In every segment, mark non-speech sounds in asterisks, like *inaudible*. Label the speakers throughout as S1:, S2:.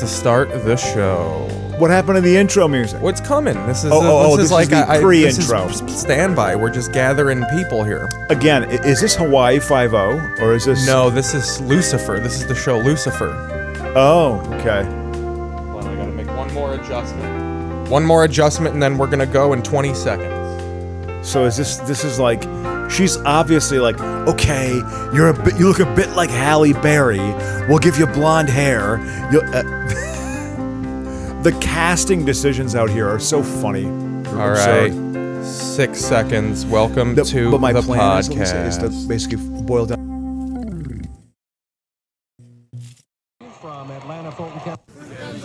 S1: to start the show.
S2: What happened to the intro music?
S1: What's coming? This is
S2: Oh,
S1: uh,
S2: oh, oh,
S1: this is
S2: this
S1: like
S2: is the
S1: I- I- this is
S2: pre-intro.
S1: s- standby. We're just gathering people here.
S2: Again, i- is this Hawaii Five O or is this
S1: No, this is Lucifer. This is the show Lucifer.
S2: Oh, okay.
S1: Well, I gotta make one more adjustment. One more adjustment, and then we're gonna go in 20 seconds.
S2: So is this this is like she's obviously like okay, you're a bit, you look a bit like Halle Berry. We'll give you blonde hair. You uh, *laughs* The casting decisions out here are so funny. They're
S1: All right,
S2: absurd.
S1: six seconds. Welcome
S2: The-
S1: to
S2: but my
S1: the
S2: plan is, Lisa,
S1: podcast.
S2: is to basically boil down
S3: from Atlanta, Fulton County.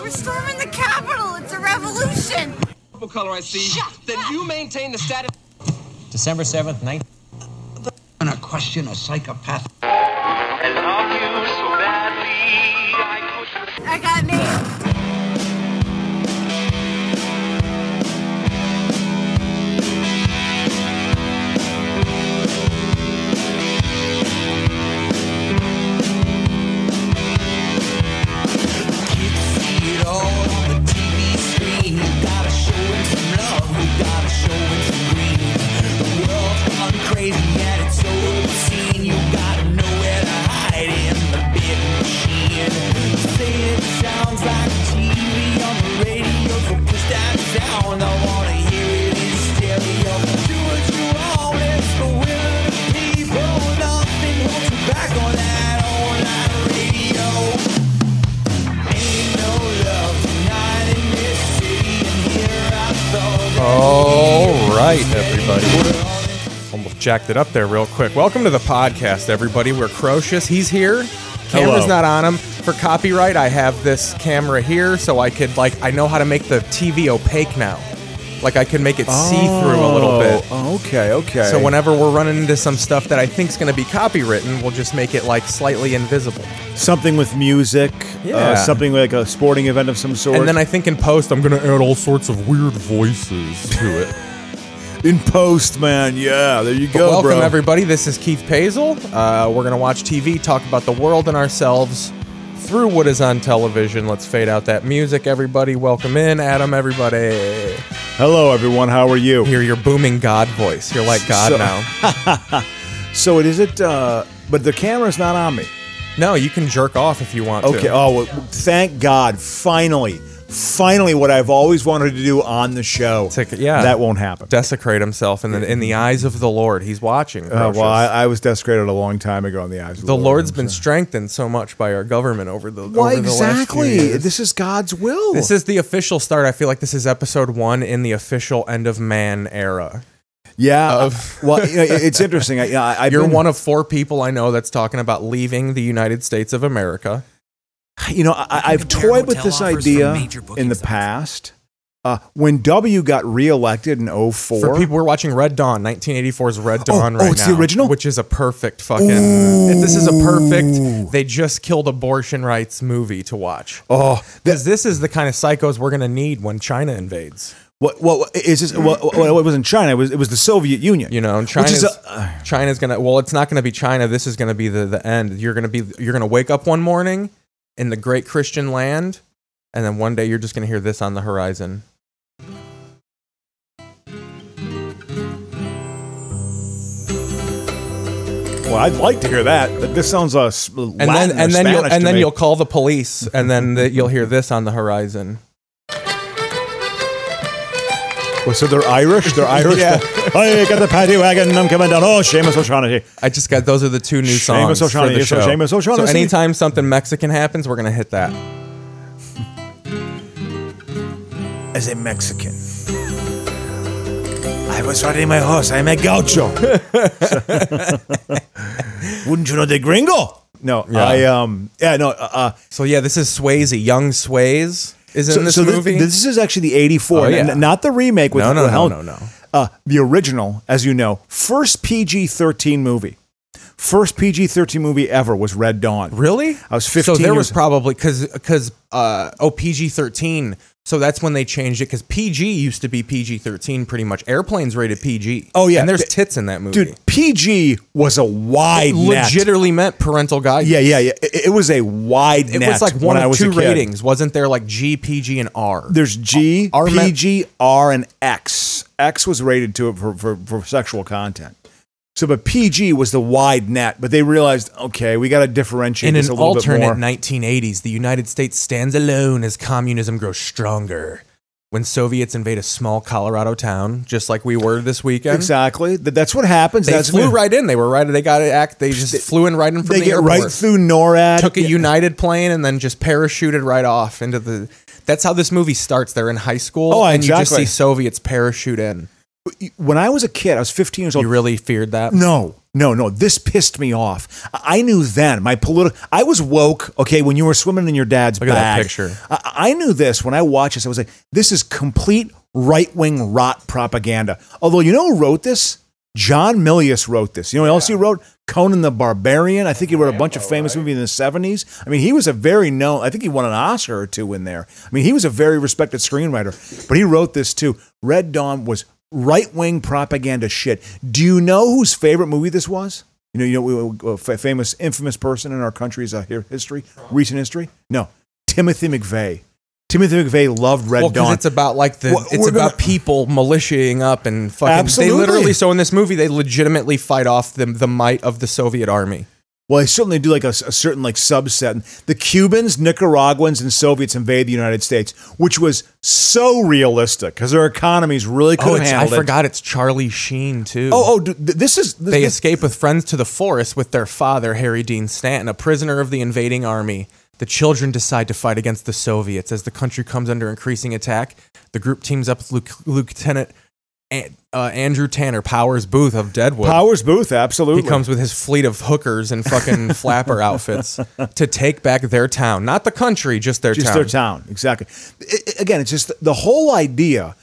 S4: We're storming the Capitol. It's a revolution.
S5: purple color I see,
S4: Shut
S5: then you maintain the status.
S6: December 7th, 19th.
S5: I'm gonna question a psychopath.
S7: I love you so badly, I could
S4: I got nailed.
S8: Back on that online radio.
S1: All right, everybody. Almost jacked it up there real quick. Welcome to the podcast, everybody. We're Crocious. He's here. Camera's
S2: Hello.
S1: not on him. For copyright, I have this camera here so I could, like, I know how to make the TV opaque now. Like, I can make it see through a little bit.
S2: Oh, okay, okay.
S1: So, whenever we're running into some stuff that I think's going to be copywritten, we'll just make it, like, slightly invisible.
S2: something with music,
S1: Yeah.
S2: uh, something like a sporting event of some sort.
S1: And then I think in post, I'm going to add all sorts of weird voices to it.
S2: in post, man. Yeah, there you
S1: But
S2: go,
S1: welcome
S2: bro.
S1: everybody. This is Keith Pazel. Uh, we're gonna watch TV, talk about the world and ourselves through what is on television. Let's fade out that music, everybody. Welcome in, Adam. Everybody,
S2: Hello, everyone. How are you?
S1: hear your booming God voice. You're like God
S2: So-
S1: now.
S2: So it is it, uh, but the camera's not on me.
S1: No, you can jerk off if you want
S2: Okay.
S1: to.
S2: Oh, well, thank God! Finally, finally, what I've always wanted to do on the show.
S1: Take it- yeah.
S2: that won't happen.
S1: Desecrate himself in the in the eyes of the Lord. He's watching.
S2: Uh, well, I,
S1: Precious.
S2: I was desecrated a long time ago in the eyes. Of
S1: the Lord's
S2: Lord's
S1: been strengthened so much by our government over the
S2: Why
S1: over the last few
S2: exactly?
S1: years.
S2: This is God's will.
S1: This is the official start. I feel like this is episode one in the official end of man era.
S2: yeah.
S1: of-
S2: well, you know, it- it's interesting. I, you know, I, I've
S1: You're
S2: been-
S1: one of four people I know that's talking about leaving the United States of America.
S2: You know, I, I've toyed with this idea in the past. Uh, when W got reelected in 04,
S1: For people, we're watching Red Dawn, 1984's Red Dawn
S2: oh,
S1: right
S2: it's
S1: now,
S2: the original?
S1: which is a perfect fucking. This is a perfect. They just killed abortion rights movie to watch.
S2: oh,
S1: Because this is the kind of psychos we're gonna need when China invades.
S2: What, what, what is this? Well, well, it wasn't China. It was it was the Soviet Union.
S1: You know, and
S2: Which
S1: China's
S2: is a- uh,
S1: China's gonna. Well, it's not gonna be China. This is gonna be the the end. You're gonna be. You're gonna wake up one morning in the great Christian land, and then one day you're just gonna hear this on the horizon.
S2: well, I'd like to hear that. But this sounds uh, s- Latin
S1: and
S2: or
S1: then and then you'll,
S2: Spanish to
S1: and then
S2: me.
S1: you'll call the police, and then the, you'll hear this on the horizon.
S2: Well, so they're Irish.
S1: *laughs*
S2: They're Irish.
S1: Yeah.
S2: I got the paddy wagon. I'm coming down. Oh, Seamus O'Shaughnessy.
S1: I just got those are the two new
S2: Seamus
S1: songs for
S2: O'Shaughnessy,
S1: the show.
S2: Seamus
S1: so
S2: O'Shaughnessy.
S1: anytime something Mexican happens, we're gonna hit that.
S2: As a Mexican, I was riding my horse. I'm a gaucho.
S1: *laughs*
S2: Wouldn't you know the gringo? No,
S1: Yeah.
S2: I um yeah no uh, uh
S1: So yeah, this is Swayze, young Swayze is in
S2: so,
S1: this
S2: so thi-
S1: movie.
S2: this is actually the 84
S1: Oh,
S2: n-
S1: yeah.
S2: n- not the remake with
S1: No, no,
S2: with Hel-
S1: no, no, no.
S2: uh, the original as you know first PG-13 movie first PG-13 movie ever was Red Dawn
S1: really?
S2: I was
S1: So
S2: 15
S1: there
S2: years-
S1: was probably because because uh, oh PG thirteen So that's when they changed it because PG used to be PG 13 pretty much. Airplanes rated PG.
S2: Oh, yeah.
S1: And there's
S2: Th-
S1: tits in that movie.
S2: Dude, PG was a wide
S1: it
S2: net.
S1: legitimately meant parental guidance.
S2: Yeah, yeah, yeah. It, it was a wide
S1: It
S2: net.
S1: was like
S2: when
S1: one
S2: I
S1: of
S2: was a
S1: two
S2: kid.
S1: ratings. Wasn't there like G, PG, and R?
S2: There's G,
S1: R meant-
S2: PG, R, and X. X was rated to it for, for, for sexual content. So, but PG was the wide net. But they realized, okay, we got to differentiate
S1: in
S2: this
S1: an
S2: a little bit
S1: alternate
S2: more.
S1: 1980s, the United States stands alone as communism grows stronger. When Soviets invade a small Colorado town, just like we were this weekend,
S2: Exactly. Th- That's what happens.
S1: they
S2: That's
S1: flew
S2: what-
S1: right in. They were right. They got to act. They just flew in right in from
S2: They
S1: the
S2: get
S1: airport.
S2: right through NORAD.
S1: took a United plane and then just parachuted right off into the. That's how this movie starts. They're in high school,
S2: Oh,
S1: and you just
S2: exactly.
S1: see Soviets parachute in.
S2: when I was a kid, I was 15 years old.
S1: You really feared that?
S2: No, no, no. This pissed me off. I I knew then my political. I was woke. Okay, when you were swimming in your dad's
S1: Look at that
S2: bag.
S1: picture.
S2: I, I knew this when I watched this. I was like, this is complete right wing rot propaganda. Although you know who wrote this? John Milius wrote this. You know what else he wrote? Conan the Barbarian. I think he wrote a bunch of famous movies in the seventies. I mean, he was a very known. I think he won an Oscar or two in there. I mean, he was a very respected screenwriter. But he wrote this too. Red Dawn was right wing propaganda shit. Do you know whose favorite movie this was? You know, you know, a fa- famous, infamous person in our country's uh, here- history, recent history. No, Timothy McVeigh. Timothy McVeigh loved Red
S1: Well, because
S2: Dawn.
S1: it's about like the
S2: Well,
S1: it's
S2: we're gonna-
S1: about people militiaing up and fucking.
S2: Absolutely.
S1: They literally so in this movie they legitimately fight off the the might of the Soviet army.
S2: well, they certainly do like a, s- a certain like subset. And The Cubans, Nicaraguans, and Soviets invade the United States, which was so realistic because their economies really
S1: Oh,
S2: couldn't
S1: it's, I
S2: handle it.
S1: forgot it's Charlie Sheen too.
S2: Oh, oh, dude, th- this is this,
S1: They
S2: this-
S1: escape with friends to the forest with their father, Harry Dean Stanton, a prisoner of the invading army. The children decide to fight against the Soviets. As the country comes under increasing attack, the group teams up with Luke, Lieutenant An- uh, Andrew Tanner, Powers Booth of Deadwood.
S2: Powers Booth, absolutely.
S1: He comes with his fleet of hookers
S2: *laughs*
S1: and fucking flapper outfits to take back their town. Not the country, just their
S2: just
S1: town.
S2: their town exactly I- I- again it's just the whole idea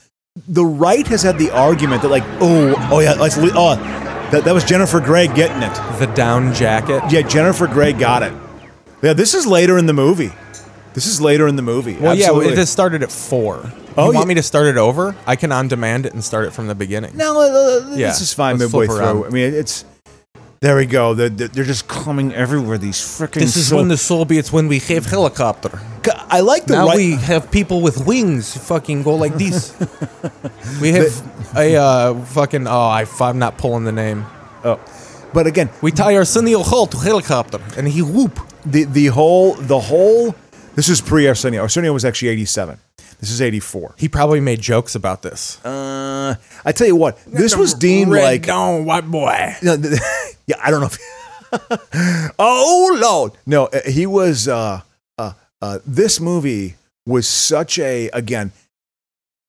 S2: the right has had the argument that like oh oh yeah let's le- oh that, that was jennifer gray getting it
S1: the down jacket.
S2: yeah jennifer gray got it yeah this is later in the movie this is later in the movie
S1: Well,
S2: Absolutely.
S1: yeah, this started at four.
S2: Oh,
S1: you want
S2: yeah.
S1: me to start it over? I can on demand it and start it from the beginning.
S2: no uh, uh,
S1: Yeah,
S2: this is fine
S1: let's
S2: midway
S1: flip
S2: through
S1: around.
S2: i mean it's there we go they're, they're they're just coming everywhere these freaking
S1: Soviets when we have helicopter.
S2: i like the right
S1: have people with wings fucking go like
S2: *laughs*
S1: this. we have a uh, fucking oh I, I'm not pulling the name.
S2: oh. but again
S1: We tie Arsenio Hall to helicopter and he whoop.
S2: the the whole the whole this is pre Arsenio. Arsenio was actually 87. This is 84.
S1: He probably made jokes about this.
S2: Uh, I tell you what, this was deemed
S1: Red
S2: like
S1: Dawn, white boy.
S2: no, th- *laughs* yeah, I don't know. If, *laughs* oh lord, no, uh, he was. Uh, uh, uh, this movie was such a again.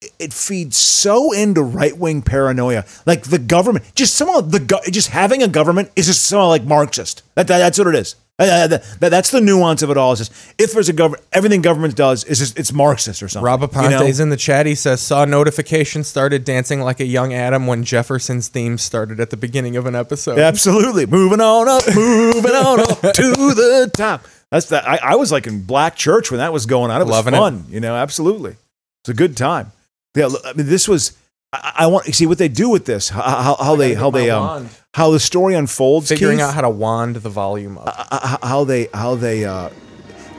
S2: it- It feeds so into right wing paranoia, like the government. Just somehow the go- just having a government is just somehow like Marxist. That, that- that's what it is. Uh, that- that- that's the nuance of it all. Is just if there's a government, everything government does is just it's Marxist or something. you know?
S1: Rabaponte's in the chat. He says, saw notification started dancing like a young Adam when Jefferson's theme started at the beginning of an episode.
S2: Absolutely. Moving on up, moving on up
S1: *laughs*
S2: to the top. That's that. I, I was like in black church when that was going on. It was
S1: Loving it.
S2: fun, you know. Absolutely, it's a good time. Yeah, look, I mean, this was. I, I want see what they do with this. How, how, how they how they
S1: my
S2: um
S1: wand.
S2: how the story unfolds.
S1: Figuring
S2: Keith,
S1: out how to wand the volume
S2: Uh,
S1: up.
S2: how, how they how they uh,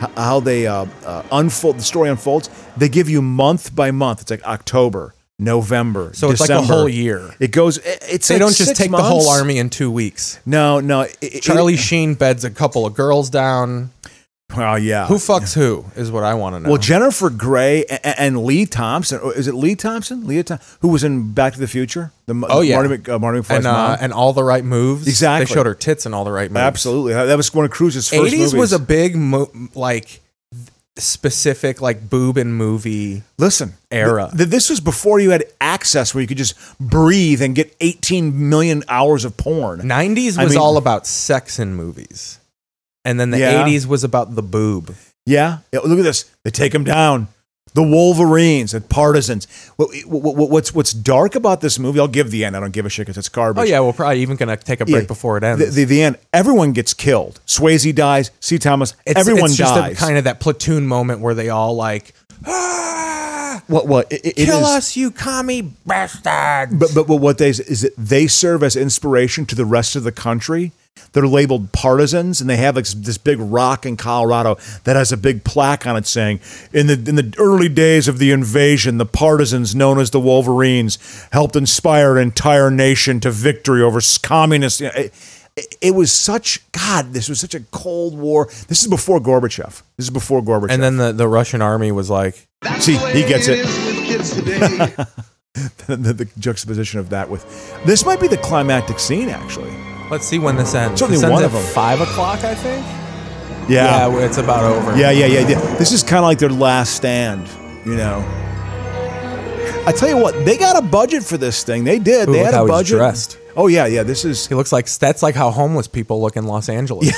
S2: h- how they uh, uh, unfold the story unfolds. They give you month by month. It's like October, November,
S1: So it's like a
S2: December.
S1: whole year.
S2: It goes. It, it's
S1: they
S2: like
S1: don't just
S2: six
S1: take the whole
S2: months.
S1: army in two weeks.
S2: No, no. it- it-
S1: Charlie Sheen beds a couple of girls down.
S2: Well, yeah.
S1: Who fucks who is what I want to know.
S2: Well, Jennifer Grey and, and Lee Thompson. or Is it Lee Thompson? Leah Thompson, who was in Back to the Future? The m-
S1: Oh, yeah.
S2: Marty, Mc, uh, Marty McFly's
S1: and uh,
S2: mom.
S1: and all the right moves.
S2: Exactly.
S1: They showed her tits and all the right moves.
S2: Absolutely, that was one of Cruise's first.
S1: Eighties
S2: movies.
S1: was a big mo- like specific like boob and movie.
S2: listen
S1: era.
S2: th- th- this was before you had access where you could just breathe and get 18 million hours of porn.
S1: Nineties
S2: I
S1: was
S2: mean-
S1: all about sex in movies, and then the
S2: Yeah.
S1: eighties was about the boob.
S2: Yeah. Yeah, Look at this. They take him down. The Wolverines and partisans. What, what, what- what's what's dark about this movie? I'll give the end. I don't give a shit because it's garbage.
S1: Oh yeah, we're probably even gonna take a
S2: Yeah.
S1: break before it ends.
S2: The, the, the end. Everyone gets killed. Swayze dies. C. Thomas.
S1: it's,
S2: everyone
S1: it's just
S2: dies.
S1: kind of that platoon moment where they all like
S2: what what it, it it
S1: Kill
S2: is-
S1: us, you commie bastards.
S2: But, but but what they is that they serve as inspiration to the rest of the country. They're labeled partisans, and they have like this big rock in Colorado that has a big plaque on it saying, "In the in the early days of the invasion, the partisans known as the Wolverines helped inspire an entire nation to victory over communists." You know, It, it- it was such God. This was such a Cold War. This is before Gorbachev. This is before Gorbachev.
S1: and then the, the Russian army was like,
S2: See, he gets it.
S5: with kids today.
S2: *laughs* the, the juxtaposition of that with this might be the climactic scene actually.
S1: let's see when this ends.
S2: It's only
S1: This ends
S2: one
S1: at
S2: of 'em.
S1: Five o'clock, I think.
S2: Yeah.
S1: Yeah, it's about over.
S2: Yeah, yeah, yeah, yeah. This is kind of like their last stand, you know. I tell you what, they got a budget for this thing. They did.
S1: Ooh,
S2: they
S1: look
S2: had
S1: how
S2: a
S1: he's
S2: budget.
S1: dressed.
S2: Oh yeah, yeah. This is
S1: He looks like that's like how homeless people look in Los Angeles.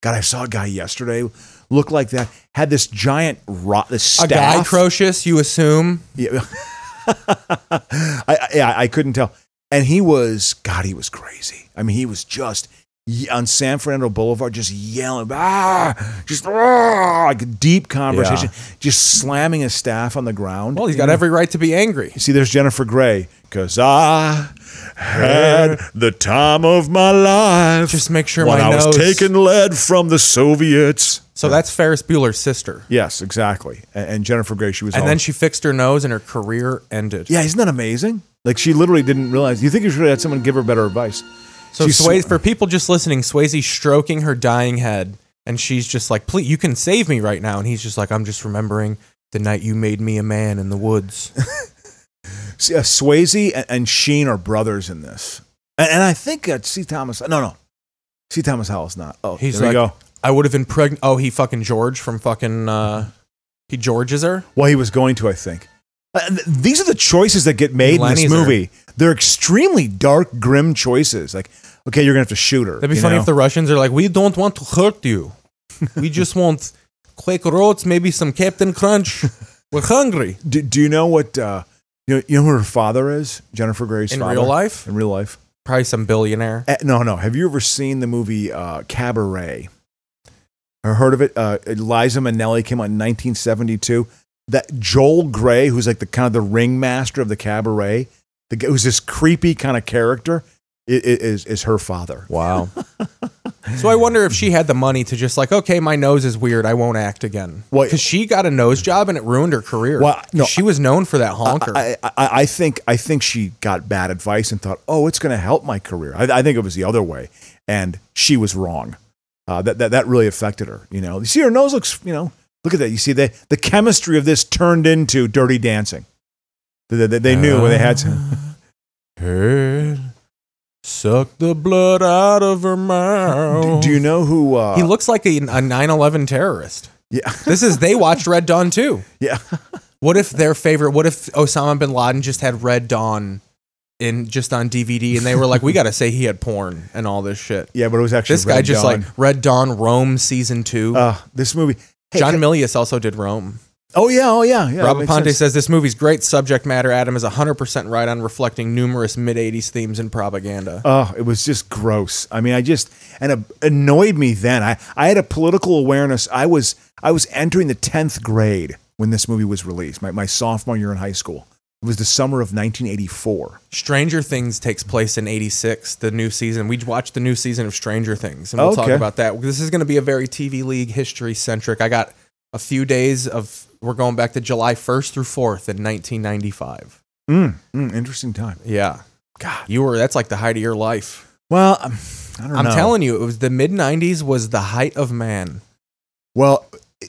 S2: God. I saw a guy yesterday look like that. Had this giant rot. This
S1: A
S2: staff.
S1: guy Crocious, you assume.
S2: *laughs* Yeah. I, I, yeah, I couldn't tell. And he was, God, he was crazy. I mean, he was just ye- on San Fernando Boulevard, just yelling, ah, just ah, like a deep conversation, just slamming his staff on the ground.
S1: Well, he's got every right to be angry.
S2: See, there's Jennifer Gray. Cause I had the time of my life.
S1: Just make sure
S2: when
S1: my
S2: I was
S1: nose-
S2: taking lead from the Soviets.
S1: So that's Ferris Bueller's sister.
S2: Yes, exactly. A- And, Jennifer Gray, she was.
S1: And
S2: all-
S1: then she fixed her nose and her career ended.
S2: Yeah, isn't that amazing? Like she literally didn't realize. You think you should have had someone give her better advice?
S1: So
S2: She's-
S1: Swayze, for people just listening, Swayze's stroking her dying head, and she's just like, "Please, you can save me right now." And he's just like, "I'm just remembering the night you made me a man in
S2: *laughs*
S1: the woods."
S2: S- uh, Swayze and, and Sheen are brothers in this, and, and I think uh, C. Thomas. No, no, C. Thomas Howell's not. Oh,
S1: He's
S2: there
S1: like,
S2: we go.
S1: "I would have impregnated." Oh, he fucking George from fucking. uh He Georges her.
S2: Well, he was going to, I think. Uh, th- these are the choices that get made in
S1: Lenny's
S2: this
S1: her.
S2: movie. They're extremely dark, grim choices. Like, okay, you're gonna have to shoot her.
S1: That'd be
S2: you
S1: funny
S2: know?
S1: if the Russians are like, "We don't want to hurt you.
S2: *laughs*
S1: we just want quaker oats, maybe some Captain Crunch. We're hungry."
S2: Do, do you know what? Uh, you know, you know who her father is? Jennifer Gray's
S1: In
S2: father.
S1: real life?
S2: In real life.
S1: Probably some billionaire.
S2: Uh, no, no. Have you ever seen the movie uh, Cabaret? Or heard of it? Uh, Liza Minnelli came out in 1972. That Joel Gray, who's like the kind of the ringmaster of the cabaret, the guy who's this creepy kind of character, i- i- is is her father.
S1: Wow. so I wonder if she had the money to just like, okay, my nose is weird. I won't act again.
S2: Well-
S1: Because she got a nose job and it ruined her career.
S2: Well, no,
S1: she was known for that honker.
S2: I, I, I think I think she got bad advice and thought, oh, it's going to help my career. I, I think it was the other way, and she was wrong. Uh, that, that that really affected her. You know, you see her nose looks. You know, look at that. You see the the chemistry of this turned into Dirty Dancing. They, they, they knew when they had to.
S1: Head sucked the blood out of her mouth.
S2: Do, do you know who? Uh,
S1: Oh. he looks like a, a 9-11 terrorist.
S2: Yeah, *laughs*
S1: This is they watched Red Dawn too.
S2: yeah. *laughs*
S1: What if their favorite? What if Osama bin Laden just had Red Dawn in just on DVD and they were like, we got to say he had porn and all this shit.
S2: Yeah, but it was actually
S1: This guy
S2: Red
S1: just
S2: Dawn.
S1: like Red Dawn Rome season two.
S2: uh, this movie. Hey,
S1: John
S2: ca-
S1: Milius also did Rome.
S2: Oh yeah, oh yeah, yeah. that
S1: Robert
S2: makes
S1: Ponte
S2: sense.
S1: says this movie's great subject matter. Adam is 100% right on reflecting numerous mid 80s themes and propaganda.
S2: Oh, it was just gross. I mean, I just and it annoyed me then. I I had a political awareness. I was I was entering the tenth grade when this movie was released. My my sophomore year in high school. It was the summer of 1984.
S1: Stranger Things takes place in 86, the new season. We watched the new season of Stranger Things and we'll talk
S2: Okay.
S1: about that. This is going to be a very TV League history centric. I got a few days of, we're going back to July 1st through 4th in 1995.
S2: Mm, mm, interesting time.
S1: Yeah. God. You were, that's like the height of your life.
S2: Well, I'm, I don't
S1: I'm
S2: know.
S1: telling you, it was the mid 90s was the height of man.
S2: Well,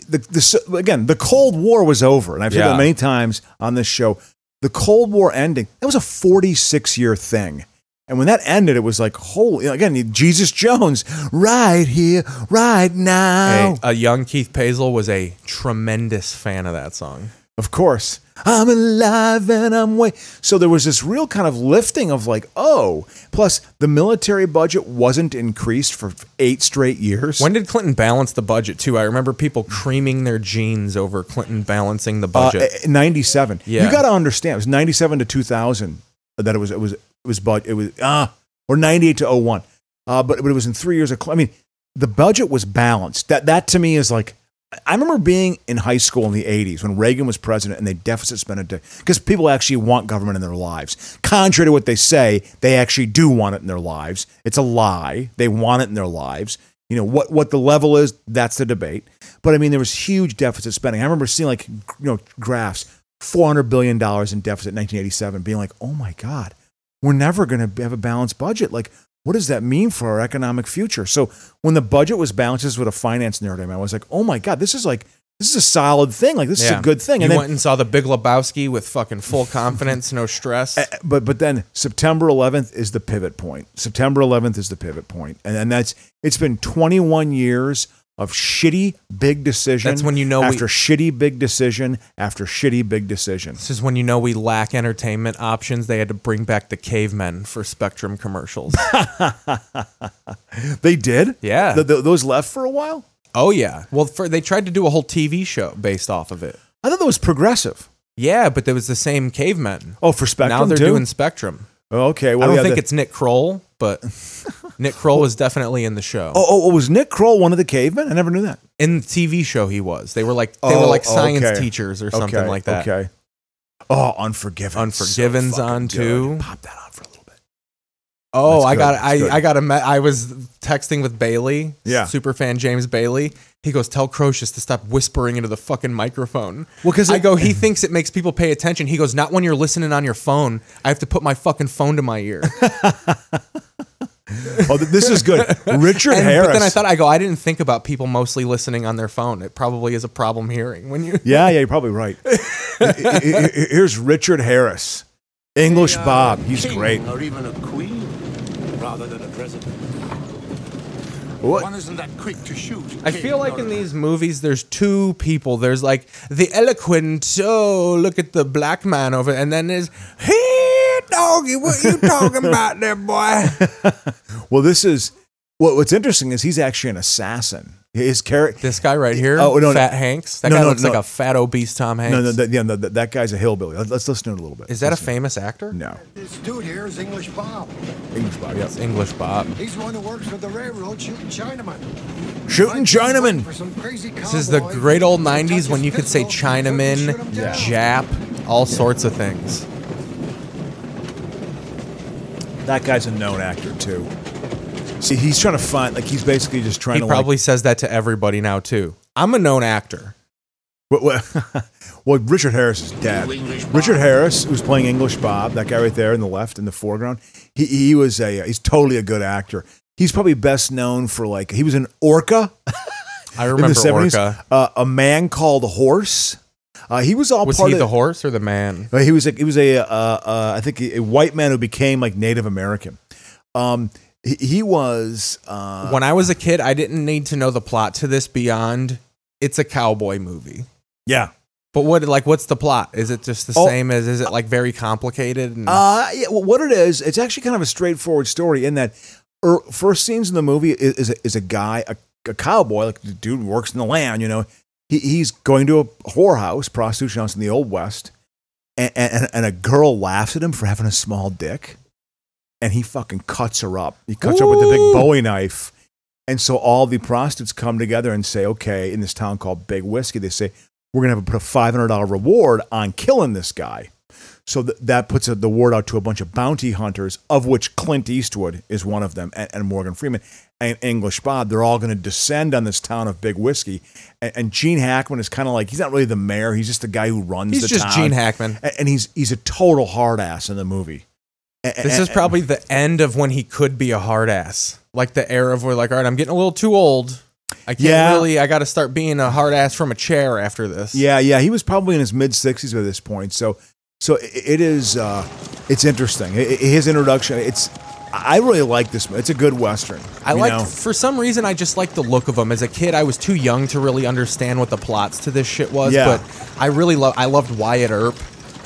S2: the, the, again, the Cold War was over, and I've said
S1: Yeah.
S2: that many times on this show. The Cold War ending that was a 46 year thing, and when that ended, it was like holy. Again, Jesus Jones, right here, right now.
S1: a, a young Keith Paisel was a tremendous fan of that song.
S2: Of course. I'm alive and I'm way. So there was this real kind of lifting of like, oh, plus the military budget wasn't increased for eight straight years.
S1: When did Clinton balance the budget too? I remember people creaming their jeans over Clinton balancing the
S2: Uh,
S1: budget.
S2: eh, 97.
S1: Yeah.
S2: You got to understand, it was 97 to 2000 that it was, it was, it was, but it was, ah, or 98 to 01. Uh, but, but it was in three years of, cl- I mean, the budget was balanced. That, that to me is like, I remember being in high school in the 80s when Reagan was president and they deficit spent it because people actually want government in their lives. Contrary to what they say, they actually do want it in their lives. It's a lie. They want it in their lives. You know, what, what the level is, that's the debate. But I mean, there was huge deficit spending. I remember seeing like, you know, graphs, $400 billion in deficit in 1987, being like, oh my God, we're never going to have a balanced budget. Like, what does that mean for our economic future? So when the budget was balanced this is with a finance narrative, I was like, oh my god, this is like this is a solid thing. Like this is a good thing.
S1: You
S2: And then,
S1: went and saw the Big Lebowski with
S2: *laughs*
S1: fucking full confidence, no stress.
S2: Uh, but but then September 11th is the pivot point. September 11th is the pivot point, and and that's it's been 21 years of shitty big decision.
S1: That's when you know we-
S2: after shitty big decision after shitty big decision.
S1: This is when you know we lack entertainment options. They had to bring back the cavemen for
S2: *laughs*
S1: Spectrum commercials.
S2: They did.
S1: Yeah.
S2: Th- th- those left for a while.
S1: oh yeah. Well, for, they tried to do a whole TV show based off of it.
S2: I thought that was progressive.
S1: Yeah, but there was the same cavemen.
S2: Oh, for Spectrum
S1: now they're
S2: too?
S1: doing Spectrum.
S2: Okay, well,
S1: I don't
S2: yeah,
S1: think
S2: the-
S1: it's Nick Kroll,
S2: *laughs*
S1: but Nick Kroll was definitely in the show.
S2: Oh, oh, oh, was Nick Kroll one of the cavemen? I never knew that.
S1: In the TV show, he was. They were like they were
S2: Oh,
S1: like science
S2: okay.
S1: teachers or something
S2: okay,
S1: like that.
S2: Okay. Oh, Unforgiven.
S1: Unforgiven's
S2: fucking
S1: on,
S2: good.
S1: too.
S2: Pop that on for a little bit.
S1: Oh,
S2: That's
S1: I
S2: good.
S1: got
S2: That's good.
S1: I, I got a me- I was texting with Bailey,
S2: Yeah.
S1: super fan James Bailey. He goes, "Tell Crocius to stop whispering into the fucking microphone."
S2: Well, 'cause
S1: I
S2: it-
S1: go, he thinks it makes people pay attention. He goes, "Not when you're listening on your phone. I have to put my fucking phone to
S2: *laughs*
S1: my ear."
S2: Oh, th- this is
S1: *laughs*
S2: good. Richard
S1: And-
S2: Harris.
S1: But then I thought, I go, I didn't think about people mostly listening on their phone. It probably is a problem hearing when you.
S2: yeah, yeah, you're probably right. I- I- I- Here's Richard Harris. English
S1: uh,
S2: Bob. He's great.
S9: Or even a queen, rather than a president.
S2: What?
S9: One isn't that quick to shoot.
S1: I feel like in these movies, there's two people. There's like the eloquent, oh, look at the black man over, and then there's, hey, doggy, what you talking about there, boy?
S2: *laughs* Well, this is what, what's interesting is he's actually an assassin. His character.
S1: This guy right here,
S2: Oh, no, no.
S1: Fat Hanks. That
S2: No,
S1: guy
S2: no,
S1: looks
S2: no.
S1: like a fat, obese Tom Hanks.
S2: No, no, that, yeah, no, that, that guy's a hillbilly. Let- Let's listen to it a little bit.
S1: Is that a
S2: Listen.
S1: famous actor?
S2: No.
S9: This dude here is English Bob.
S2: English Bob, yeah.
S1: It's English Bob.
S9: He's the one who works for the railroad shooting Chinaman.
S2: Shooting Chinaman.
S9: This
S1: This is the great old 90s when you could say Chinaman, Jap, all sorts of things.
S2: That guy's a known actor, too. See, he's trying to find, like, he's basically just trying
S1: He
S2: to. like,
S1: probably says that to everybody now, too. I'm a known actor.
S2: Well, well, *laughs* well, Richard Harris is dead. Richard Harris, who's playing English Bob, that guy right there in the left in the foreground, he, he was a uh, he's totally a good actor. He's probably best known for like he was in Orca
S1: I
S2: in the
S1: remember
S2: seventies,
S1: Orca.
S2: uh, a man called Horse. Uh, he was all
S1: Was
S2: part
S1: he
S2: of
S1: the horse or the man?
S2: uh, He was a, he was a uh, uh, I think a, a white man who became like Native American. Um, he, he was uh,
S1: when I was a kid, I didn't need to know the plot to this beyond it's a cowboy movie.
S2: yeah.
S1: But what like what's the plot? Is it just the
S2: Oh.
S1: same as is it like very complicated? And,
S2: Uh, yeah, well, what it is, it's actually kind of a straightforward story in that er, first scenes in the movie is, is, a, is a guy, a, a cowboy, like the dude works in the land, you know. He, he's going to a whorehouse, prostitution house in the Old West, and, and, and a girl laughs at him for having a small dick, and he fucking cuts her up. He cuts her up with a big
S1: Ooh.
S2: Bowie knife. And so all the prostitutes come together and say, okay, in this town called Big Whiskey, they say, we're going to have a $500 reward on killing this guy. So th- that puts the word out to a bunch of bounty hunters, of which Clint Eastwood is one of them, and, and Morgan Freeman and English Bob. They're all going to descend on this town of Big Whiskey. And, and Gene Hackman is kind of like he's not really the mayor; he's just the guy who runs.
S1: He's
S2: the
S1: just
S2: town.
S1: Gene Hackman.
S2: and, and he's he's a total hard ass in the movie. A- a-
S1: this is
S2: a-
S1: probably the end of when he could be a hard ass. Like the era of where like, all right, I'm getting a little too old. I can't
S2: Yeah.
S1: really I gotta start being a hard ass from a chair after this.
S2: Yeah, yeah, he was probably in his mid sixties by this point. So, so i- it is. Uh, it's interesting. I- I- His introduction. It's. I really like this. mo- It's a good western.
S1: I
S2: you
S1: like
S2: know?
S1: for some reason I just like the look of them. As a kid, I was too young to really understand what the plots to this shit was,
S2: Yeah.
S1: but I really love I loved Wyatt Earp.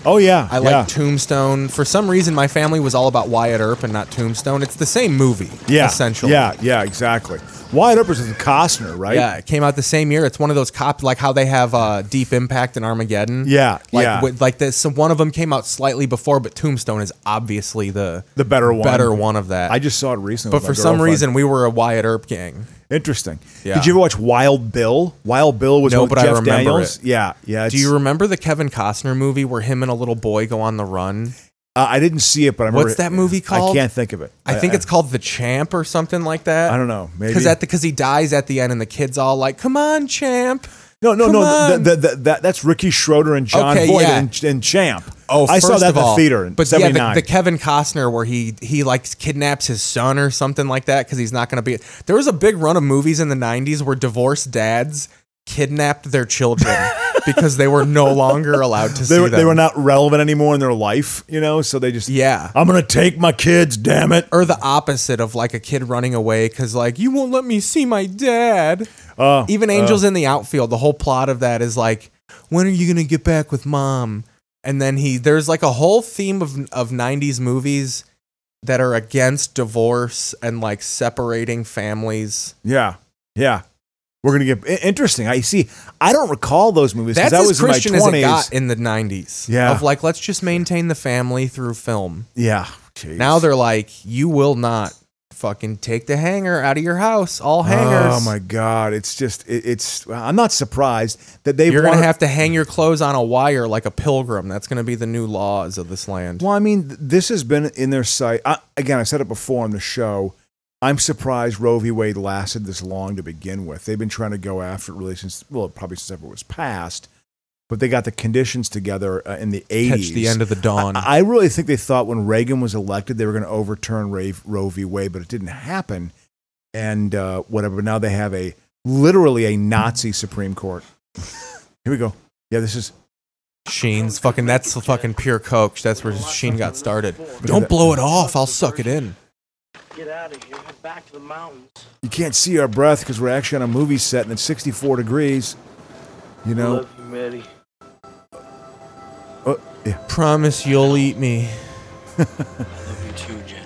S2: Oh yeah,
S1: I
S2: yeah.
S1: like Tombstone. For some reason, my family was all about Wyatt Earp and not Tombstone. It's the same movie,
S2: Yeah.
S1: essentially.
S2: Yeah, yeah, exactly. Wyatt Earp was with Costner, right?
S1: Yeah, it came out the same year. It's one of those cop, like how they have uh, Deep Impact and Armageddon.
S2: Yeah,
S1: like
S2: yeah.
S1: With, like this, so one of them came out slightly before, but Tombstone is obviously the
S2: The better one.
S1: better one of that.
S2: I just saw it recently.
S1: but
S2: with my
S1: for some
S2: girlfriend.
S1: reason, we were a Wyatt Earp gang.
S2: Interesting.
S1: Yeah.
S2: Did you ever watch Wild Bill? Wild Bill was
S1: No,
S2: with
S1: but I
S2: Jeff
S1: remember
S2: Daniels.
S1: it.
S2: Yeah, yeah.
S1: Do
S2: it's-
S1: you remember the Kevin Costner movie where him and a little boy go on the run?
S2: Uh, I didn't see it, but I remember.
S1: What's
S2: it-
S1: that movie called?
S2: I can't think of it.
S1: I think it's called The Champ or something like that.
S2: I don't know. Maybe
S1: Because at because he dies at the end, and the kids all like, "Come on, Champ!"
S2: No, no,
S1: Come
S2: no. th
S1: on.
S2: th th that, that's Ricky Schroeder and John
S1: Okay,
S2: Boyd
S1: yeah.
S2: and, and Champ.
S1: Oh,
S2: I saw
S1: first
S2: that
S1: of
S2: in the
S1: all,
S2: theater in
S1: But
S2: '79.
S1: yeah, the, the Kevin Costner where he he like kidnaps his son or something like that because he's not going to be. There was a big run of movies in the '90s where divorced dads kidnapped
S2: *laughs*
S1: their children because they were no longer allowed to see
S2: they, were,
S1: them.
S2: they were not relevant anymore in their life, you know. So they just
S1: Yeah.
S2: I'm gonna take my kids, damn it.
S1: or the opposite of like a kid running away because like you won't let me see my dad.
S2: Uh,
S1: Even Angels in the Outfield, the whole plot of that is like, when are you gonna get back with mom? And then he there's like a whole theme of of '90s movies that are against divorce and like separating families.
S2: yeah, yeah. We're gonna get i- interesting. I see. I don't recall those movies. 'cause
S1: That's
S2: that was
S1: as Christian
S2: in
S1: as
S2: my
S1: it
S2: 20s.
S1: got in the '90s.
S2: Yeah.
S1: of like let's just maintain the family through film.
S2: yeah. Jeez.
S1: Now they're like, you will not fucking take the hanger out of your house. All hangers.
S2: Oh my God! It's just it, it's. I'm not surprised that they.
S1: You're gonna
S2: wanna-
S1: have to hang your clothes on a wire like a pilgrim. That's gonna be the new laws of this land.
S2: Well, I mean, th- this has been in their sight. I, again, I said it before on the show. I'm surprised Roe v. Wade lasted this long to begin with. They've been trying to go after it really since, well, probably since ever it was passed, but they got the conditions together uh, in the 80s.
S1: Catch the end of the
S2: *laughs*
S1: dawn.
S2: I, I really think they thought when Reagan was elected, they were going to overturn Ray, Roe v. Wade, but it didn't happen. And uh, whatever. But now they have a literally a Nazi Supreme Court. *laughs* Here we go. Yeah, this is
S1: Sheen's fucking. That's the fucking pure coke. That's where Sheen got started. Don't blow it off. I'll suck it in.
S10: Get out of here. Head back to the mountains.
S2: you can't see our breath because we're actually on a movie set and it's 64 degrees. You know,
S10: Love you, Maddie.
S2: oh, yeah,
S1: Promise you'll eat me.
S10: You too, Jen.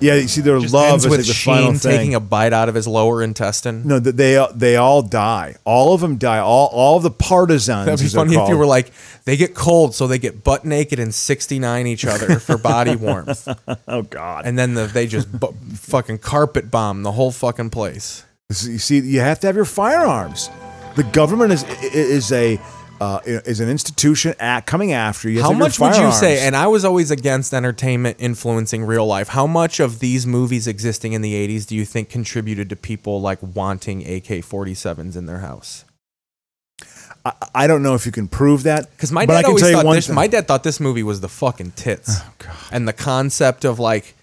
S2: yeah. You see, their
S1: Just
S2: love
S1: ends
S2: is
S1: with
S2: like the final
S1: Sheen
S2: thing.
S1: taking a bite out of his lower intestine.
S2: no, th- they they all die. All of them die. All all the partisans.
S1: That'd be
S2: as they're
S1: funny if you
S2: called.
S1: were like, they get cold, so they get butt naked and 69 each other for
S2: *laughs*
S1: body warmth,
S2: oh god.
S1: and then the, they just bu- fucking carpet bomb the whole fucking place.
S2: So You see, you have to have your firearms. The government is i- i- is a uh, is an institution at, coming after you. you. have
S1: How
S2: to have your
S1: much would you say?
S2: firearms.
S1: And I was always against entertainment influencing real life. How much of these movies existing in the 80s do you think contributed to people like wanting AK 47s in their house?
S2: I, I don't know if you can prove that
S1: Because my
S2: but I
S1: dad
S2: can
S1: always
S2: tell you
S1: thought
S2: one
S1: this,
S2: thing. Oh,
S1: my dad thought this movie was the fucking tits. And the concept of like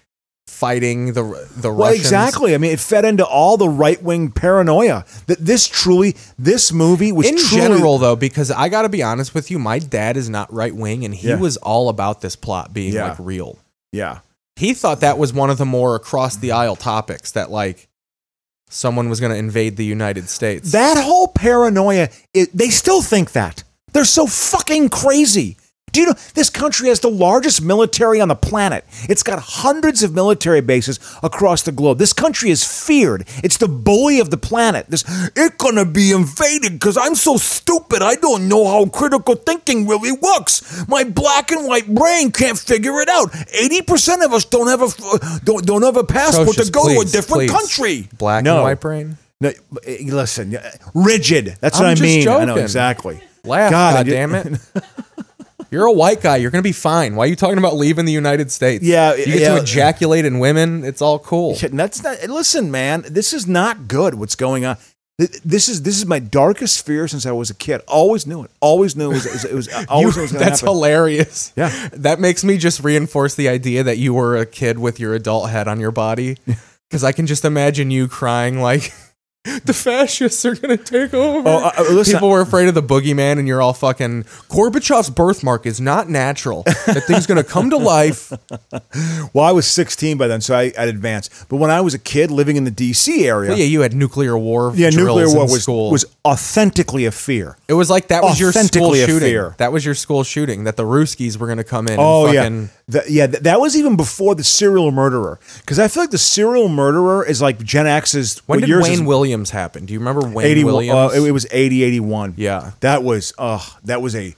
S1: fighting the the
S2: Well,
S1: Russians.
S2: exactly. I mean, it fed into all the right wing paranoia that this truly, this movie was
S1: In
S2: truly-
S1: general, though, because I got to be honest with you, my dad is not right wing, and he
S2: Yeah.
S1: was all about this plot being
S2: Yeah.
S1: like real.
S2: Yeah,
S1: he thought that was one of the more across the aisle topics that like someone was going to invade the United States.
S2: that whole paranoia. It, they still think that they're so fucking crazy. Do you know this country has the largest military on the planet? It's got hundreds of military bases across the globe. This country is feared. It's the bully of the planet. This it's gonna be invaded because I'm so stupid. I don't know how critical thinking really works. My black and white brain can't figure it out. Eighty percent of us don't have a f- don't don't have a passport
S1: Atrocious,
S2: to go to a
S1: please,
S2: different
S1: please.
S2: country.
S1: Black
S2: No.
S1: and white brain.
S2: No, eh, listen, yeah, rigid. That's what
S1: I'm
S2: I
S1: just
S2: mean. I know
S1: joking.
S2: exactly.
S1: Laugh,
S2: God, I
S1: God,
S2: did-
S1: damn it. *laughs* You're a white guy. You're going to be fine. Why are you talking about leaving the United States?
S2: Yeah,
S1: You get
S2: yeah.
S1: to ejaculate in women. It's all cool.
S2: Kid, That's not. eh, Listen, man, this is not good. What's going on? Th- This is this is my darkest fear since I was a kid. Always knew it. Always knew it was. It was, it
S1: *laughs*
S2: was I always knew it was gonna
S1: that's
S2: happen.
S1: hilarious.
S2: Yeah.
S1: That makes me just reinforce the idea that you were a kid with your adult head on your body. Because I can just imagine you crying like, *laughs* the fascists are going to take over.
S2: Oh, uh, uh, listen-
S1: People were afraid of the boogeyman, and you're all fucking. Gorbachev's birthmark is not natural. That thing's going to come
S2: *laughs*
S1: to life.
S2: Well, I was 16 by then, so I I'd advanced. But when I was a kid living in the D.C. area,
S1: But yeah, you had nuclear war.
S2: yeah,
S1: drills
S2: nuclear war
S1: in
S2: was
S1: school.
S2: was authentically a fear.
S1: it was like that was your school
S2: authentically a
S1: shooting.
S2: fear.
S1: That was your school shooting. That the Ruskies were going to come in.
S2: Oh
S1: and
S2: yeah,
S1: fucking,
S2: Th- yeah. th- that was even before the serial murderer, because I feel like the serial murderer is like Gen X's.
S1: When
S2: what
S1: did
S2: yours
S1: Wayne
S2: is-
S1: Williams happen? Do you remember Wayne
S2: 80,
S1: Williams?
S2: Uh, it, it was 80, 81.
S1: Yeah.
S2: That was, uh, that was a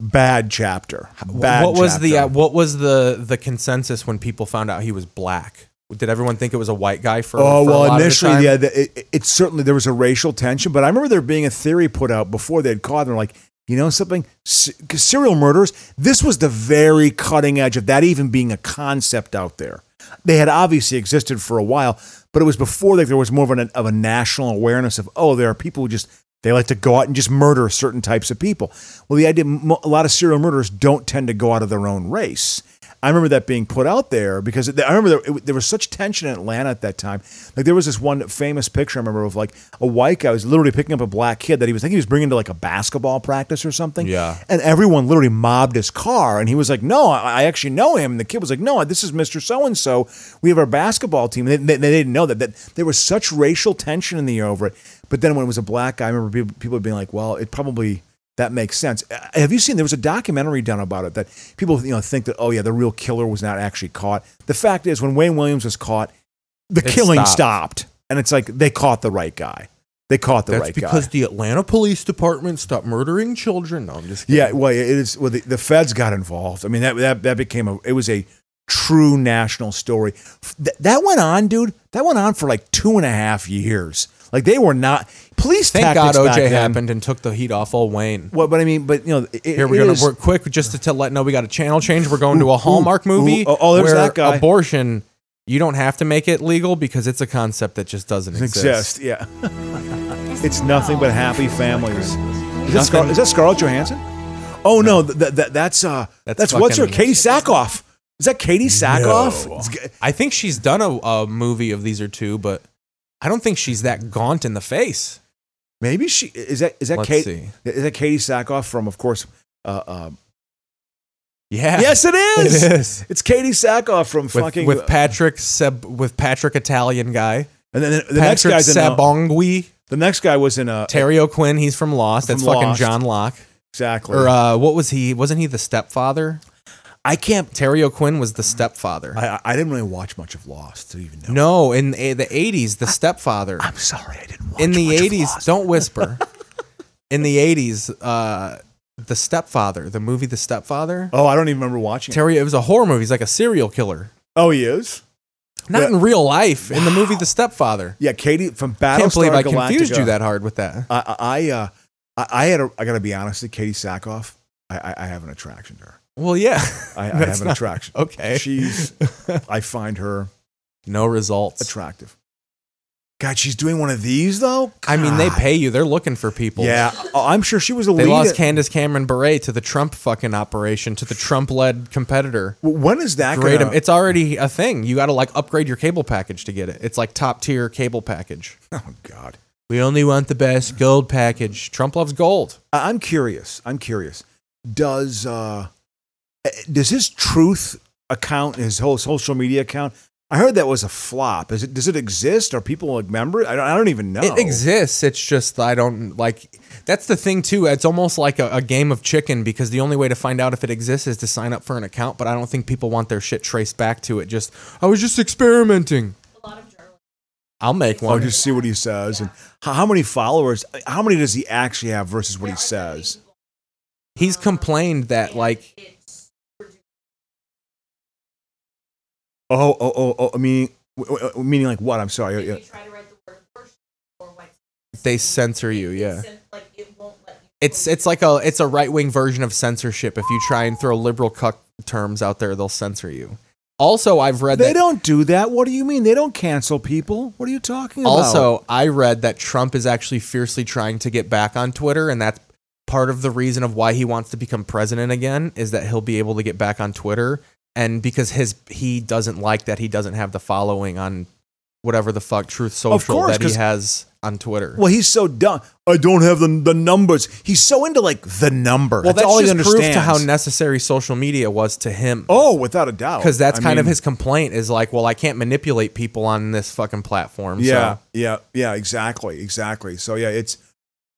S2: bad chapter. Bad
S1: what was the uh,
S2: chapter.
S1: what was the the consensus when people found out he was black? Did everyone think it was a white guy for?
S2: Oh
S1: for a lot
S2: well,
S1: of the
S2: initially,
S1: time?
S2: yeah, the, it, it certainly there was a racial tension, but I remember there being a theory put out before they'd caught them, like you know something, S- serial murders. This was the very cutting edge of that even being a concept out there. They had obviously existed for a while, but it was before like there was more of an of a national awareness of oh, there are people who just they like to go out and just murder certain types of people. Well, the idea mo- a lot of serial murderers don't tend to go out of their own race. I remember that being put out there because it, I remember there, it, there was such tension in Atlanta at that time. Like there was this one famous picture I remember of like a white guy was literally picking up a black kid that he was I think he was bringing to like a basketball practice or something.
S1: Yeah.
S2: and everyone literally mobbed his car, and he was like, "No, I, I actually know him." And the kid was like, "No, this is Mister So and So. We have our basketball team." And they, they, they didn't know that that there was such racial tension in the air over it. But then when it was a black guy, I remember people, people being like, "Well, it probably." That makes sense. Uh, Have you seen there was a documentary done about it that people you know think that oh yeah the real killer was not actually caught. The fact is when Wayne Williams was caught, the
S1: It
S2: killing
S1: stopped.
S2: stopped. and it's like they caught the right guy. They caught the
S1: That's
S2: right
S1: because
S2: guy.
S1: the Atlanta Police Department stopped murdering children. No, I'm just kidding.
S2: Yeah, well it is. Well, the, the feds got involved. I mean that that that became a it was a true national story. F- That, that went on, dude. That went on for like two and a half years. Like they were not police.
S1: Thank God
S2: tactics back
S1: OJ
S2: then-
S1: happened and took the heat off old Wayne.
S2: Well, but I mean, but you know, it,
S1: Here
S2: it
S1: we're going
S2: is-
S1: to work quick just to tell, let know we got a channel change. We're going to
S2: Ooh,
S1: a Hallmark
S2: ooh,
S1: movie.
S2: ooh, oh, oh, there's
S1: where
S2: that guy.
S1: Abortion. You don't have to make it legal because it's a concept that just doesn't exist.
S2: exist. Yeah, *laughs* it's nothing but happy families. Is that, Scar-
S1: Nothing.
S2: is that Scarlett Johansson? Oh no, th- th- th- that's uh,
S1: That's
S2: that's, what's her
S1: fucking-
S2: Katie Sackhoff. Is that Katie Sackhoff? It's g-
S1: I think she's done a, a movie of these or two, but I don't think she's that gaunt in the face.
S2: Maybe she is that is that
S1: Let's
S2: Katie
S1: see.
S2: is that Katie Sackhoff from of course. Uh,
S1: *laughs*
S2: uh,
S1: Yeah.
S2: yes, it is.
S1: It is.
S2: It's Katie Sackhoff from
S1: With,
S2: fucking uh,
S1: with Patrick Seb, with Patrick Italian guy.
S2: and then the next
S1: Patrick
S2: guy's in uh,
S1: Sabongwi.
S2: the next guy was in uh,
S1: Terry O'Quinn, he's from Lost. That's
S2: From
S1: fucking
S2: Lost.
S1: John Locke.
S2: exactly.
S1: Or uh, what was he? Wasn't he the stepfather?
S2: I can't.
S1: Terry O'Quinn was the stepfather.
S2: I, I- I didn't really watch much of Lost to even know.
S1: no, in the the eighties, the stepfather.
S2: I'm sorry, I didn't watch
S1: in the
S2: much of
S1: eighties,
S2: Lost.
S1: don't
S2: *laughs*
S1: whisper. in the eighties, uh, the stepfather, the movie The Stepfather.
S2: Oh, I don't even remember watching. it.
S1: Terry, it was a horror movie. He's like a serial killer,
S2: Oh, he is.
S1: not
S2: Yeah.
S1: in real life. In the movie The Stepfather.
S2: Yeah, Katie from
S1: I
S2: Battlestar
S1: can't believe I
S2: Galactica.
S1: confused you that hard with that.
S2: I, I, I, uh, I, I had. A, I got to be honest. with Katie Sackhoff. I, I, I have an attraction to her.
S1: Well, yeah. *laughs*
S2: I, I
S1: That's
S2: have an
S1: not-
S2: attraction.
S1: Okay. *laughs*
S2: She's. I find her
S1: no results.
S2: attractive. God, she's doing one of these though.
S1: I mean, they
S2: God.
S1: pay you. They're looking for people.
S2: Yeah, oh, I'm sure she was a
S1: They
S2: lead.
S1: lost Candace Cameron Bure to the Trump fucking operation, to the Trump led competitor.
S2: when is that
S1: Great.
S2: gonna?
S1: It's already a thing. You got to like upgrade your cable package to get it. It's like top tier cable package.
S2: oh God.
S1: We only want the best gold package. Trump loves gold.
S2: I- I'm curious. I'm curious. Does uh, does his truth account, his whole social media account? I heard that was a flop. Is it? Does it exist? Are people like member? I don't. I don't even know.
S1: It exists. It's just I don't like. That's the thing too. It's almost like a, a game of chicken because the only way to find out if it exists is to sign up for an account. But I don't think people want their shit traced back to it. Just I was just experimenting. I'll make
S2: I'll
S1: one.
S2: just see what he says and how, how many followers. eh, How many does he actually have versus what he says?
S1: He's complained that like
S2: Oh, oh, oh, oh. I mean, w- w- w- meaning like what? I'm sorry. Yeah.
S1: they censor you. Yeah.
S11: Like it won't let you.
S1: It's it's like a it's a right wing version of censorship. If you try and throw liberal cuck terms out there, they'll censor you. Also, I've read
S2: They
S1: that.
S2: don't do that. What do you mean? They don't cancel people. What are you talking about?
S1: Also, I read that Trump is actually fiercely trying to get back on Twitter, and that's part of the reason of why he wants to become president again is that he'll be able to get back on Twitter, and because his he doesn't like that he doesn't have the following on whatever the fuck Truth
S2: Of
S1: Social
S2: course,
S1: that he
S2: 'cause-
S1: has on Twitter.
S2: Well, he's so dumb. I don't have the, the numbers. He's so into like the number.
S1: Well,
S2: that's, all he
S1: just proof
S2: understands.
S1: to how necessary social media was to him.
S2: oh, without a doubt.
S1: because that's
S2: I
S1: kind of
S2: mean,
S1: his complaint is like, well, I can't manipulate people on this fucking platform.
S2: Yeah,
S1: so.
S2: yeah, yeah. Exactly, exactly. So yeah, it's.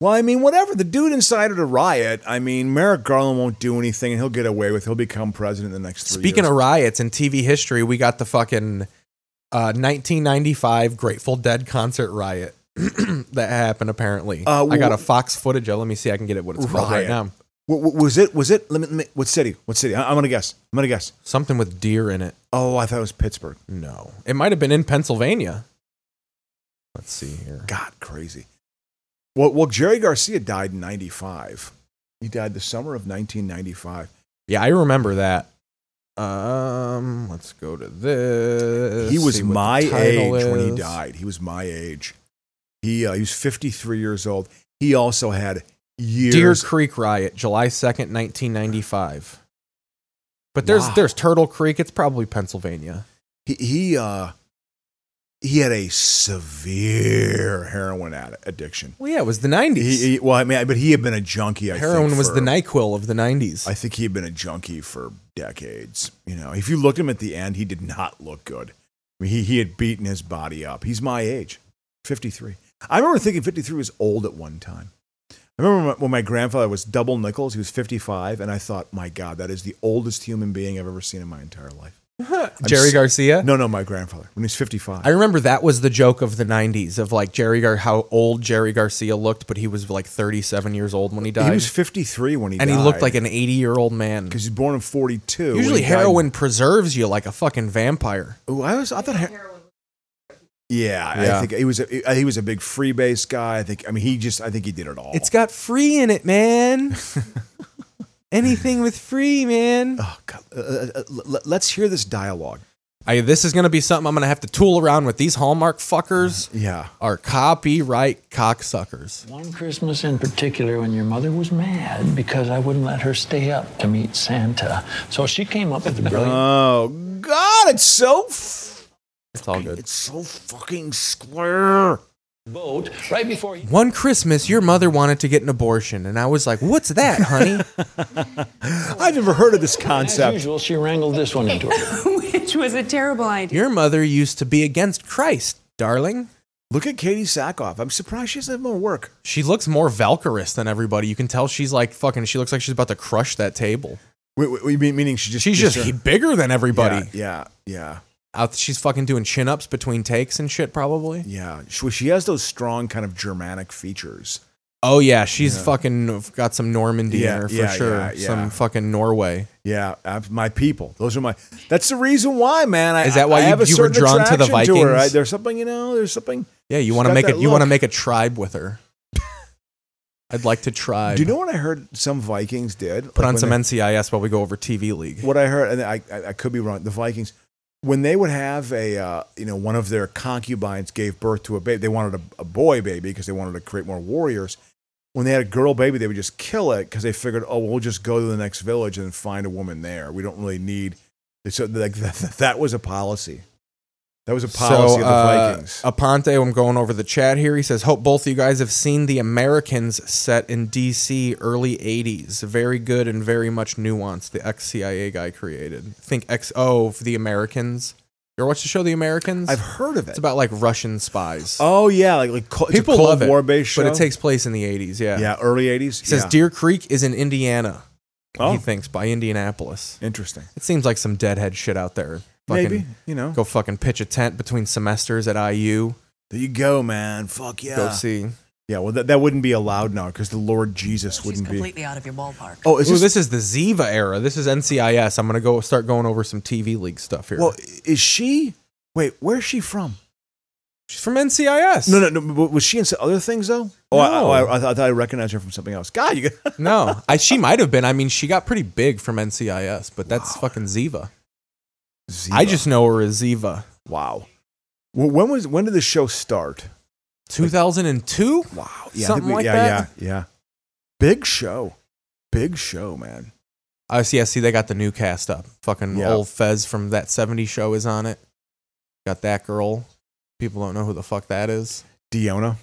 S2: Well, I mean, whatever. The dude incited a riot. I mean, Merrick Garland won't do anything, and he'll get away with. He'll become president in the next. Three
S1: Speaking
S2: years.
S1: of riots in TV history, we got the fucking uh, 1995 Grateful Dead concert riot *clears throat* that happened. Apparently,
S2: Uh,
S1: I got
S2: wh-
S1: a Fox footage. Oh, let me see. I can get it. What it's called right
S2: Riot.
S1: now.
S2: What, what was it? Was it? Let me, let me. What city? What city? I, I'm gonna guess. I'm gonna guess.
S1: Something with deer in it.
S2: Oh, I thought it was Pittsburgh.
S1: No. It might have been in Pennsylvania. Let's see here.
S2: God, crazy. Well, well, Jerry Garcia died in '95. He died the summer of 1995.
S1: Yeah, I remember that. Um, let's go to this.
S2: he was
S1: see what the
S2: my age
S1: title
S2: when he
S1: is.
S2: died. He was my age. He uh, he was 53 years old. He also had
S1: Deer
S2: years.
S1: Creek Riot, July 2nd, 1995. But there's
S2: Wow.
S1: there's Turtle Creek, it's probably Pennsylvania.
S2: He he uh he had a severe heroin ad- addiction.
S1: Well, yeah, it was the 90s.
S2: He, he- well, I mean, but he had been a junkie. I
S1: Heroin
S2: think,
S1: was
S2: for-
S1: the NyQuil of the 90s. *laughs*
S2: I think he had been a junkie for decades. You know, if you looked at him at the end, he did not look good. I mean, he, he had beaten his body up. He's my age, 53. I remember thinking 53 was old at one time. I remember when my grandfather was double nickels, he was 55, and I thought, my God, that is the oldest human being I've ever seen in my entire life.
S1: Jerry
S2: s-
S1: Garcia?
S2: No, no, my grandfather, when he was 55.
S1: I remember that was the joke of the 90s of like Jerry Gar how old Jerry Garcia looked, but he was like 37 years old when he died.
S2: he was 53 when he
S1: and
S2: died.
S1: he looked like an 80 year old man.
S2: Because he's born in 42. when
S1: Usually
S2: he died-
S1: heroin preserves you like a fucking vampire.
S2: Ooh, I was. I thought. Har- yeah, I
S1: Yeah.
S2: think he was. A, he was a big freebase guy. I think. I mean, he just. I think he did it all.
S1: It's got free in it, *laughs* man. Anything with free, man.
S2: Oh, God. Uh, uh, uh, l- l- let's hear this dialogue.
S1: I, this is going to be something I'm going to have to tool around with. These Hallmark fuckers
S2: Yeah.
S1: are copyright cocksuckers.
S11: One Christmas in particular, when your mother was mad because I wouldn't let her stay up to meet Santa. So she came up with a brilliant.
S2: Oh God, it's so. F-
S1: It's all good.
S2: it's so fucking square.
S11: boat right before he
S1: One Christmas, your mother wanted to get an abortion, and I was like, "What's that, honey?" *laughs*
S2: I've never heard of this
S11: as
S2: concept.
S11: usual she wrangled this one into her
S4: *laughs* Which was a terrible idea.
S1: your mother used to be against Christ, darling.
S2: Look at Katie Sackhoff. I'm surprised she doesn't have more work.
S1: She looks more Valkyrist than everybody. You can tell she's like fucking. She looks like she's about to crush that table.
S2: Wait, wait, wait, mean- meaning she just
S1: She's just he- bigger than everybody.
S2: yeah, yeah, yeah,
S1: Out, she's fucking doing chin ups between takes and shit, probably.
S2: yeah. She, she has those strong kind of Germanic features.
S1: Oh yeah, she's fucking got some Normandy
S2: Yeah,
S1: in her for
S2: yeah,
S1: sure.
S2: yeah, yeah.
S1: Some fucking Norway.
S2: Yeah, I, my people. Those are my. That's the reason why, man. I,
S1: Is that
S2: I
S1: why you-
S2: have a
S1: you were
S2: certain
S1: drawn to the
S2: attraction her.
S1: Vikings?
S2: I- there's something, you know. There's something.
S1: Yeah, you
S2: She's
S1: want to
S2: got
S1: make
S2: that
S1: it. You want to
S2: look.
S1: make a tribe with her.
S2: *laughs*
S1: I'd like to tribe.
S2: Do you know what I heard? Some Vikings did
S1: Put
S2: Like
S1: on
S2: when
S1: some
S2: they-
S1: NCIS while we go over TV League.
S2: What I heard, and I, I I could be wrong. The Vikings, when they would have a uh, you know one of their concubines gave birth to a baby, they wanted a, a boy baby because they wanted to create more warriors. When they had a girl baby, they would just kill it because they figured, oh, we'll just go to the next village and find a woman there. We don't really need. So like *laughs* that, that was a policy. That was a policy of the
S1: uh,
S2: Vikings.
S1: Aponte, I'm going over the chat here. He says, "Hope both of you guys have seen the Americans set in DC early '80s. Very good and very much nuanced. The ex CIA guy created. Think XO for the Americans. You ever watch the show The Americans?
S2: I've heard of it.
S1: it's about like Russian spies.
S2: oh yeah, like like Col- it's a
S1: People
S2: Cold
S1: love it,
S2: War based show.
S1: but it takes place in the '80s. Yeah.
S2: yeah, early eighties.
S1: He says Deer Creek is in Indiana.
S2: Oh.
S1: He thinks by Indianapolis.
S2: Interesting.
S1: It seems like some deadhead shit out there. Fucking
S2: Maybe you know.
S1: go fucking pitch a tent between semesters at IU.
S2: There you go, man. Fuck yeah.
S1: Go see.
S2: Yeah, well, that, that wouldn't be allowed now because the Lord Jesus wouldn't be.
S4: out of your ballpark.
S2: Oh, is
S1: Ooh,
S2: this,
S1: this is the Ziva era. This is NCIS. I'm gonna go start going over some TV league stuff here.
S2: Well, is she? Wait, where's she from?
S1: she's from NCIS.
S2: No, no, no. but Was she in some other things though? Oh, I,
S1: No.
S2: oh, I, I thought I recognized her from something else. God, you. Got, *laughs*
S1: no. I, she might have been. I mean, she got pretty big from NCIS, but that's fucking Ziva. I
S2: Ziva.
S1: just know her as Ziva.
S2: wow. Well, when was when did the show start?
S1: 2002.
S2: Wow. I think
S1: Something
S2: we-
S1: like
S2: yeah,
S1: that.
S2: Yeah, yeah. Big show, big show, man.
S1: I see. I see. They got the new cast up. Fucking
S2: Yeah.
S1: old Fez from that 70 show is on it. Got that girl. People don't know who the fuck that is.
S2: Diona.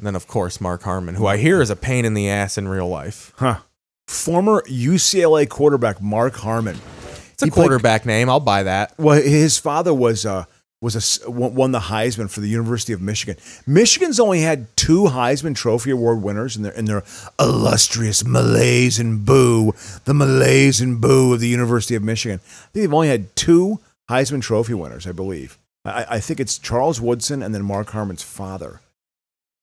S1: And then of course Mark Harmon, who I hear is a pain in the ass in real life.
S2: Huh. Former UCLA quarterback Mark Harmon.
S1: It's a
S2: He played-
S1: quarterback name. I'll buy that.
S2: Well, his father was uh, was a s won won the Heisman for the University of Michigan. Michigan's only had two Heisman Trophy Award winners in their in their illustrious Malays and Boo, the Malays and Boo of the University of Michigan. I think they've only had two Heisman Trophy winners, I believe. I, I think it's Charles Woodson and then Mark Harmon's father.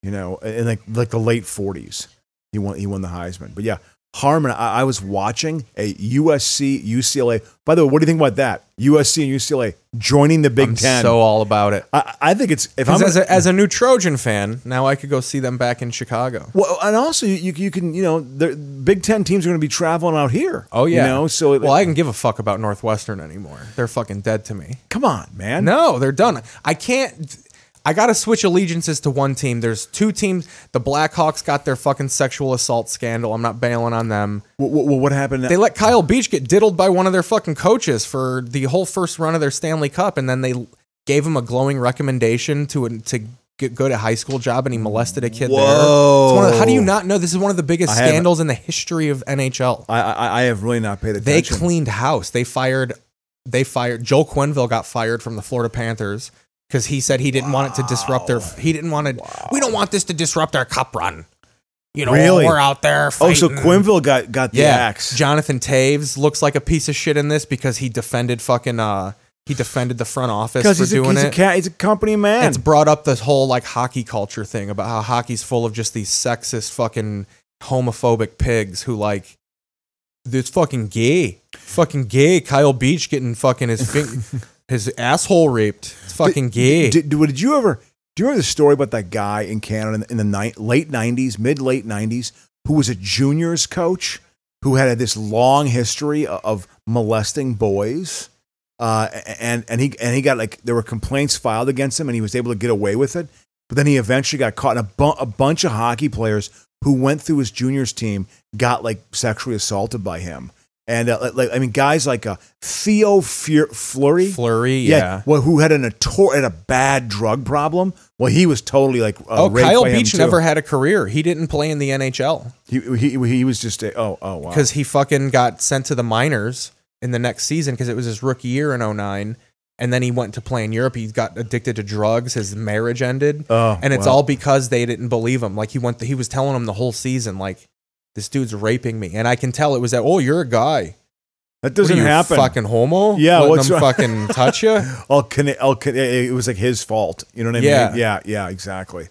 S2: You know, in like like the late forties. He won. He won the Heisman. But yeah, Harmon. I, I was watching a USC UCLA. By the way, what do you think about that? USC and UCLA joining the Big
S1: I'm
S2: Ten.
S1: so all about it.
S2: I, I think it's if I'm
S1: 'Cause as,
S2: gonna-
S1: a, as a new Trojan fan, now I could go see them back in Chicago.
S2: well, and also you you can you know the Big Ten teams are going to be traveling out here.
S1: Oh yeah.
S2: you know so it,
S1: well, I can give a fuck about Northwestern anymore. They're fucking dead to me.
S2: come on, man.
S1: No, they're done. I can't. I gotta switch allegiances to one team. There's two teams. The Blackhawks got their fucking sexual assault scandal. I'm not bailing on them.
S2: Well, well, what happened?
S1: They let Kyle Beach get diddled by one of their fucking coaches for the whole first run of their Stanley Cup, and then they gave him a glowing recommendation to to get, go to high school job, and he molested a kid there.
S2: Whoa.
S1: It's one of the- how do you not know? This is one of the biggest
S2: I haven't-
S1: scandals in the history of NHL.
S2: I, I I have really not paid attention.
S1: They cleaned house. They fired. They fired. Joel Quenville got fired from the Florida Panthers because he said he didn't want it to disrupt their. He didn't want to. We don't want this to disrupt our cup run. You know,
S2: Really?
S1: we're out there.
S2: Oh, so
S1: fighting."
S2: Quinville got got the
S1: yeah,
S2: axe.
S1: Jonathan Taves looks like a piece of shit in this because he defended fucking. uh He defended the front office for
S2: because he's, a,
S1: doing
S2: he's, a
S1: it.
S2: cat, he's a company man.
S1: It's brought up this whole like hockey culture thing about how hockey's full of just these sexist fucking homophobic pigs who like it's fucking gay. Fucking gay. Kyle Beach getting fucking his
S2: *laughs*
S1: fin- his asshole raped. It's fucking gay.
S2: Did, did, did you ever? Do you remember the story about that guy in Canada in the, in the ni- late '90s, mid late '90s, who was a juniors coach who had this long history o- of molesting boys, uh, a- and and he and he got like there were complaints filed against him, and he was able to get away with it. But then he eventually got caught, and a, bu- a bunch of hockey players who went through his juniors team got like sexually assaulted by him. And uh, like, I mean, guys like uh, Theo Fier- Fleury,
S1: Flurry, yeah.
S2: well, who had a notor- had a bad drug problem. Well, he was totally like uh,
S1: Oh,
S2: raped
S1: Kyle
S2: by him,
S1: Beach
S2: too.
S1: never had a career. He didn't play in the NHL
S2: He, he he was just a, oh oh wow.
S1: because he fucking got sent to the minors in the next season because it was his rookie year in 09. And then he went to play in Europe. He got addicted to drugs. His marriage ended.
S2: Oh,
S1: and it's
S2: wow.
S1: all because they didn't believe him. Like he went, he was telling them the whole season, like this dude's raping me, and I can tell it was that. Oh, you're a guy.
S2: that
S1: What
S2: doesn't
S1: are you,
S2: happen.
S1: Fucking homo.
S2: Yeah,
S1: Letting
S2: what's
S1: them
S2: wrong- *laughs*
S1: fucking touch you.
S2: All con- all con- it was like his fault. You know what I
S1: Yeah.
S2: mean? Yeah, yeah, exactly.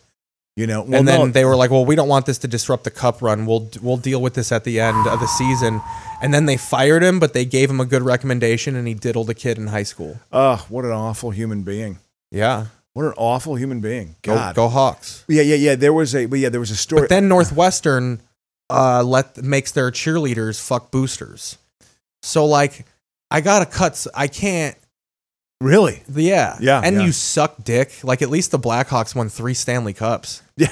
S2: You know, well,
S1: and then
S2: no,
S1: they were like, "Well, we don't want this to disrupt the cup run. We'll we'll deal with this at the end of the season." And then they fired him, but they gave him a good recommendation, and he diddled a kid in high school.
S2: uh, what an awful human being.
S1: Yeah,
S2: What an awful human being.
S1: Go-
S2: God.
S1: go Hawks.
S2: Yeah, yeah, yeah. There was a but yeah, there was a story.
S1: But then Northwestern uh, let makes their cheerleaders fuck boosters. So like, I gotta cut. s- I can't.
S2: really?
S1: Yeah.
S2: Yeah,
S1: And
S2: yeah.
S1: you suck dick. Like at least the Blackhawks won three Stanley
S2: *laughs*
S1: Cups. Yeah.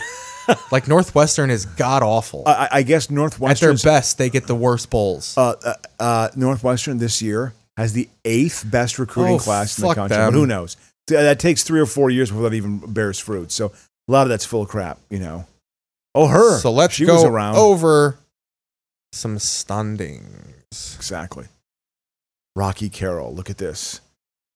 S1: like Northwestern is god awful.
S2: I, I- I guess
S1: At their
S2: Northwestern
S1: best, they get the worst bowls.
S2: uh, uh, uh, Northwestern this year has the eighth best recruiting
S1: Oh,
S2: class in the
S1: fuck
S2: country.
S1: them.
S2: But who knows? Th- That takes three or four years before that even bears fruit. So a lot of that's full of crap, you know. Oh, her.
S1: So let's
S2: she
S1: go
S2: was around.
S1: over some standings.
S2: exactly. Rocky Carroll. Look at this.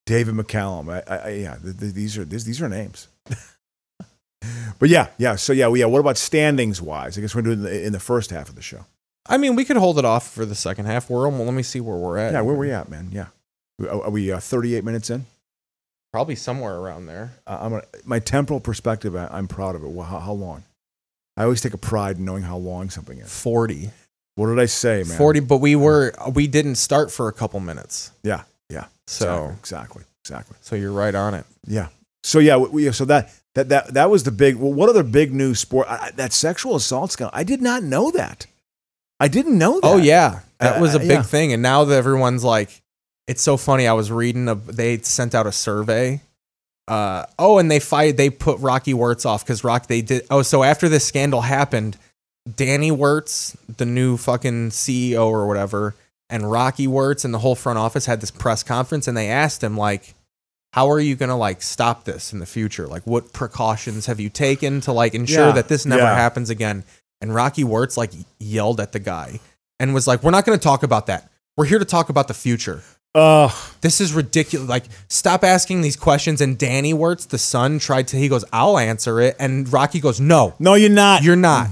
S2: David McCallum. I, I, I, yeah, th- th- these are these, these are names. *laughs* but yeah, yeah. So yeah, well, yeah. What about standings wise? I guess we're doing it in the, in the first half of the show.
S1: I mean, we could hold it off for the second half. We're almost, let me see where we're at.
S2: Yeah, where we at, man? Yeah, are are we uh, 38 minutes in?
S1: Probably somewhere around there.
S2: I- I'm a, my temporal perspective. I, I'm proud of it. Well, how, how long? I always take a pride in knowing how long something is.
S1: Forty.
S2: What did I say, man?
S1: 40 but we were we didn't start for a couple minutes
S2: Yeah, yeah.
S1: So-
S2: exactly, exactly, exactly.
S1: so you're right on it
S2: Yeah. So yeah, we, we- so that that that that was the big. Well, what other big new sport? I, I- that sexual assault scandal. I did not know that. I didn't know that.
S1: oh yeah that
S2: Uh,
S1: was a
S2: uh,
S1: big
S2: yeah.
S1: thing and now that everyone's like it's so funny i was reading a, they sent out a survey uh, oh and they fired they put rocky wirtz off because rock they did oh so after this scandal happened danny wirtz the new fucking ceo or whatever and rocky wirtz and the whole front office had this press conference and they asked him like how are you going to like stop this in the future? Like what precautions have you taken to like ensure
S2: Yeah,
S1: that this never
S2: yeah.
S1: happens again? And Rocky Wirtz like yelled at the guy and was like, "We're not going to talk about that. We're here to talk about the future.
S2: Uh,
S1: This is ridiculous. Like stop asking these questions." And Danny Wirtz, the son, tried to he goes, "I'll answer it." And Rocky goes, "No. *laughs*
S2: no, you're not. *laughs*
S1: You're not."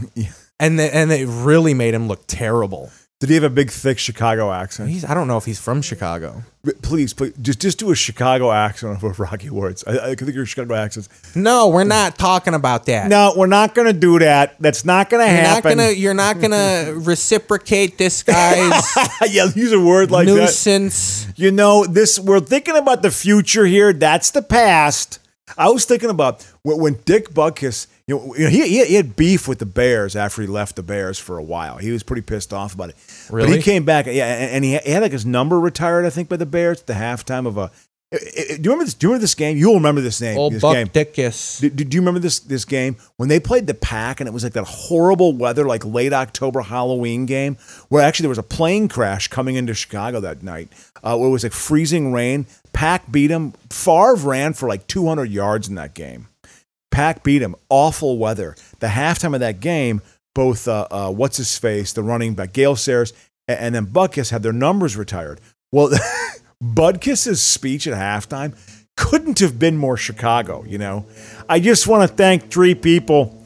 S1: And the, and it really made him look terrible.
S2: Did he have a big, thick Chicago accent?
S1: He's, I don't know if he's from Chicago.
S2: Please, please, just just do a Chicago accent of Rocky Woods. I, I think your Chicago accents.
S1: No, we're not talking about that.
S2: No, we're not going to do that. That's not going to
S1: You're not
S2: happen.
S1: gonna. You're not gonna reciprocate this guy's
S2: *laughs* *laughs* yeah, use a word like that.
S1: nuisance.
S2: You know, this we're thinking about the future here. That's the past. I was thinking about when, when Dick Buckus, you know, you know, he, he, he had beef with the Bears after he left the Bears for a while. He was pretty pissed off about it. But
S1: Really?
S2: he came back, yeah, and, and he, had, he had like his number retired, I think, by the Bears at the halftime of a. i- i- do you remember this? Do you remember this game? You'll remember this name.
S1: Old
S2: this
S1: Oh, Buck
S2: game.
S1: Dickus.
S2: Do, do, do you remember this this game when they played the Pack and it was like that horrible weather, like late October Halloween game, where actually there was a plane crash coming into Chicago that night. Uh, where it was like freezing rain. Pack beat him. Favre ran for like 200 yards in that game. Pack beat him. Awful weather. The halftime of that game, both uh, uh, what's his face, the running back Gail Sayers, and, and then Buckus had their numbers retired. Well, *laughs* Budkiss's speech at halftime couldn't have been more Chicago. You know, I just want to thank three people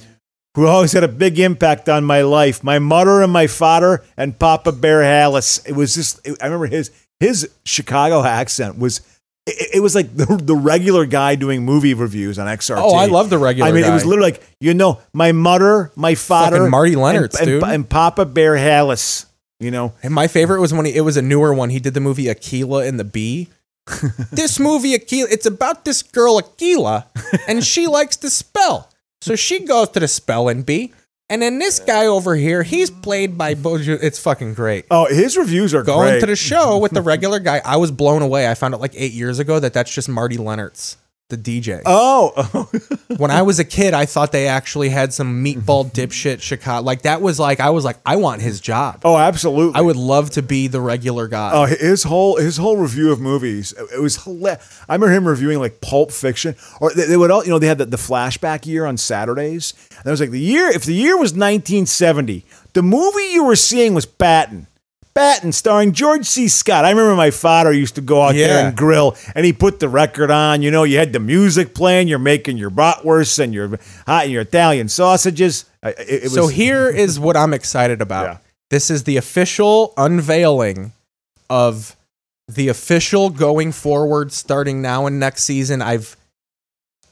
S2: who always had a big impact on my life: my mother and my father, and Papa Bear Hallis. It was just I remember his his Chicago accent was. It it was like the, the regular guy doing movie reviews on XRT.
S1: Oh, I love the regular
S2: I mean, it was
S1: guy.
S2: literally like you know, my mother, my father,
S1: Fucking Marty
S2: and-
S1: Leonard's,
S2: and,
S1: dude.
S2: and Papa Bear Hallis. You know,
S1: And my favorite was when he, it was a newer one. He did the movie Aquila and
S2: *laughs*
S1: the Bee. this movie Aquila, it's about this girl Aquila, and
S2: *laughs*
S1: she likes to spell, so she goes to the spelling bee. And then this guy over here, he's played by Bojo. It's fucking great.
S2: oh, his reviews are
S1: Going
S2: great.
S1: to the show with the regular guy, I was blown away. I found out like eight years ago that that's just Marty Leonard's, the DJ.
S2: oh,
S1: when I was a kid, I thought they actually had
S2: *laughs*
S1: some meatball dipshit Chicago. Like that was like I was like I want his job.
S2: oh, absolutely.
S1: I would love to be the regular guy.
S2: Oh, his whole his whole review of movies it it was hilarious. I remember him reviewing like Pulp Fiction, or they, they would all you know they had the, the flashback year on Saturdays, and I was like the year if the year was 1970, the movie you were seeing was Patton. Patton, starring George C. Scott. I remember my father used to go out there
S1: Yeah.
S2: and grill, and he put the record on. You know, you had the music playing. You're making your bratwursts and your hot and your Italian sausages. I- It, it was,
S1: so here
S2: *laughs*
S1: is what I'm excited about.
S2: Yeah.
S1: This is the official unveiling of the official going forward starting now and next season. I've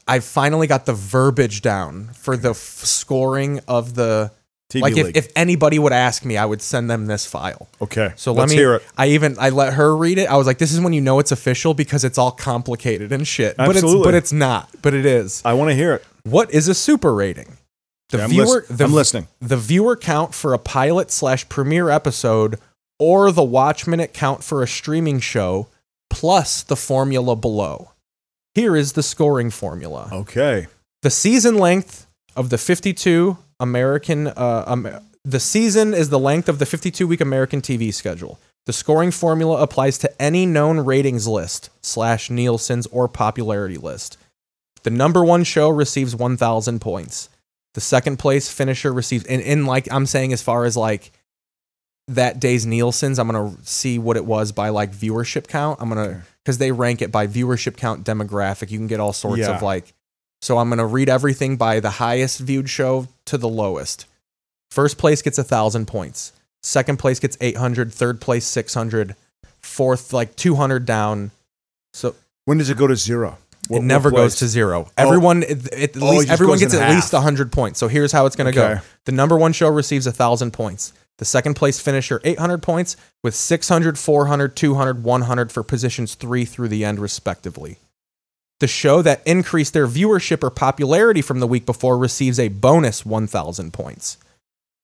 S1: I've finally got the verbiage down for the f- scoring of the
S2: TV
S1: like
S2: League.
S1: if, if anybody would ask me, I would send them this file.
S2: okay,
S1: So let
S2: let's
S1: me
S2: hear it.
S1: I even I let her read it. I was like, this is when you know it's official because it's all complicated and shit.
S2: Absolutely.
S1: But it's but it's not. But it is.
S2: I want to hear it.
S1: What is a super rating? The
S2: Yeah, I'm
S1: viewer
S2: listen-
S1: the,
S2: I'm listening.
S1: The viewer count for a pilot slash premiere episode or the watch minute count for a streaming show plus the formula below. Here is the scoring formula.
S2: Okay.
S1: The season length of the 52 American uh, um, the season is the length of the 52 week American TV schedule. The scoring formula applies to any known ratings list slash Nielsen's or popularity list. The number one show receives 1,000 points. The second place finisher receives, and in like I'm saying, as far as like that day's Nielsen's, I'm gonna see what it was by like viewership count. I'm gonna because they rank it by viewership count demographic. You can get all sorts
S2: Yeah.
S1: of like. So I'm gonna read everything by the highest viewed show to the lowest. First place gets a thousand points. Second place gets 800. Third place 600. Fourth like 200 down. So
S2: When does it go to zero?
S1: it never goes to zero. Everyone, it, it- at
S2: Oh, it
S1: least
S2: just
S1: everyone
S2: goes
S1: gets
S2: in
S1: at
S2: half.
S1: least hundred points. So here's how it's going to
S2: Okay.
S1: go: the number one show receives thousand points. The second place finisher 800 points with 600, 400, 200, 100 for positions three through the end, respectively. The show that increased their viewership or popularity from the week before receives a bonus 1,000 points.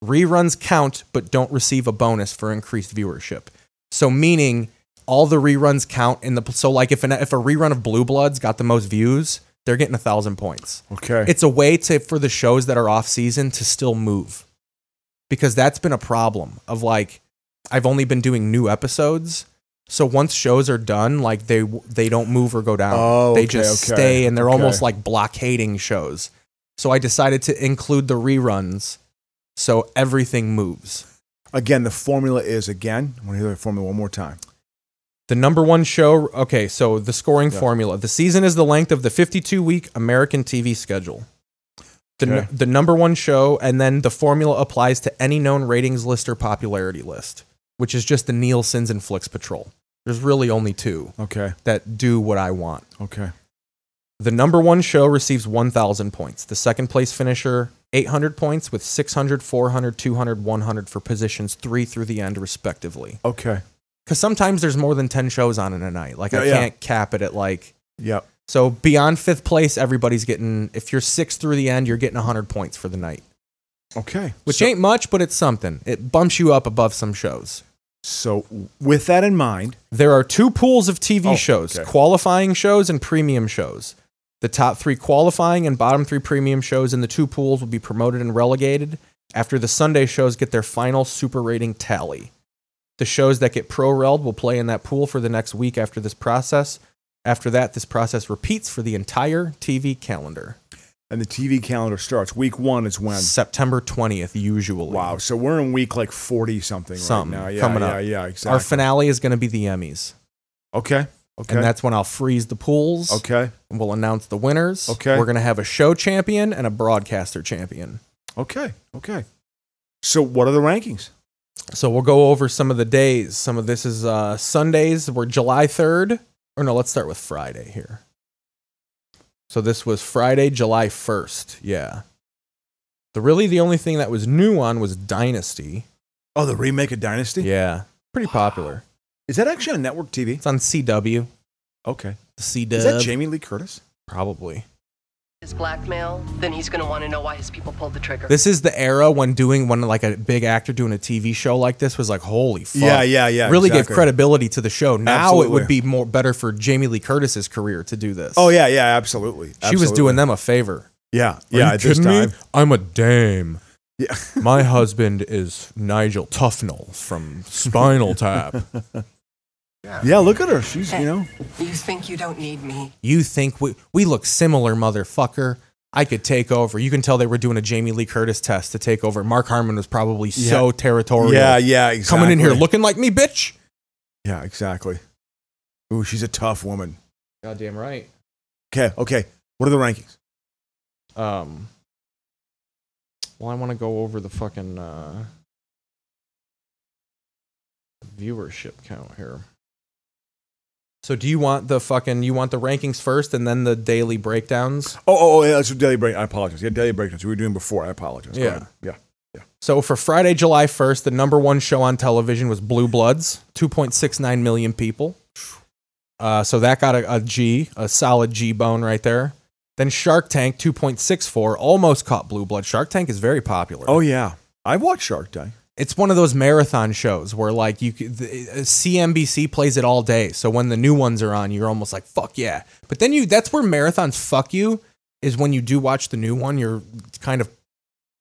S1: Reruns count but don't receive a bonus for increased viewership. So meaning all the reruns count in the so like if an, if a rerun of Blue Bloods got the most views, they're getting a thousand points.
S2: Okay.
S1: It's a way to for the shows that are off season to still move, because that's been a problem of like I've only been doing new episodes. So once shows are done, like they they don't move or go down.
S2: Oh,
S1: they
S2: okay,
S1: just
S2: okay,
S1: stay, and they're
S2: okay.
S1: almost like blockading shows. So I decided to include the reruns, so everything moves.
S2: Again, the formula is again. I want to hear the formula one more time.
S1: The number one show. Okay, so the scoring formula. The season is the length of the 52 week American TV schedule. The,
S2: Okay.
S1: the number one show, and then the formula applies to any known ratings list or popularity list. which is just the Nielsen's and Flicks Patrol. There's really only two
S2: Okay.
S1: that do what I want.
S2: Okay.
S1: The number one show receives 1,000 points. The second place finisher, 800 points, with 600, 400, 200, 100 for positions three through the end, respectively.
S2: Okay.
S1: Because sometimes there's more than 10 shows on in a night. Like,
S2: Yeah,
S1: I
S2: yeah.
S1: can't cap it at like.
S2: Yep.
S1: So beyond fifth place, everybody's getting, if you're sixth through the end, you're getting 100 points for the night,
S2: Okay.
S1: which ain't much, but it's something. It bumps you up above some shows.
S2: So with that in mind,
S1: There are two pools of TV
S2: Oh,
S1: shows
S2: okay.
S1: qualifying shows and premium shows. The top three qualifying and bottom three premium shows in the two pools will be promoted and relegated after the Sunday shows get their final super rating tally. The shows that get pro relled will play in that pool for the next week after this process. After that, this process repeats for the entire TV calendar.
S2: and the TV calendar starts week one is when.
S1: September 20th, usually.
S2: Wow. So we're in week like forty something,
S1: Something
S2: right now. Yeah,
S1: coming
S2: yeah,
S1: up.
S2: Yeah. Exactly.
S1: Our finale is going to be the Emmys.
S2: okay. Okay.
S1: And that's when I'll freeze the pools.
S2: okay.
S1: and we'll announce the winners.
S2: Okay.
S1: We're going to have a show champion and a broadcaster champion.
S2: Okay. Okay. So what are the rankings?
S1: So we'll go over some of the days. Some of this is uh, Sundays. We're July 3rd. Or no, let's start with Friday here. So this was Friday, July 1st. Yeah. The really the only thing that was new on was Dynasty.
S2: Oh, the remake of Dynasty.
S1: Yeah. Pretty popular.
S2: Is that actually on network TV?
S1: It's on CW.
S2: Okay.
S1: The CW.
S2: Is that Jamie Lee Curtis?
S1: Probably.
S12: His blackmail, then he's going to want to know why his people pulled the trigger.
S1: This is the era when doing when like a big actor doing a TV show like this was like holy fuck.
S2: Yeah, yeah, yeah,
S1: Really
S2: exactly.
S1: gave credibility to the show. Now it would
S2: Absolutely.
S1: be more better for Jamie Lee Curtis's career to do this.
S2: Oh yeah, yeah, absolutely.
S1: she was doing them a favor.
S2: Yeah,
S1: Are
S2: yeah.
S1: you
S2: at this
S1: kidding me?
S2: time,
S1: I'm a dame.
S2: Yeah. *laughs*
S1: My *laughs* husband is Nigel Tufnell from Spinal Tap.
S2: yeah. Look at her. She's you know.
S12: You think you don't need me?
S1: you think we we look similar, motherfucker? I could take over. You can tell they were doing a Jamie Lee Curtis test to take over. Mark Harmon was probably so
S2: Yeah.
S1: territorial.
S2: Yeah, yeah. Exactly.
S1: Coming in here looking like me, bitch.
S2: Yeah, exactly. Ooh, she's a tough woman.
S1: Goddamn right.
S2: Okay, okay. What are the rankings?
S1: Um. Well, I want to go over the fucking uh, viewership count here. So, do you want the fucking you want the rankings first, and then the daily breakdowns?
S2: Oh, oh, oh yeah. That's daily break. I apologize. Yeah, daily breakdowns. We were doing before. I apologize. Go
S1: Yeah.
S2: ahead. yeah.
S1: So, for Friday, July first, the number one show on television was Blue Bloods, two point six nine million people. Uh, so that got a, a G, a solid G bone right there. Then Shark Tank, two point six four, almost caught Blue Blood. Shark Tank is very popular.
S2: Oh yeah. I watched Shark Tank.
S1: it's one of those marathon shows where like you c- the, uh, CNBC plays it all day. So when the new ones are on, you're almost like fuck yeah. But then you that's where marathons fuck you is when you do watch the new one, you're kind of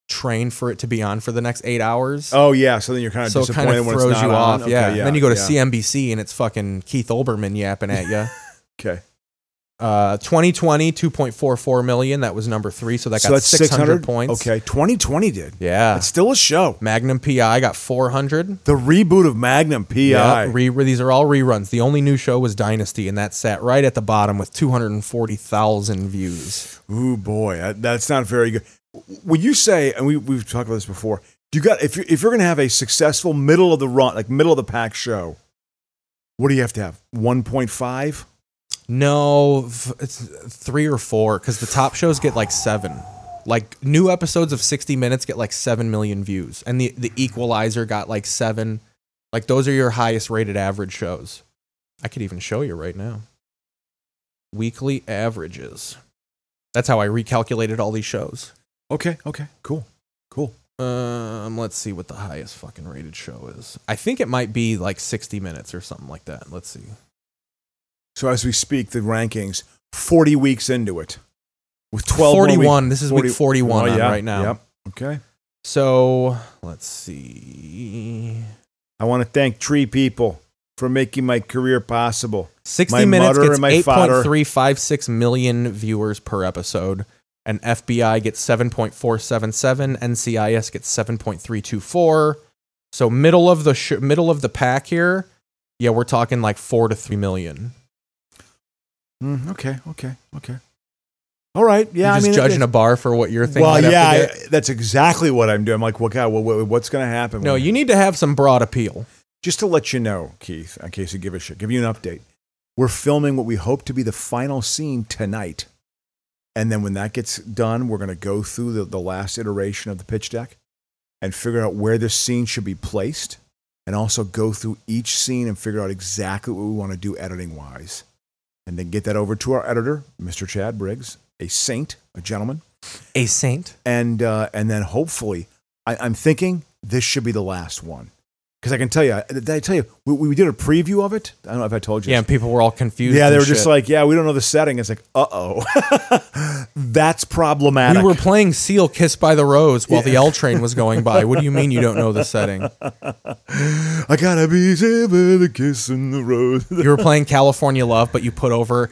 S1: trained for it to be on for the next 8 hours.
S2: Oh yeah. So then you're kind of
S1: so it
S2: disappointed
S1: kind of
S2: when it's
S1: throws
S2: not
S1: you
S2: on.
S1: off.
S2: Okay,
S1: yeah. And then you go to
S2: yeah.
S1: CNBC and it's fucking Keith Olbermann yapping
S2: *laughs*
S1: at you.
S2: Okay.
S1: Uh, 2020 2.44 million, that was number 3, so that
S2: so
S1: got
S2: that's
S1: 600, points.
S2: Okay. 2020 did.
S1: Yeah.
S2: It's still a show.
S1: Magnum PI got 400.
S2: The reboot of Magnum PI.
S1: Yeah, re- re- these are all reruns. The only new show was Dynasty, and that sat right at the bottom with 240,000 views.
S2: Ooh boy, that- that's not very good. When you say, and we we've talked about this before, you got if you if you're going to have a successful middle of the run, like middle of the pack show, what do you have to have? One point five.
S1: No, f- it's three or four because the top shows get like seven. Like new episodes of 60 Minutes get like 7 million views, and the, the Equalizer got like seven. Like those are your highest rated average shows. I could even show you right now. Weekly averages. That's how I recalculated all these shows.
S2: Okay, okay, cool, cool.
S1: Um, let's see what the highest fucking rated show is. I think it might be like 60 minutes or something like that. Let's see.
S2: So as we speak, the rankings forty weeks into it, with twelve. more weeks- Oh,
S1: 41. This is week 41 on
S2: yeah,
S1: right now.
S2: Yep. Okay.
S1: So let's see.
S2: I want to thank Tree People for making my career possible.
S1: 60
S2: My
S1: minutes
S2: mother
S1: gets
S2: and my father.
S1: 8.356 million viewers per episode. And FBI gets 7.477, NCIS gets 7.324. So middle of the sh- middle of the pack here. Yeah, we're talking like 4 to 3 million.
S2: Mm, okay, okay, okay. All right. Yeah,
S1: You're
S2: I
S1: just
S2: mean, it-
S1: judging a bar for what you're thinking.
S2: Well, yeah,
S1: after
S2: I,
S1: that?
S2: that's exactly what I'm doing. I'm like, well, God, well, what's going to happen?
S1: No,
S2: when-
S1: you need to have some broad appeal.
S2: Just to let you know, Keith, in case you give a shit, give you an update. We're filming what we hope to be the final scene tonight. And then when that gets done, we're going to go through the, the last iteration of the pitch deck and figure out where this scene should be placed and also go through each scene and figure out exactly what we want to do editing wise. And then get that over to our editor, Mr. Chad Briggs, a saint, a gentleman.
S1: A saint.
S2: And, uh, and then hopefully, I, I'm thinking this should be the last one. Because I can tell you, did I tell you, we, we did a preview of it. I don't know if I told you.
S1: Yeah, and people were all confused.
S2: Yeah, they
S1: and
S2: were just
S1: shit.
S2: like, yeah, we don't know the setting. It's like, uh oh, *laughs* that's problematic.
S1: we were playing Seal Kiss by the Rose while the L train was going by. What do you mean you don't know the setting?
S2: I gotta be saving the kiss in the road. *laughs*
S1: You were playing California Love, but you put over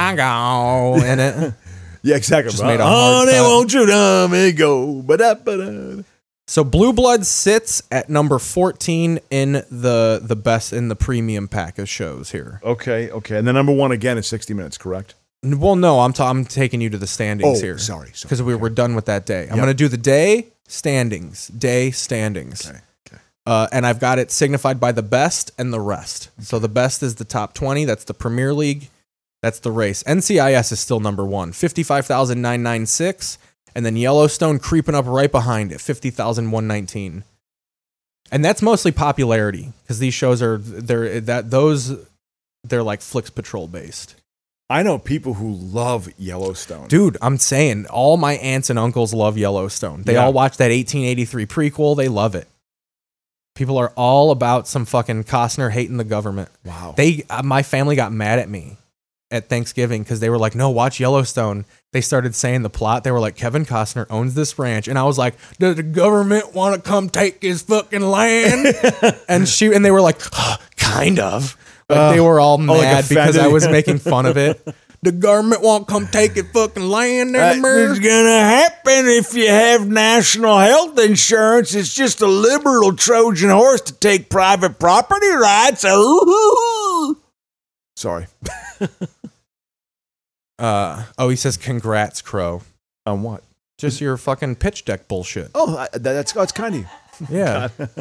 S1: Chicago in it.
S2: Yeah, exactly.
S1: Just made a hard
S2: Honey,
S1: cut.
S2: won't you let me go? Ba-da-ba-da.
S1: So Blue Blood sits at number 14 in the the best in the premium pack of shows here.
S2: Okay, okay. And the number one again is 60 Minutes, correct?
S1: N- Well, no, I'm, ta- I'm taking you to the standings
S2: Oh,
S1: here.
S2: sorry, sorry.
S1: Because we were done with that day. I'm
S2: Yep.
S1: going to do the day standings, day standings. Okay. Uh, and I've got it signified by the best and the rest. So the best is the top 20. That's the Premier League. That's the race. NCIS is still number one, 55,996. And then Yellowstone creeping up right behind it, 50,119. And that's mostly popularity because these shows are, they're, that, those, they're like Flix Patrol based.
S2: I know people who love Yellowstone.
S1: Dude, I'm saying all my aunts and uncles love Yellowstone. They
S2: Yeah.
S1: all watch that 1883 prequel. They love it. People are all about some fucking Costner hating the government.
S2: Wow.
S1: They, uh, my family got mad at me at Thanksgiving because they were like, "No, watch Yellowstone." They started saying the plot. They were like, "Kevin Costner owns this ranch," and I was like, "Does the government want to come take his fucking land?"
S2: *laughs*
S1: and she and they were like, "Huh, "Kind of." Like they were all
S2: Oh, like
S1: mad because
S2: offended.
S1: I was making fun
S2: *laughs*
S1: of it. The government won't come take it fucking land anymore.
S2: It's gonna happen if you have national health insurance. It's just a liberal Trojan horse to take private property rights. Ooh. Sorry. *laughs*
S1: Uh, oh, he says, "Congrats, Crow."
S2: On what?
S1: Just your fucking pitch deck bullshit.
S2: Oh, I, that, that's that's kind of you.
S1: Yeah.
S2: *laughs*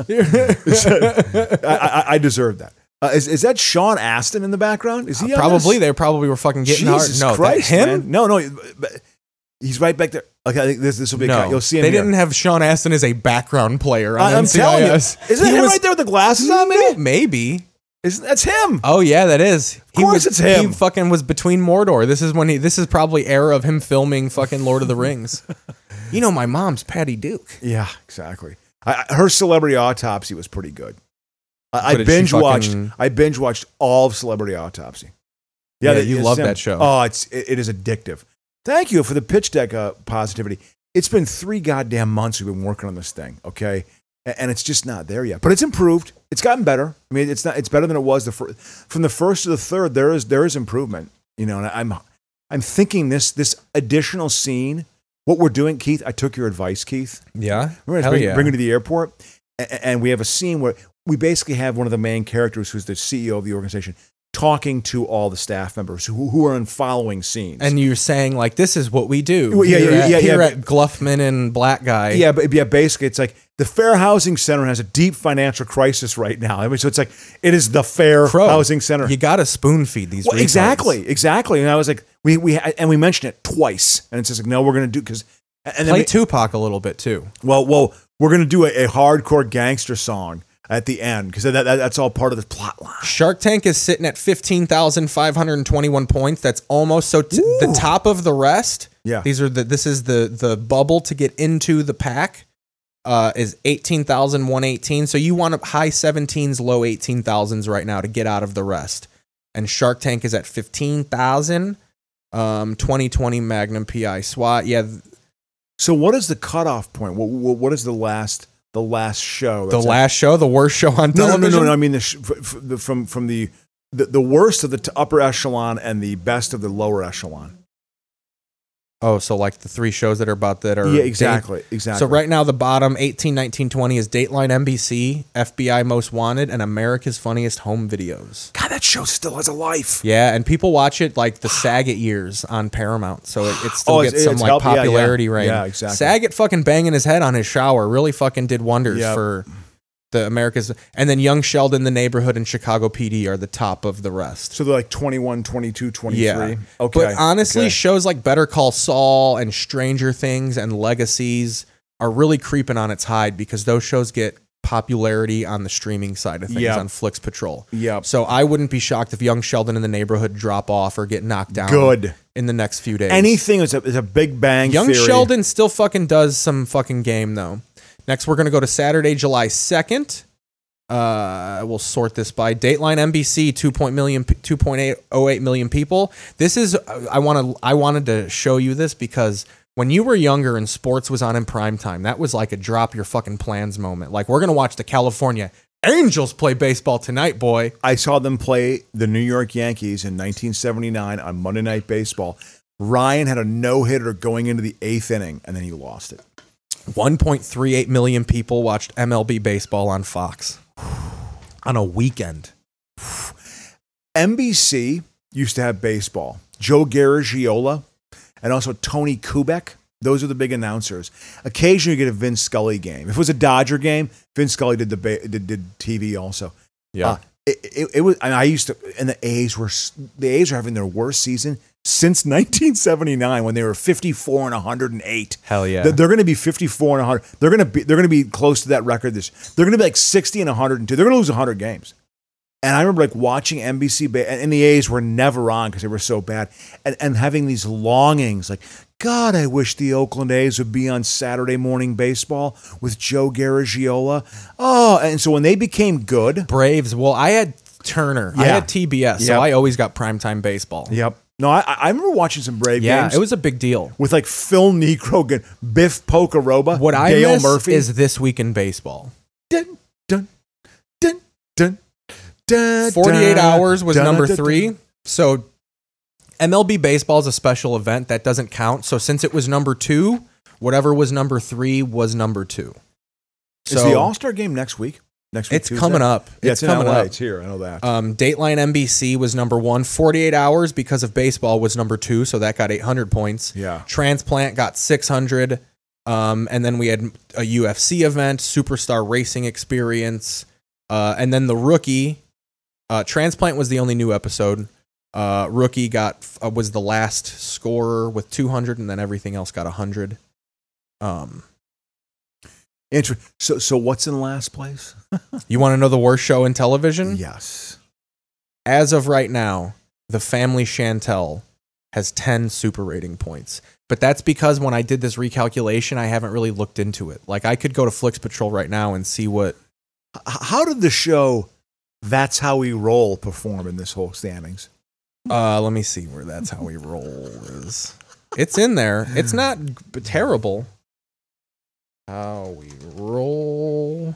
S1: *laughs*
S2: I, I, I deserve that. Uh, is, is that Sean Aston in the background? Is he on
S1: Uh, Probably
S2: this?
S1: they probably were fucking getting
S2: Jesus
S1: hard. No, that-
S2: Christ,
S1: him?
S2: man. No, no, but he's right back there. Okay, I think this this will be. a cut. You'll see him.
S1: They
S2: here.
S1: didn't have Sean Astin as a background player on
S2: I, am
S1: NCIS.
S2: telling you, isn't
S1: He
S2: him
S1: *laughs* was-
S2: right there with the glasses on? Maybe
S1: Maybe.
S2: isn't that's him?
S1: Oh yeah, that is. Of
S2: course it's him.
S1: He fucking was between Mordor. This is when he. This is probably era of him filming fucking Lord of
S2: *laughs*
S1: the Rings. you know, my mom's Patty Duke.
S2: Yeah, exactly. I, I- her celebrity autopsy was pretty good. I,
S1: But
S2: I
S1: did she
S2: binge watched.
S1: fucking-
S2: I binge watched all of Celebrity Autopsy.
S1: Yeah,
S2: that-
S1: you
S2: it's
S1: love
S2: him.
S1: that show.
S2: Oh, it's it, it is addictive. Thank you for the pitch deck uh, positivity. It's been three goddamn months we've been working on this thing, okay? A- And, it's just not there yet, but it's improved. It's gotten better. I mean, it's not. It's better than it was the fir- from the first to the third. There is there is improvement, you know. And I'm I'm thinking this this additional scene. What we're doing, Keith. I took your advice, Keith.
S1: Yeah.
S2: We're
S1: Hell
S2: going to
S1: yeah.
S2: bring her to the airport, a- a- and we have a scene where we basically have one of the main characters, who's the CEO of the organization, talking to all the staff members who, who are in following scenes.
S1: and you're saying like this is what we do.
S2: Well, yeah,
S1: here
S2: yeah,
S1: at,
S2: yeah, yeah,
S1: here
S2: but-
S1: at Gluffman and Black Guy.
S2: yeah, but yeah, basically, it's like the Fair Housing Center has a deep financial crisis right now. I mean, so it's like it is the Fair
S1: Crow,
S2: Housing Center.
S1: You got to spoon feed these.
S2: Well,
S1: retards.
S2: exactly, exactly. And I was like, we we and we mentioned it twice, and it's just like, no, we're going to do because and then
S1: Play
S2: we-
S1: Tupac a little bit too.
S2: Well, well, we're gonna do a, a hardcore gangster song at the end because that, that, that's all part of the plot line.
S1: Shark Tank is sitting at 15,521 points. That's almost so t- the top of the rest.
S2: Yeah.
S1: These are the this is the the bubble to get into the pack uh is 18,118. So you want up high 17s, low 18,000s right now to get out of the rest. And Shark Tank is at 15,000 um 2020 Magnum PI SWAT. Yeah, th-
S2: So, what is the cutoff point? What, what, what is the last the last show?
S1: the
S2: that's-
S1: last show, the worst show on
S2: No, no,
S1: television.
S2: no, no, no. I mean, the sh- f- f- the, from from the, the the worst of the t- upper echelon and the best of the lower echelon.
S1: Oh, so like the three shows that are about that are
S2: Yeah, exactly, exactly.
S1: So right now the bottom 18, 19, 20 is Dateline NBC, FBI Most Wanted, and America's Funniest Home Videos.
S2: God, that show still has a life.
S1: Yeah, and people watch it
S2: *sighs*
S1: like the Saget years on Paramount, so it, it still
S2: Oh, it's-
S1: gets some
S2: it's
S1: like
S2: helped- yeah, yeah.
S1: popularity reign.
S2: Yeah, exactly.
S1: Saget fucking banging his head on his shower really fucking did wonders
S2: Yep.
S1: for the America's, and then Young Sheldon, The Neighborhood, and Chicago PD are the top of the rest.
S2: So they're like 21, 22, 23.
S1: Yeah.
S2: Okay.
S1: But honestly,
S2: okay.
S1: shows like Better Call Saul and Stranger Things and Legacies are really creeping on its hide because those shows get popularity on the streaming side of things
S2: Yep.
S1: on Flix Patrol.
S2: Yep.
S1: So I wouldn't be shocked if Young Sheldon in the neighborhood drop off or get knocked down
S2: Good.
S1: in the next few days.
S2: anything is a, is a big bang.
S1: Young
S2: theory.
S1: Sheldon still fucking does some fucking game though. Next, we're gonna go to Saturday, July second. Uh, we'll sort this by Dateline NBC 2.0 million, 2.808 million people. This is uh, I want to I wanted to show you this because when you were younger and sports was on in prime time, that was like a drop your fucking plans moment. Like we're gonna watch the California Angels play baseball tonight, boy.
S2: I saw them play the New York Yankees in 1979 on Monday Night Baseball. Ryan had a no hitter going into the eighth inning, and then he lost it.
S1: 1.38 million people watched MLB baseball on Fox *sighs* on a weekend.
S2: NBC used to have baseball. Joe Garagiola and also Tony Kubek. Those are the big announcers. Occasionally, you get a Vince Scully game. If it was a Dodger game, Vince Scully did the ba- did, did TV also.
S1: Yeah.
S2: Uh, it, it, it was, and I used to, and the A's were s- the A's are having their worst season since *laughs* 1979 when they were 54 and 108.
S1: Hell yeah.
S2: They're, going to be 54 and 100. They're going to be they're going to be close to that record this. They're going to be like 60 and 102. They're going to lose 100 games. And I remember like watching NBC, ba- and, and the A's were never on because they were so bad, and, and having these longings like, God, I wish the Oakland A's would be on Saturday morning baseball with Joe Garagiola. Oh, and so when they became good,
S1: Braves. Well, I had Turner. I
S2: Yeah.
S1: had TBS, so
S2: Yep.
S1: I always got primetime baseball.
S2: yep. No, I, I remember watching some Brave
S1: Yeah,
S2: games
S1: it was a big deal.
S2: with like Phil Negro, and Biff Pokaroba,
S1: What I
S2: Dale
S1: miss
S2: Murphy.
S1: is this week in baseball.
S2: dun, dun, dun, dun, dun,
S1: 48
S2: dun,
S1: hours was
S2: dun,
S1: number
S2: dun, dun.
S1: 3. So MLB baseball is a special event that doesn't count. So since it was number 2, whatever was number 3 was number 2.
S2: Is the All Star game next week? Next week,
S1: It's coming up.
S2: Yeah, it's,
S1: It's
S2: in
S1: coming
S2: LA.
S1: up.
S2: It's here. I know that.
S1: Um, Dateline NBC was number one. 48 Hours because of baseball was number two, so that got 800 points.
S2: Yeah.
S1: Transplant got 600. Um, and then we had a UFC event, Superstar Racing Experience, uh, and then the Rookie. Uh, Transplant was the only new episode. Uh, rookie got uh, was the last scorer with 200, and then everything else got 100. Um,
S2: Inter- so, so what's in last place?
S1: you want to know the worst show in television?
S2: Yes.
S1: as of right now, the family Chantel has 10 super rating points. But that's because when I did this recalculation, I haven't really looked into it. Like I could go to Flix Patrol right now and see what
S2: H- how did the show "That's How We Roll" perform in this whole standings?
S1: uh let me see where that's how we roll is. It's in there. It's not g- terrible. How we roll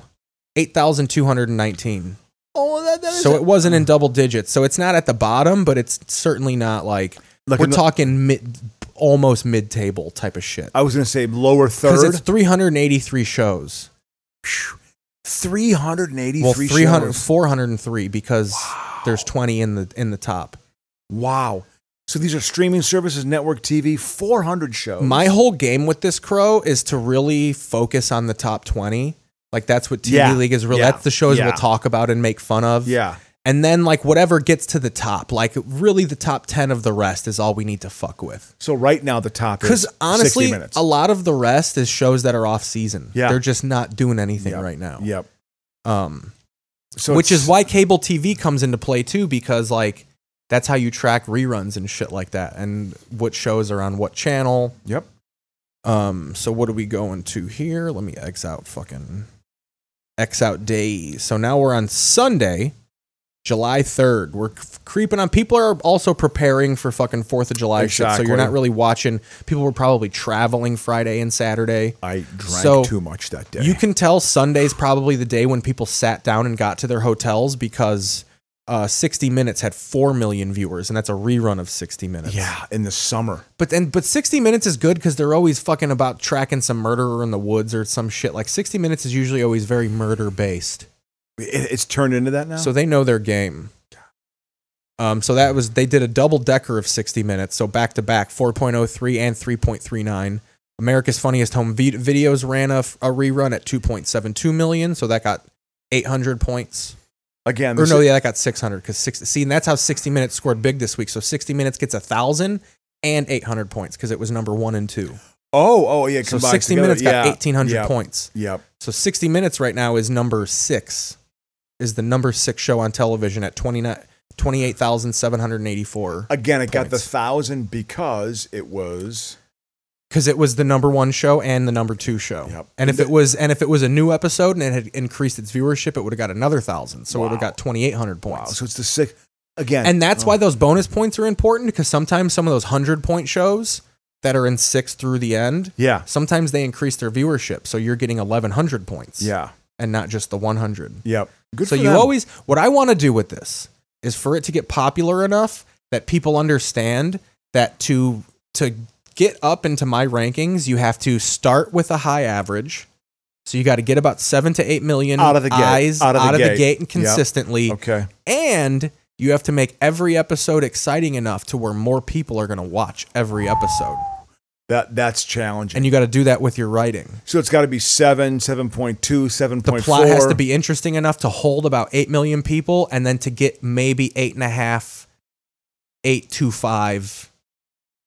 S1: 8219.
S2: Oh, that, that
S1: So it wasn't in double digits. So it's not at the bottom, but it's certainly not like
S2: Like
S1: we're
S2: in the-
S1: talking mid almost mid-table type of shit.
S2: I was going to say lower
S1: Because
S2: third.
S1: it's 383 shows.
S2: Three hundred and eighty-three.
S1: Well, 300, 403 because there's 20 in the in the top.
S2: Wow. So these are streaming services, network TV, four hundred shows.
S1: My whole game with this crow is to really focus on the top 20. Like that's what TV
S2: Yeah.
S1: League is really.
S2: Yeah.
S1: That's the shows
S2: Yeah.
S1: we'll talk about and make fun of.
S2: yeah.
S1: And then like whatever gets to the top, like really the top 10 of the rest is all we need to fuck with.
S2: So right now the top is
S1: Because honestly,
S2: 60 minutes.
S1: a lot of the rest is shows that are off season.
S2: Yeah.
S1: They're just not doing anything
S2: Yep.
S1: right now.
S2: Yep.
S1: Um,
S2: So
S1: which
S2: it's-
S1: is why cable TV comes into play too, because like that's how you track reruns and shit like that, and what shows are on what channel.
S2: Yep.
S1: Um, so what are we going to here? Let me X out fucking X out days. So now we're on Sunday, July third. We're f- creeping on. People are also preparing for fucking Fourth of July shit.
S2: Exactly.
S1: So you're not really watching. People were probably traveling Friday and Saturday.
S2: I drank
S1: So,
S2: too much that day.
S1: You can tell Sunday's probably the day when people sat down and got to their hotels because uh, 60 Minutes had 4 million viewers, and that's a rerun of 60 Minutes.
S2: yeah, in the summer.
S1: But then, but 60 Minutes is good because they're always fucking about tracking some murderer in the woods or some shit. Like 60 Minutes is usually always very murder based.
S2: It, it's turned into that now.
S1: So they know their game. Um, so that was they did a double decker of 60 minutes, so back to back 4.03 and 3.39. America's Funniest Home Vid- Videos ran a, f- a rerun at 2.72 million, so that got 800 points.
S2: Again,
S1: or
S2: this
S1: no,
S2: is-
S1: yeah, that got 600 because six. See, and that's how 60 Minutes scored big this week. So 60 Minutes gets a thousand and 800 points because it was number one and two.
S2: Oh, oh yeah.
S1: So
S2: combined
S1: 60
S2: together.
S1: Minutes got
S2: Yeah,
S1: 1,800
S2: yep,
S1: points.
S2: Yep.
S1: So 60 Minutes right now is number six, is the number six show on television at 29 28,784.
S2: Again, it got the thousand because it was
S1: because it was the number one show and the number two show. And if it was and if it was a new episode and it had increased its viewership, it would have got another thousand. So it would have got twenty eight hundred points.
S2: so it's the six again.
S1: And that's
S2: oh.
S1: why those bonus points are important because sometimes some of those hundred point shows that are in six through the end,
S2: Oh. yeah,
S1: sometimes they increase their viewership. So you're getting eleven hundred points.
S2: Yeah.
S1: And not just the one hundred.
S2: Yep. Good
S1: so
S2: for
S1: you
S2: them.
S1: always what I want to do with this is for it to get popular enough that people understand that to to get up into my rankings, you have to start with a high average. So you got to get about seven to eight million
S2: out of the gate,
S1: eyes
S2: out of the, gate.
S1: and
S2: Yep.
S1: consistently,
S2: Okay.
S1: and you have to make every episode exciting enough to where more people are going to watch every episode.
S2: That that's challenging.
S1: And you got to do that with your writing.
S2: So it's got to be seven, seven point two, seven
S1: the
S2: point four.
S1: plot has to be interesting enough to hold about 8 million people and then to get maybe eight and a half, eight to five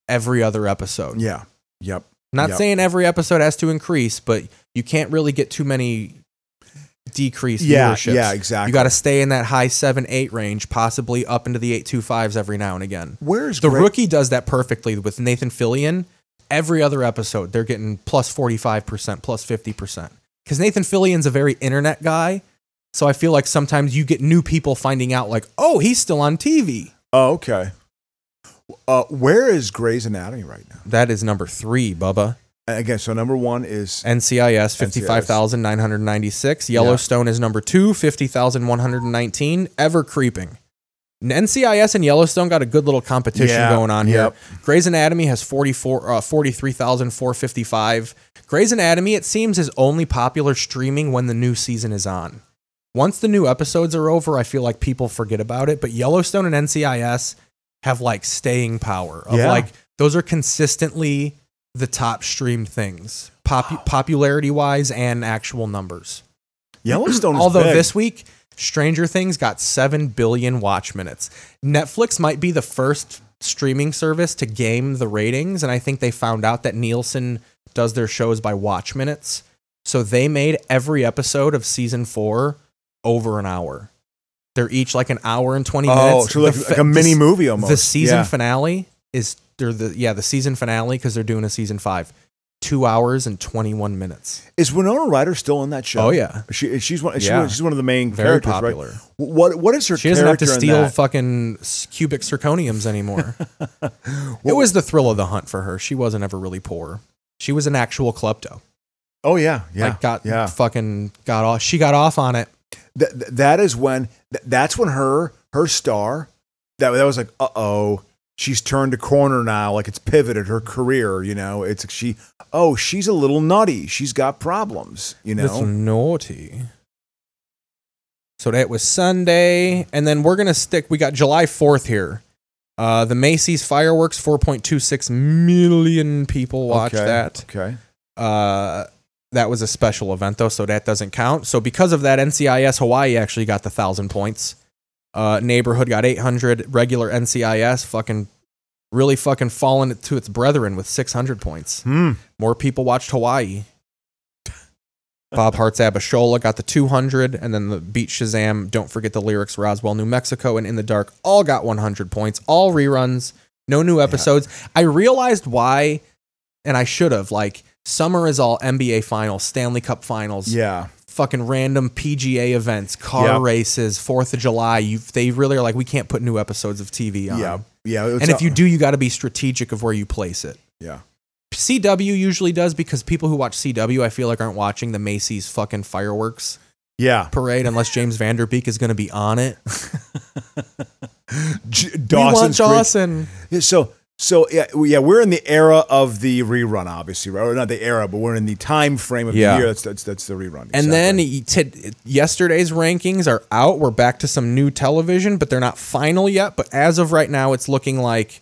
S1: every other episode
S2: yeah. Yep.
S1: not
S2: Yep.
S1: saying every episode has to increase but you can't really get too many decreased
S2: Yeah,
S1: viewerships.
S2: yeah, exactly.
S1: you got to stay in that high 7 8 range possibly up into the 8 2 5s every now and again
S2: Where's
S1: the
S2: Greg-
S1: rookie does that perfectly with nathan fillion every other episode they're getting plus 45% plus 50% because nathan fillion's a very internet guy so i feel like sometimes you get new people finding out like oh he's still on tv
S2: Oh, okay. Uh, where is Grey's Anatomy right now?
S1: that is number three bubba
S2: And again, so number one is
S1: NCIS 55,996. Yellowstone is number two, 50,119. Ever creeping. N- NCIS and Yellowstone got a good little competition
S2: Yeah,
S1: going on
S2: yep.
S1: here. Grey's Anatomy has 44, uh, 43,455. Grey's Anatomy, it seems, is only popular streaming when the new season is on. Once the new episodes are over, I feel like people forget about it. But Yellowstone and NCIS have like staying power of
S2: Yeah.
S1: like those are consistently the top streamed things pop- popularity wise and actual numbers
S2: Yellowstone. is
S1: although
S2: big.
S1: this week stranger things got 7 billion watch minutes netflix might be the first streaming service to game the ratings and i think they found out that nielsen does their shows by watch minutes so they made every episode of season 4 over an hour they're each like an hour and 20
S2: Oh,
S1: minutes
S2: so like-
S1: The
S2: like a mini
S1: s-
S2: movie
S1: the
S2: almost.
S1: season
S2: Yeah.
S1: finale is they're the yeah the season finale because they're doing a season 5 2 hours and 21 minutes
S2: is Winona Ryder still in that show?
S1: Oh, yeah.
S2: she she's one she's,
S1: Yeah.
S2: one, she's one of the main
S1: Very
S2: characters,
S1: popular.
S2: Right? What what is her?
S1: She doesn't have to
S2: character in
S1: steal
S2: that?
S1: fucking s- cubic zirconiums
S2: *laughs*
S1: anymore. it was the thrill of the hunt for her. She wasn't ever really poor. She was an actual klepto.
S2: Oh yeah, yeah,
S1: Like got
S2: yeah.
S1: fucking got off. She got off on it.
S2: Th- th- that is when th- that's when her her star that that was like uh oh she's turned a corner now like it's pivoted her career you know it's she oh she's a little nutty she's got problems you know
S1: That's naughty. So that was Sunday, and then we're gonna stick. We got July fourth here. Uh, the Macy's fireworks, four point two six million people watched
S2: Okay,
S1: that.
S2: okay
S1: Uh, that was a special event though, so that doesn't count. So because of that, NCIS Hawaii actually got the thousand points. Uh, neighborhood got eight hundred. Regular NCIS fucking really fucking fallen to its brethren with six hundred points.
S2: Hmm.
S1: More people watched Hawaii. Bob Hart's Abishola got the 200, and then the Beat Shazam, Don't Forget the Lyrics, Roswell, New Mexico, and In the Dark all got 100 points, all reruns, no new episodes. I realized why, and I should have, like, summer is all NBA finals, Stanley Cup finals.
S2: Yeah.
S1: Fucking random PGA events, car
S2: Yep.
S1: races, Fourth of July. You, they really are like, we can't put new episodes of TV on.
S2: yeah yeah it's
S1: And if
S2: a-
S1: you do, you got to be strategic of where you place it.
S2: yeah
S1: CW usually does because people who watch CW, I feel like, aren't watching the Macy's fucking fireworks
S2: yeah
S1: parade unless James Vanderbeek is going to be on it.
S2: J-
S1: want
S2: Dawson's Creek.
S1: Dawson.
S2: Yeah, so so yeah we- yeah we're in the era of the rerun obviously right or not the era but we're in the time frame of
S1: Yeah.
S2: the year that's that's, that's the rerun
S1: And then y- t- yesterday's rankings are out. We're back to some new television, but they're not final yet. But as of right now, it's looking like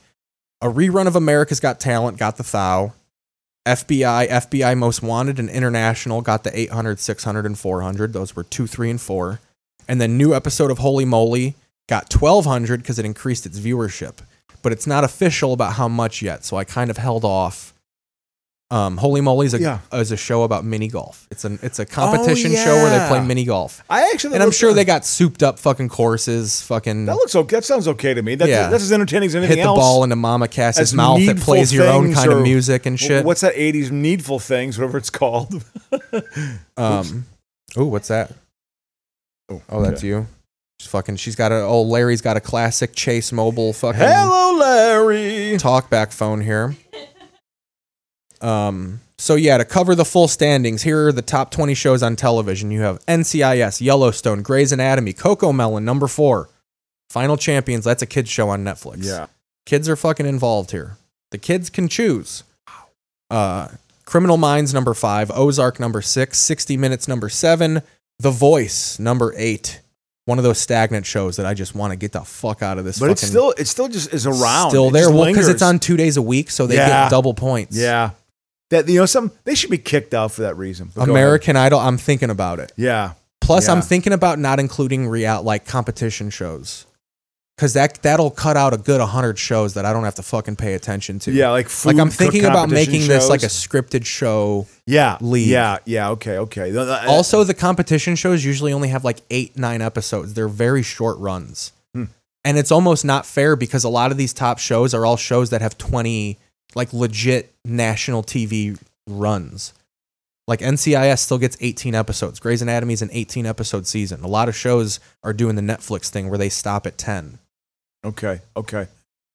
S1: a rerun of America's Got Talent got the thou. FBI, FBI Most Wanted, and International got the 800, 600, and 400. Those were 2, 3, and 4. And then new episode of Holy Moly got 1,200 because it increased its viewership. But it's not official about how much yet, so I kind of held off. Um, Holy Moly is a,
S2: Yeah.
S1: is a show about mini golf. It's an it's a competition show where they
S2: Oh, yeah.
S1: play mini golf.
S2: I actually
S1: and I'm
S2: looked-
S1: sure they got souped up fucking courses. Fucking
S2: That looks okay. That sounds okay to me. That's,
S1: Yeah.
S2: that's as entertaining as anything
S1: hit the
S2: else.
S1: ball into Mama Cass's
S2: As
S1: mouth that
S2: needful
S1: plays your own
S2: things
S1: kind
S2: or-
S1: of music and
S2: wh-
S1: shit.
S2: What's that 80s needful things, whatever it's
S1: *laughs*
S2: called?
S1: Um, oh, what's that? Oh, that's
S2: okay.
S1: you. She's fucking. She's got a. Oh, Larry's got a classic Chase Mobile fucking
S2: Hello, Larry.
S1: talkback phone here. Um. So yeah, to cover the full standings, here are the top 20 shows on television. You have NCIS, Yellowstone, Grey's Anatomy, Coco Melon, number four, Final Champions. That's a kids show on Netflix.
S2: Yeah.
S1: Kids are fucking involved here. The kids can choose. Uh, Criminal Minds number five, Ozark number six, 60 Minutes number seven, The Voice number eight. One of those stagnant shows that I just want to get the fuck out of this.
S2: But
S1: fucking
S2: it's still, it still just is around.
S1: still
S2: It
S1: there.
S2: just
S1: Well, because
S2: lingers.
S1: it's on two days a week, so they
S2: Yeah.
S1: get double points.
S2: Yeah. That, you know, some, they should be kicked out for that reason. But go ahead.
S1: American Idol. I'm thinking about it.
S2: Yeah.
S1: Plus, I'm
S2: Yeah.
S1: thinking about not including real like competition shows. Cause that that'll cut out a good hundred shows that I don't have to fucking pay attention to.
S2: Yeah, like food
S1: I'm
S2: cook
S1: thinking about
S2: competition
S1: making this like a
S2: shows.
S1: scripted show.
S2: Yeah.
S1: league.
S2: Yeah. Yeah. Okay. Okay. Th- th-
S1: Also, the competition shows usually only have like eight, nine episodes. They're very short runs,
S2: Hmm.
S1: and it's almost not fair because a lot of these top shows are all shows that have twenty like legit national TV runs. Like NCIS still gets 18 episodes. Grey's Anatomy is an 18 episode season. A lot of shows are doing the Netflix thing where they stop at
S2: uh,
S1: 10.
S2: Okay. Okay.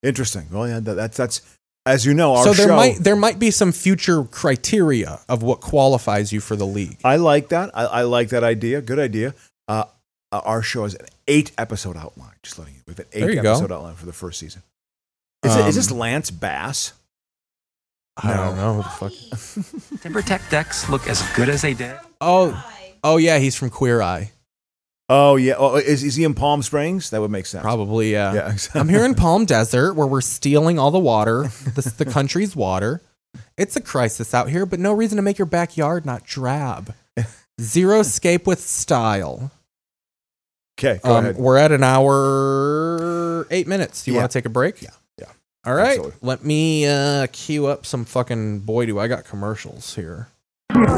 S2: Interesting. Well, yeah. That, that's that's as you know our
S1: so there
S2: show.
S1: might there might be some future criteria of what qualifies you for the league.
S2: I like that. I, I like that idea. Good idea. Uh, uh, our show is an eight episode outline. Just letting you. We have an
S1: There
S2: eight
S1: you go.
S2: episode outline for the first season. Is, it, is this
S1: Um,
S2: Lance Bass?
S1: I don't
S2: No.
S1: know who the
S13: *laughs*
S1: fuck.
S13: Timbertech decks look as good as they did.
S1: Oh, oh yeah, he's from Queer Eye.
S2: Oh yeah. Oh, is, is he in Palm Springs? That would make sense.
S1: Probably, yeah.
S2: Yeah. exactly.
S1: I'm here in Palm Desert where we're stealing all the water, the,
S2: *laughs*
S1: the country's water. It's a crisis out here, but no reason to make your backyard not drab.
S2: *laughs*
S1: Zero scape with style.
S2: Okay. Go
S1: Um,
S2: ahead.
S1: we're at an hour, eight minutes. Do you
S2: Yeah.
S1: want to take a break?
S2: Yeah. Yeah.
S1: All right.
S2: Absolutely.
S1: Let me uh, queue up some fucking boy, do I got commercials here.
S14: Catch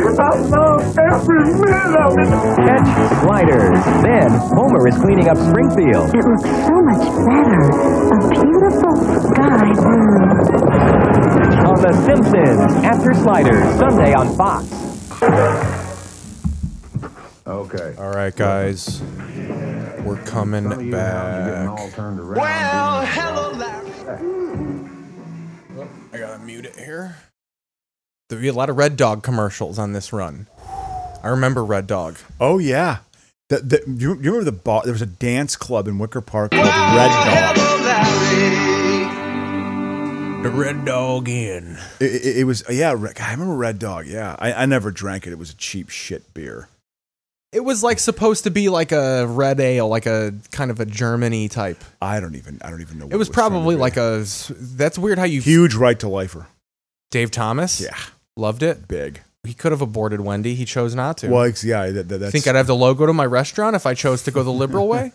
S14: gliders. Then Homer is cleaning up Springfield.
S15: It looks so much better. A beautiful sky blue.
S14: On The Simpsons. After Sliders. Sunday on Fox.
S16: Okay.
S1: All right, guys. We're coming back.
S16: Well, hello, Larry.
S1: I gotta mute it here. There'll be a lot of Red Dog commercials on this run. I remember Red Dog.
S2: Oh yeah. The, the, do you, do you remember the bar? There was a dance club in Wicker Park called Red Dog.
S1: The Red Dog Inn.
S2: It, it, it was yeah. Red- I remember Red Dog. Yeah, I, I never drank it. It was a cheap shit beer.
S1: It was like supposed to be like a red ale, like a kind of a Germany type.
S2: I don't even. I don't even know. What
S1: It was
S2: trying to
S1: probably
S2: be.
S1: like a. That's weird how you.
S2: huge right to lifer.
S1: Dave Thomas.
S2: Yeah,
S1: Loved it.
S2: big.
S1: He could have aborted Wendy. He chose not to.
S2: Well, it's, yeah. That, that, that's.
S1: Think I'd have the logo to my restaurant if I chose to go the liberal way?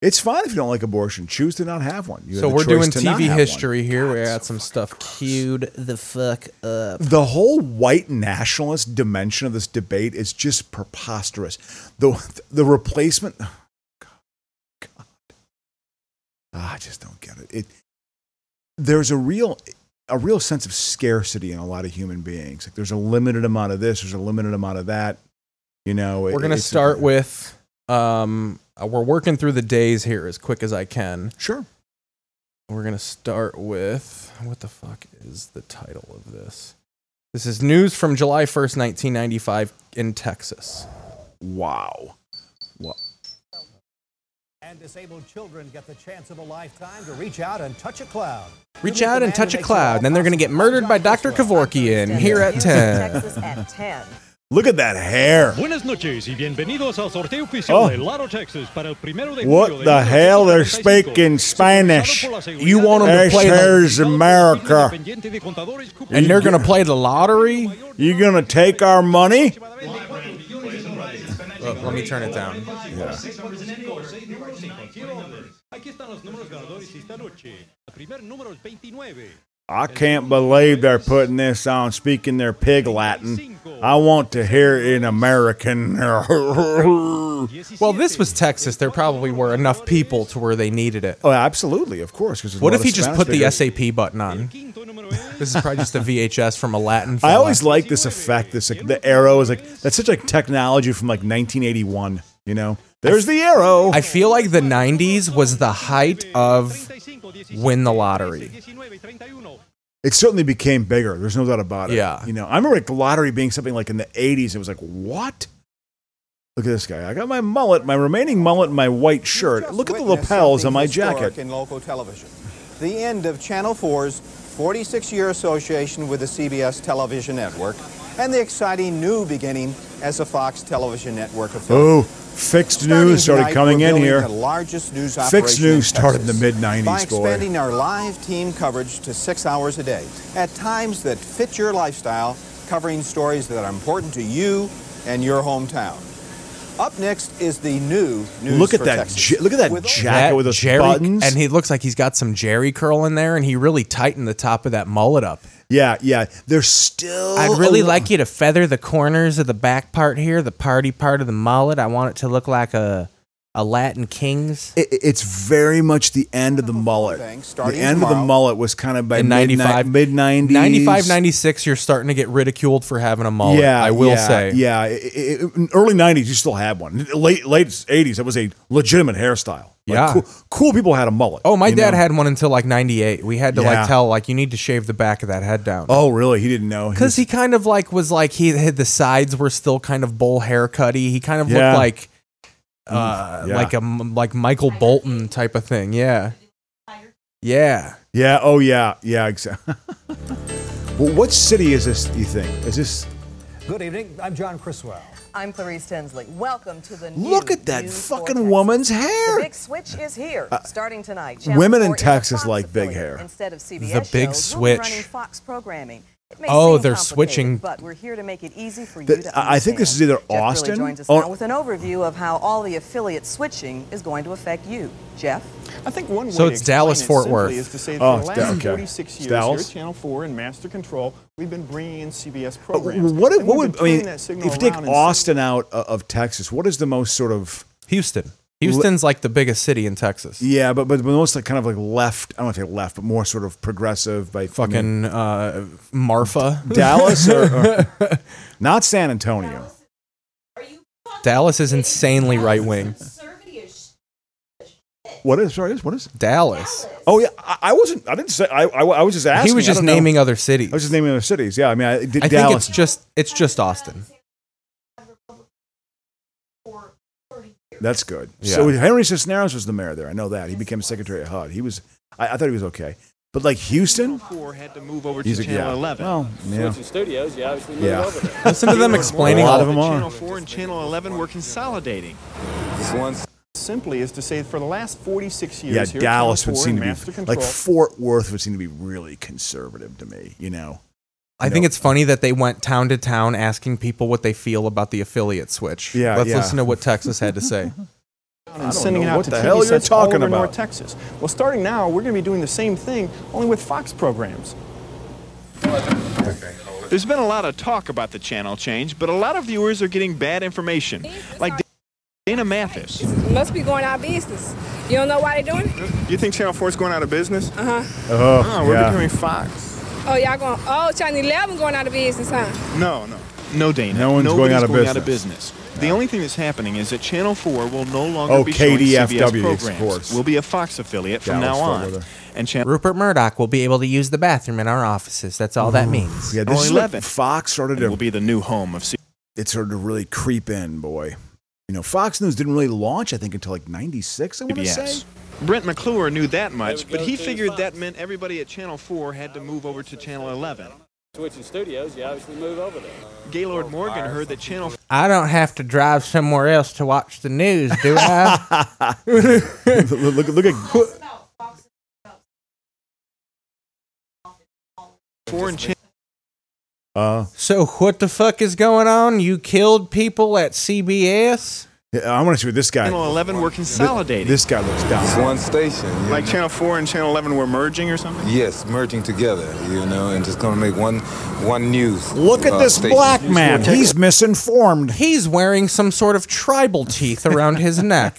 S2: it's fine if you don't like abortion. Choose to not have one. *laughs* You
S1: so
S2: have the
S1: we're
S2: choice
S1: doing
S2: to not
S1: TV
S2: have
S1: history here. We got some stuff queued the fuck up.
S2: one. The whole white nationalist dimension of this debate is just preposterous. The the replacement. oh, God, God. I just don't get it. It there's a real a real sense of scarcity in a lot of human beings. Like there's a limited amount of this. There's a limited amount of that. You know. it-
S1: We're gonna
S2: it's-
S1: start with. Um, uh, we're working through the days here as quick as I can.
S2: Sure.
S1: We're gonna start with what the fuck is the title of this? This is news from July first, nineteen ninety five, in Texas.
S2: Wow. Wow.
S17: And disabled children get the chance of a lifetime to reach out and touch a cloud.
S1: Reach out and touch a cloud, then they're gonna get murdered by Dr. Kevorkian here at ten.
S18: Texas at 10.
S2: Look at that hair.
S18: Buenas noches y bienvenidos al sorteo oficial
S2: Oh.
S18: de Laro, Texas para el primero de julio
S2: What
S18: de
S2: the
S18: 1995.
S2: hell? They're speaking Spanish.
S1: You want 'em to
S2: This
S1: play the-
S2: here's America.
S1: And they're gonna
S2: play the lottery? You're going to take our money?
S1: Look, let me turn it down.
S2: Yeah. I can't believe they're putting this on, speaking their pig Latin. I want to hear it in American. *laughs* Oh,
S1: well, this was Texas. There probably were enough people to where they needed it.
S2: Oh, absolutely, of course.
S1: What if he just put the SAP button on? This is probably just a VHS from a Latin.
S2: I
S1: fella.
S2: always like this effect. This like, the arrow is like that's such like technology from like 1981. You know, there's the arrow.
S1: I feel like the '90s was the height of win the lottery.
S2: it certainly became bigger. There's no doubt about it.
S1: Yeah.
S2: you know, I remember like the lottery being something like in the 80s. It was like what? Look at this guy. I got my mullet, my remaining mullet, and my white shirt. Look at the
S19: witnessed
S2: lapels
S19: something
S2: on my
S19: historic
S2: jacket.
S19: In local television, the end of Channel 4's 46-year association with the CBS television network, and the exciting new beginning as a Fox television network
S2: Oh,
S19: affiliate.
S2: fixed
S19: Starting
S2: news started
S19: tonight,
S2: coming
S19: we're
S2: in
S19: building
S2: here.
S19: The largest news
S2: Fixed
S19: operation
S2: news
S19: in
S2: started in the
S19: Texas
S2: mid
S19: By
S2: 90s, boy.
S19: expanding our live team coverage to six hours a day, at times that fit your lifestyle, covering stories that are important to you and your hometown. Up next is the new news.
S2: Look at
S19: for
S2: that
S19: Texas.
S2: ja- look at that
S19: With-
S2: jacket with those
S1: Jerry,
S2: buttons.
S1: and he looks like he's got some Jerry curl in there, and he really tightened the top of that mullet up.
S2: Yeah, yeah. There's still.
S1: I'd really
S2: a-
S1: like you to feather the corners of the back part here, the party part of the mullet. I want it to look like a a Latin king's.
S2: It, it's very much the end of the mullet. The
S19: starting
S2: end of the
S19: tomorrow.
S2: mullet was kind of by
S1: in 95
S2: mid 90s.
S1: 95 96 you're starting to get ridiculed for having a mullet
S2: Yeah,
S1: i will
S2: yeah,
S1: say
S2: Yeah, I- I- I- in early 90s, you still had one. Late late 80s, that was a legitimate hairstyle. Like,
S1: Yeah.
S2: Cool, cool people had a mullet.
S1: oh my
S2: you
S1: dad
S2: know?
S1: had one until like 98 we had to
S2: Yeah.
S1: like tell like you need to shave the back of that head down
S2: Oh, really? He didn't know.
S1: because he kind of like was like he had the sides were still kind of bowl haircutty he kind of
S2: Yeah. Mm,
S1: looked like uh
S2: yeah.
S1: like a m- like michael bolton type of thing yeah yeah
S2: Yeah. Oh, yeah. Yeah. Exactly. *laughs* well, what city is this? You think is this?
S17: Good evening. I'm John Criswell.
S20: I'm Clarice Tinsley. Welcome to the new
S2: Look at that
S20: news
S2: fucking woman's
S20: The
S2: hair.
S20: big switch is here,
S2: Uh,
S20: starting tonight.
S2: Women in
S20: 4 is a
S2: Texas
S20: Fox
S2: like big
S20: affiliate.
S2: hair.
S20: Instead of CBS
S1: The big
S20: shows, we'll be
S1: switch.
S20: running Fox programming. It may
S1: Oh,
S20: seem
S1: they're
S20: complicated,
S1: switching-
S20: But we're here to make it easy for you
S2: Th-
S20: to
S2: I I think this is either
S20: Jeff Curley
S2: Austin
S20: joins us
S2: or
S20: now with an overview of how all the affiliate switching is going to affect you. Jeff?
S21: I think one
S1: So
S21: way to
S1: it's Dallas,
S21: explain it
S1: Fort
S21: simply
S1: Worth.
S21: Is to say that
S1: Oh,
S21: for
S1: it's
S21: the
S1: Da-
S21: last
S1: okay.
S21: 46
S1: It's
S21: years
S1: Dallas?
S21: here at Channel 4 and Master Control, we've been bringing in CBS
S2: Uh,
S21: programs.
S2: What,
S21: And
S2: what
S21: we've
S2: would
S21: been
S2: I
S21: turning
S2: mean?
S21: that
S2: If
S21: signal
S2: you take
S21: around and
S2: Austin out o- of Texas, what is the most sort of
S1: houston houston's like the biggest city in texas
S2: Yeah, but but the most like kind of like left. I don't want to say left, but more sort of progressive by I mean,
S1: fucking uh marfa
S2: *laughs* Dallas or,
S1: *laughs*
S2: or- not San Antonio.
S1: dallas is insanely right wing
S2: What is sorry? What is
S1: dallas
S2: Oh yeah, I, I wasn't. I didn't say. I, I, I was just asking.
S1: he was
S2: I
S1: just
S2: don't know.
S1: naming other cities
S2: I was just naming other cities. Yeah, I mean, I, did
S1: I think
S2: Dallas.
S1: it's just it's just Austin.
S2: That's good.
S1: Yeah.
S2: So Henry Cisneros was the mayor there. I know that. He became Secretary of HUD. He was. I, I thought he was okay. But like Houston,
S21: Four had to move over to
S2: He's a-
S21: Channel
S2: yeah.
S21: 11.
S2: Well, yeah.
S21: Switching studios, you obviously
S2: moved Yeah. over there. Listen to
S21: More
S2: them
S21: and more
S2: explaining A lot all of them
S21: the
S2: are.
S21: Channel 4 and Channel 11 were consolidating. This one simply is to say for the last 46 years
S2: yeah,
S21: here at
S2: Dallas
S21: Channel
S2: would
S21: 4
S2: seem
S21: and
S2: to
S21: Master
S2: be
S21: Control,
S2: like Fort Worth would seem to be really conservative to me. You know.
S1: I think it's funny that they went town to town asking people what they feel about the affiliate switch.
S2: Yeah,
S1: let's
S2: yeah.
S1: listen to what Texas had
S2: *laughs*
S1: to say.
S21: and sending it out
S2: what
S21: to
S2: the
S21: TV
S2: hell you're
S21: sets all
S2: talking
S21: over
S2: about.
S21: North Texas. Well, starting now, we're going to be doing the same thing, only with Fox programs. There's been a lot of talk about the channel change, but a lot of viewers are getting bad information, like Dana Mathis.
S22: Must be going out of business. You don't know why they're doing it?
S21: You think Channel 4 is going out of business?
S22: Uh huh.
S21: Oh, we're
S2: yeah.
S21: becoming Fox.
S22: Oh, y'all going, oh, Channel 11 going out of business, huh?
S21: No, no. No, Dana.
S2: No one's going
S21: Nobody's
S2: out of
S21: business. The only thing that's happening is that Channel 4 will no longer
S2: Oh,
S21: be showing
S2: KDFW,
S21: CBS
S2: of
S21: programs.
S2: course.
S21: We'll be a Fox affiliate from
S2: Dallas,
S21: now
S2: Fort
S21: on.
S2: Worth.
S21: And Channel
S1: Rupert Murdoch will be able to use the bathroom in our offices. That's all that means.
S2: Mm. Yeah, this is what
S21: 11.
S2: Fox started
S21: It
S2: to
S21: will be the new home of. C-
S2: it started to really creep in, boy. You know, Fox News didn't really launch, I think, until like '96. I want to
S21: CBS.
S2: say.
S21: Brent McClure knew that much,
S2: There we
S21: but
S2: go,
S21: he
S2: too,
S21: figured
S2: Fox.
S21: that meant everybody at Channel 4 had to move over to Channel 11.
S3: switching studios, you obviously move over there.
S21: Gaylord Morgan heard that Channel
S1: I don't have to drive somewhere else to watch the news, do
S2: *laughs*
S1: I?
S2: look, look at
S21: 4 and Channel
S2: Uh,
S1: so what the fuck is going on? You killed people at CBS?
S2: Yeah, I want to see what this guy.
S21: Channel 11 were consolidated.
S2: This guy looks down.
S6: One station. you
S21: Like
S6: know.
S21: Channel 4 and Channel 11 were merging or something?
S6: Yes, merging together, you know, and just gonna make one one news.
S2: Look at
S6: uh,
S2: this
S6: station.
S2: black man. He's misinformed.
S1: He's wearing some sort of tribal teeth around
S2: *laughs*
S1: his neck.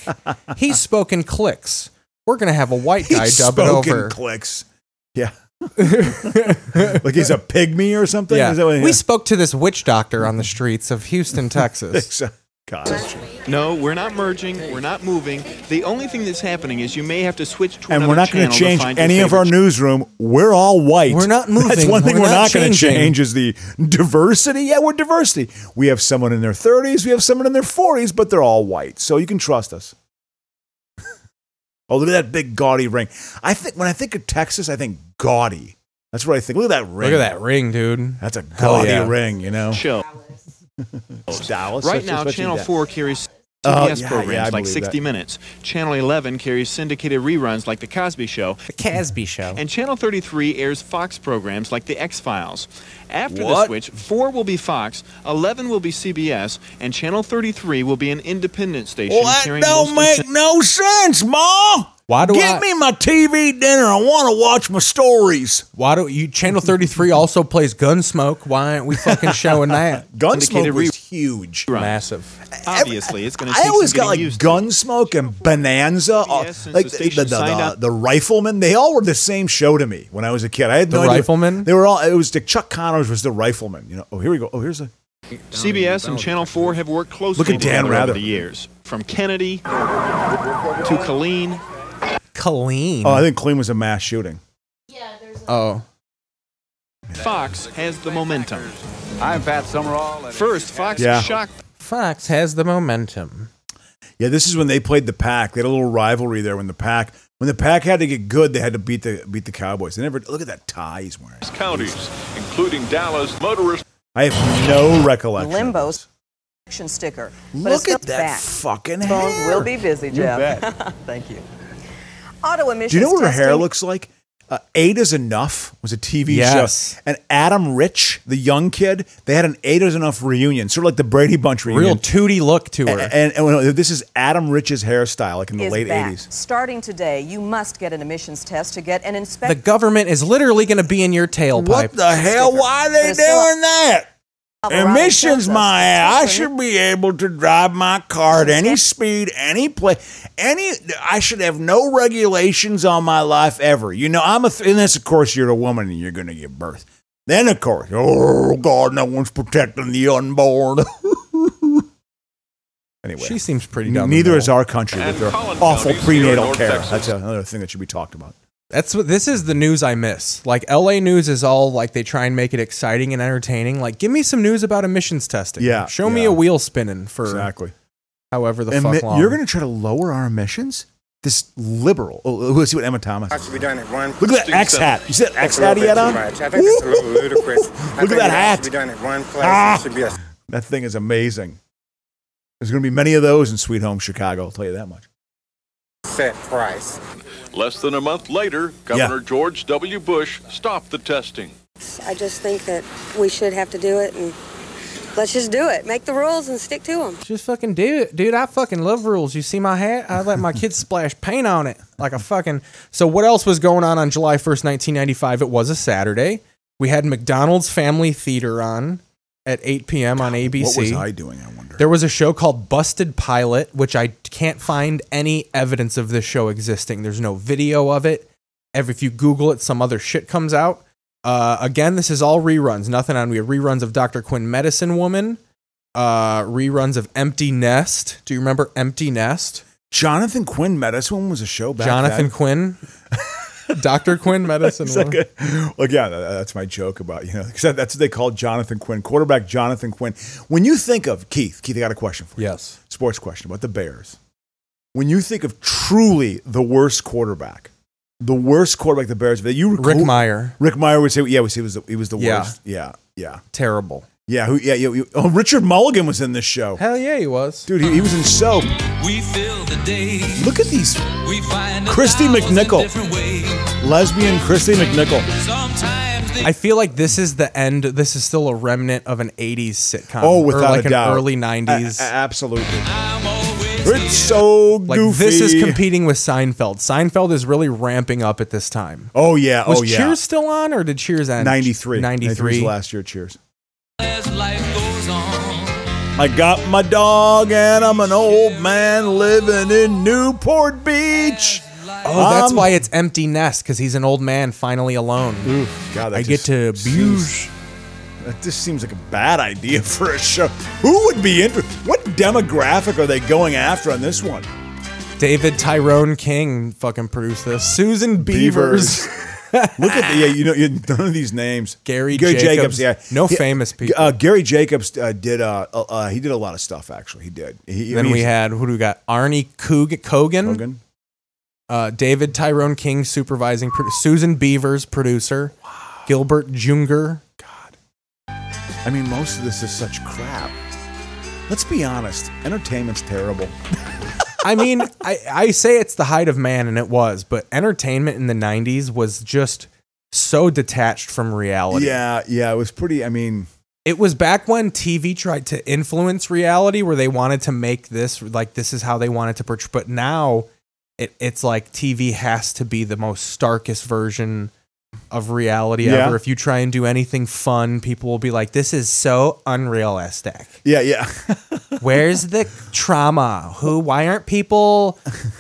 S1: He's spoken clicks. We're gonna have a white guy
S2: He's
S1: dub it
S2: spoken
S1: over.
S2: clicks. Yeah. *laughs* like he's a pygmy or something.
S1: Yeah.
S2: Is *laughs* that what-
S1: We spoke to this witch doctor on the streets
S2: *laughs*
S1: of Houston, Texas.
S2: God.
S21: No, we're not merging. We're not moving. The only thing that's happening is you may have to switch to
S2: and
S21: another
S2: we're not going
S21: channel
S2: to change
S21: find your
S2: any of
S21: favorite
S2: our newsroom. We're all white. We're not
S1: moving.
S2: That's one thing
S1: We're
S2: we're,
S1: not
S2: not, going to
S1: changing.
S2: change is the diversity. Yeah, we're diversity. We have someone in their 30s, we have someone in their 40s, but they're all white. So you can trust us. *laughs* oh, look at that big gaudy ring. I think when I think of Texas, I think gaudy. That's what I think. Look at that ring.
S1: Look at that ring, dude.
S2: That's a
S1: Hell
S2: gaudy
S1: yeah.
S2: ring, you know.
S21: show.
S2: Dallas.
S21: right
S2: that's
S21: now,
S2: what you
S21: Channel
S2: get.
S21: 4 carries
S2: Oh,
S21: CBS
S2: yeah,
S21: programs
S2: yeah, I
S21: like
S2: believe
S21: 60
S2: that.
S21: Minutes. Channel 11 carries syndicated reruns like The Cosby Show.
S1: The Casby Show.
S21: And Channel 33 airs Fox programs like The X Files. After the
S2: What?
S21: switch, 4 will be Fox, 11 will be CBS, and Channel 33 will be an independent station
S2: Well, that
S21: carrying
S2: don't
S21: mostly
S2: make no sense, Ma.
S1: Why do
S2: Get
S1: I-
S2: me my TV dinner. I want to watch my stories.
S1: Why do you Channel 33 also plays Gunsmoke? Why aren't we *laughs* fucking showing that?
S2: Gunsmoke
S21: Syndicated
S2: was
S21: reruns.
S2: huge.
S1: Massive.
S21: Obviously, it's going to
S2: I
S21: take
S2: always
S21: some
S2: got
S21: getting
S2: like
S21: used to.
S2: Gunsmoke and Bonanza, uh,
S21: since
S2: like the, the,
S21: the station
S2: the-
S21: signed
S2: the-
S21: up.
S2: the Rifleman. They all were the same show to me when I was a kid. I had
S1: The
S2: no idea.
S1: Rifleman?
S2: They were all. It was the Chuck Connors was the Rifleman. You know. Oh, here we go. Oh, here's a.
S21: CBS and Channel 4 have worked closely
S2: Look at Dan
S21: together
S2: Rather.
S21: over the years, from Kennedy to Colleen.
S1: Colleen.
S2: Oh, I think Clean was a mass shooting.
S1: Oh.
S21: Fox has the momentum.
S10: I'm Pat Summerall.
S21: First, Fox
S2: Yeah.
S21: shocked
S1: Fox has the momentum.
S2: Yeah, this is when they played the Pack. They had a little rivalry there when the Pack when the Pack had to get good, they had to beat the beat the Cowboys. They never look at that tie he's wearing.
S23: counties, including Dallas, motorists.
S2: I have no recollection.
S20: Limbo section sticker. but
S2: Look
S20: it's
S2: at
S20: not
S2: that
S20: back.
S2: fucking
S20: Phones
S2: hair.
S20: will be busy,
S2: You
S20: Jeff.
S2: bet.
S20: *laughs* Thank you. Auto emissions.
S2: Do you know what her hair
S20: testing-
S2: looks like? Uh, Eight is Enough was a TV
S1: Yes.
S2: show. And Adam Rich, the young kid, they had an Eight is Enough reunion, sort of like the Brady Bunch reunion.
S1: Real tooty look to her.
S2: and, and, and this is Adam Rich's hairstyle, like in the
S20: is
S2: late
S20: back.
S2: 80s.
S20: Starting today, you must get an emissions test to get an
S1: the
S20: inspection.
S1: government is literally going to be in your tailpipe.
S2: What the hell? Why are they doing that? Emissions, my ass. I
S20: Sure.
S2: should be able to drive my car at any speed, any place, any. I should have no regulations on my life ever. You know, I'm a. Th- and this, of course, you're a woman and you're going to give birth. Then, of course, oh God, no one's protecting the unborn. *laughs* anyway,
S1: She seems pretty dumb.
S2: neither is our country with
S23: And
S2: their
S23: Collin
S2: awful
S23: counties here in
S2: prenatal
S23: North
S2: care.
S23: Texas.
S2: That's another thing that should be talked about.
S1: That's what this is the news I miss. Like LA news is all like they try and make it exciting and entertaining. Like give me some news about emissions testing.
S2: Yeah,
S1: Show me
S2: yeah.
S1: a wheel spinning for
S2: Exactly.
S1: however the
S2: Emi-
S1: fuck long.
S2: You're going to try to lower our emissions? This liberal. Oh, let's see what Emma Thomas.
S24: Has to be done at one.
S2: Look at that X hat. You see that X hat he had on?
S24: I think it's a
S2: *laughs*
S24: little ludicrous. I
S2: Look at
S24: think
S2: that
S24: it has
S2: hat.
S24: To be done at one place.
S2: Ah.
S24: It should be a
S2: That thing is amazing. There's going to be many of those in Sweet Home Chicago. I'll tell you that much.
S24: set price.
S23: Less than a month later, Governor George W. Bush stopped the testing.
S25: I just think that we should have to do it, and let's just do it. Make the rules and stick to them.
S1: Just fucking do it, dude. I fucking love rules. You see my hat? I let
S2: *laughs*
S1: my kids splash paint on it like a fucking. So what else was going on on July first, nineteen ninety five? It was a Saturday. We had McDonald's Family Theater on at eight p.m. on ABC.
S2: What was I doing? I wonder.
S1: There was a show called Busted Pilot, which I can't find any evidence of this show existing. There's no video of it. Ev- If you Google it, some other shit comes out. Uh, again, this is all reruns. Nothing on. We have reruns of Dr. Quinn Medicine Woman, uh, reruns of Empty Nest. Do you remember Empty Nest?
S2: Jonathan Quinn Medicine was a show back
S1: Jonathan
S2: then.
S1: *laughs* Quinn, Dr. Quinn Medicine
S2: It's
S1: Woman.
S2: *laughs* like a- well, yeah, that- that's my joke about you know *laughs* 'cause that- that's what they call Jonathan Quinn, quarterback Jonathan Quinn. When you think of Keith, Keith, I got a question for you.
S1: Yes.
S2: sports question about the Bears. When you think of truly the worst quarterback, the worst quarterback the Bears have. You
S1: Rick Meyer.
S2: Rick Meyer would say, yeah, we say he was the, he was the
S1: Yeah.
S2: worst. Yeah, yeah,
S1: Terrible.
S2: yeah. Who? Yeah, yeah. you- Oh, Richard Mulligan was in this show.
S1: Hell yeah, he was.
S2: Dude, he, he was in soap.
S5: We fill the day.
S2: Look at these
S5: We find a
S2: Christy
S5: thousand
S2: McNichol.
S5: different ways.
S2: lesbian Christy McNichol.
S5: Sometimes they
S1: I feel like this is the end. This is still a remnant of an 80s sitcom.
S2: Oh,
S1: or
S2: without
S1: like
S2: a doubt,
S1: an early 90s.
S2: A- a- absolutely. It's so goofy.
S1: like this is competing with Seinfeld. Seinfeld is really ramping up at this time.
S2: Oh yeah.
S1: Was
S2: oh yeah.
S1: Cheers still on or did Cheers end?
S2: 93.
S1: 93.
S2: 93 was last year. Cheers.
S5: as life goes on.
S2: I got my dog and I'm an old man living in Newport Beach.
S1: Oh, that's
S2: Um,
S1: why it's empty nest because he's an old man finally alone.
S2: God, that
S1: I get
S2: just
S1: to abuse.
S2: seems- That just seems like a bad idea *laughs* for a show. Who would be interested? What demographic are they going after on this one?
S1: David Tyrone King fucking produced this. Susan
S2: *laughs*
S1: Beavers.
S2: Look at the yeah, you know you, none of these names.
S1: Gary Jacobs.
S2: yeah,
S1: No
S2: He-
S1: famous people.
S2: Uh, Gary Jacobs uh, did uh, uh, uh, he did a lot of stuff actually. He did. He, I
S1: then
S2: mean,
S1: we
S2: he's-
S1: had who do we got? Arnie Coog- Kogan,
S2: Hogan.
S1: Uh, David Tyrone King supervising, pro- Susan Beavers producer, Gilbert Junger.
S2: I mean, most of this is such crap. Let's be honest. Entertainment's terrible.
S1: I mean, I, I say it's the height of man, and it was, but entertainment in the '90s was just so detached from reality.
S2: Yeah, yeah. It was pretty. I mean,
S1: It was back when TV tried to influence reality, where they wanted to make this like this is how they wanted to portray. But now, it, it's like TV has to be the most starkest version of reality
S2: Yeah.
S1: ever. If you try and do anything fun, people will be like, "This is so unrealistic."
S2: yeah, yeah. *laughs*
S1: Where's the trauma? Who? Why
S2: *laughs*
S1: aren't people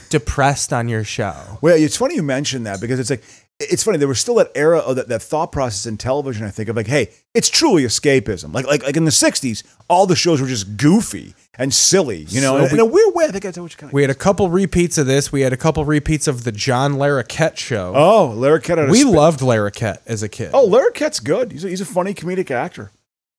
S1: depressed on your show?
S2: Well, it's funny you mentioned that because it's like it's funny there was still that era of that, that thought process in television. I think of like, hey, it's truly escapism. Like like like in the '60s, all the shows were just goofy and silly. You know,
S1: So
S2: in,
S1: we-
S2: a weird way. I think that's what you kind of.
S1: We had a couple repeats of this. We had a couple repeats of the John Larroquette show.
S2: Oh, Larroquette. out of
S1: we
S2: Sp-
S1: loved Larroquette as a kid.
S2: Oh, Larroquette's good. He's a, he's a funny comedic actor.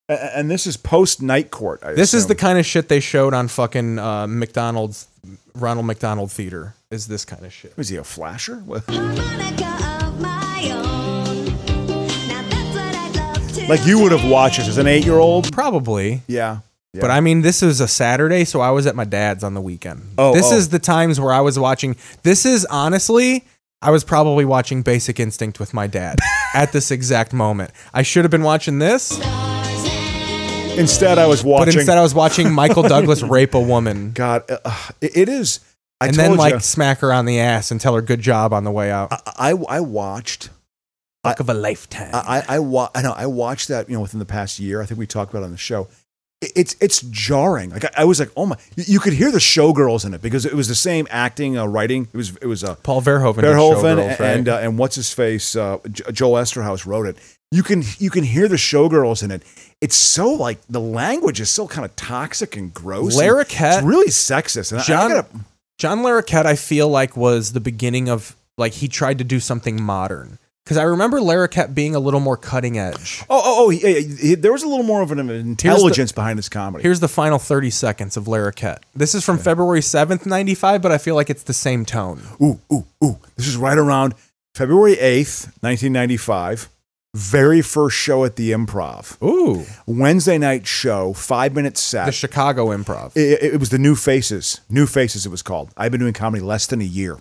S2: A- a- And this is post Night Court. I
S1: this is
S2: assume.
S1: the kind of shit they showed on fucking uh, McDonald's, Ronald McDonald Theater. Is this kind of shit?
S2: Was he a flasher? What- Like you would have watched this as an eight year old.
S1: Probably.
S2: Yeah. yeah.
S1: But I mean, this is a Saturday, so I was at my dad's on the weekend.
S2: Oh,
S1: this
S2: oh.
S1: is the times where I was watching. This is honestly, I was probably watching Basic Instinct with
S2: *laughs*
S1: my dad at this exact moment. I should have been watching this,
S2: instead I was watching.
S1: but instead I was
S2: *laughs*
S1: watching Michael Douglas rape a woman
S2: God, uh, uh, it it is. I
S1: and
S2: told
S1: then like
S2: you.
S1: smack her on the ass and tell her good job on the way out.
S2: I I watched.
S1: Fuck of a lifetime.
S2: I I, I, wa- I know I watched that you know within the past year. I think we talked about it on the show. It- It's it's jarring. Like I, I was like, oh my! You you could hear the showgirls in it because it was the same acting, uh, writing. It was it was uh,
S1: Paul Verhoeven. did
S2: Verhoeven
S1: Showgirls, right?
S2: and uh, and what's his face uh, J- Joel Esterhaus wrote it. You can you can hear the showgirls in it. It's so like the language is so kind of toxic and gross. and
S1: Larroquette-
S2: it's really sexist. And I-
S1: John
S2: I, gotta,
S1: John Larroquette, I feel like was the beginning of like he tried to do something modern because I remember Larroquette being a little more cutting edge.
S2: oh oh oh! He, he- he- there was a little more of an intelligence behind his comedy.
S1: Here's the final 30 seconds of Larroquette. This is from February 7th, 95, but I feel like it's the same tone.
S2: ooh, ooh, ooh. This is right around February 8th, 1995. Very first show at the improv.
S1: Ooh.
S2: Wednesday night show, five minute set.
S1: The Chicago improv.
S2: It, it- it was the New Faces. New Faces, it was called. I've been doing comedy less than a year.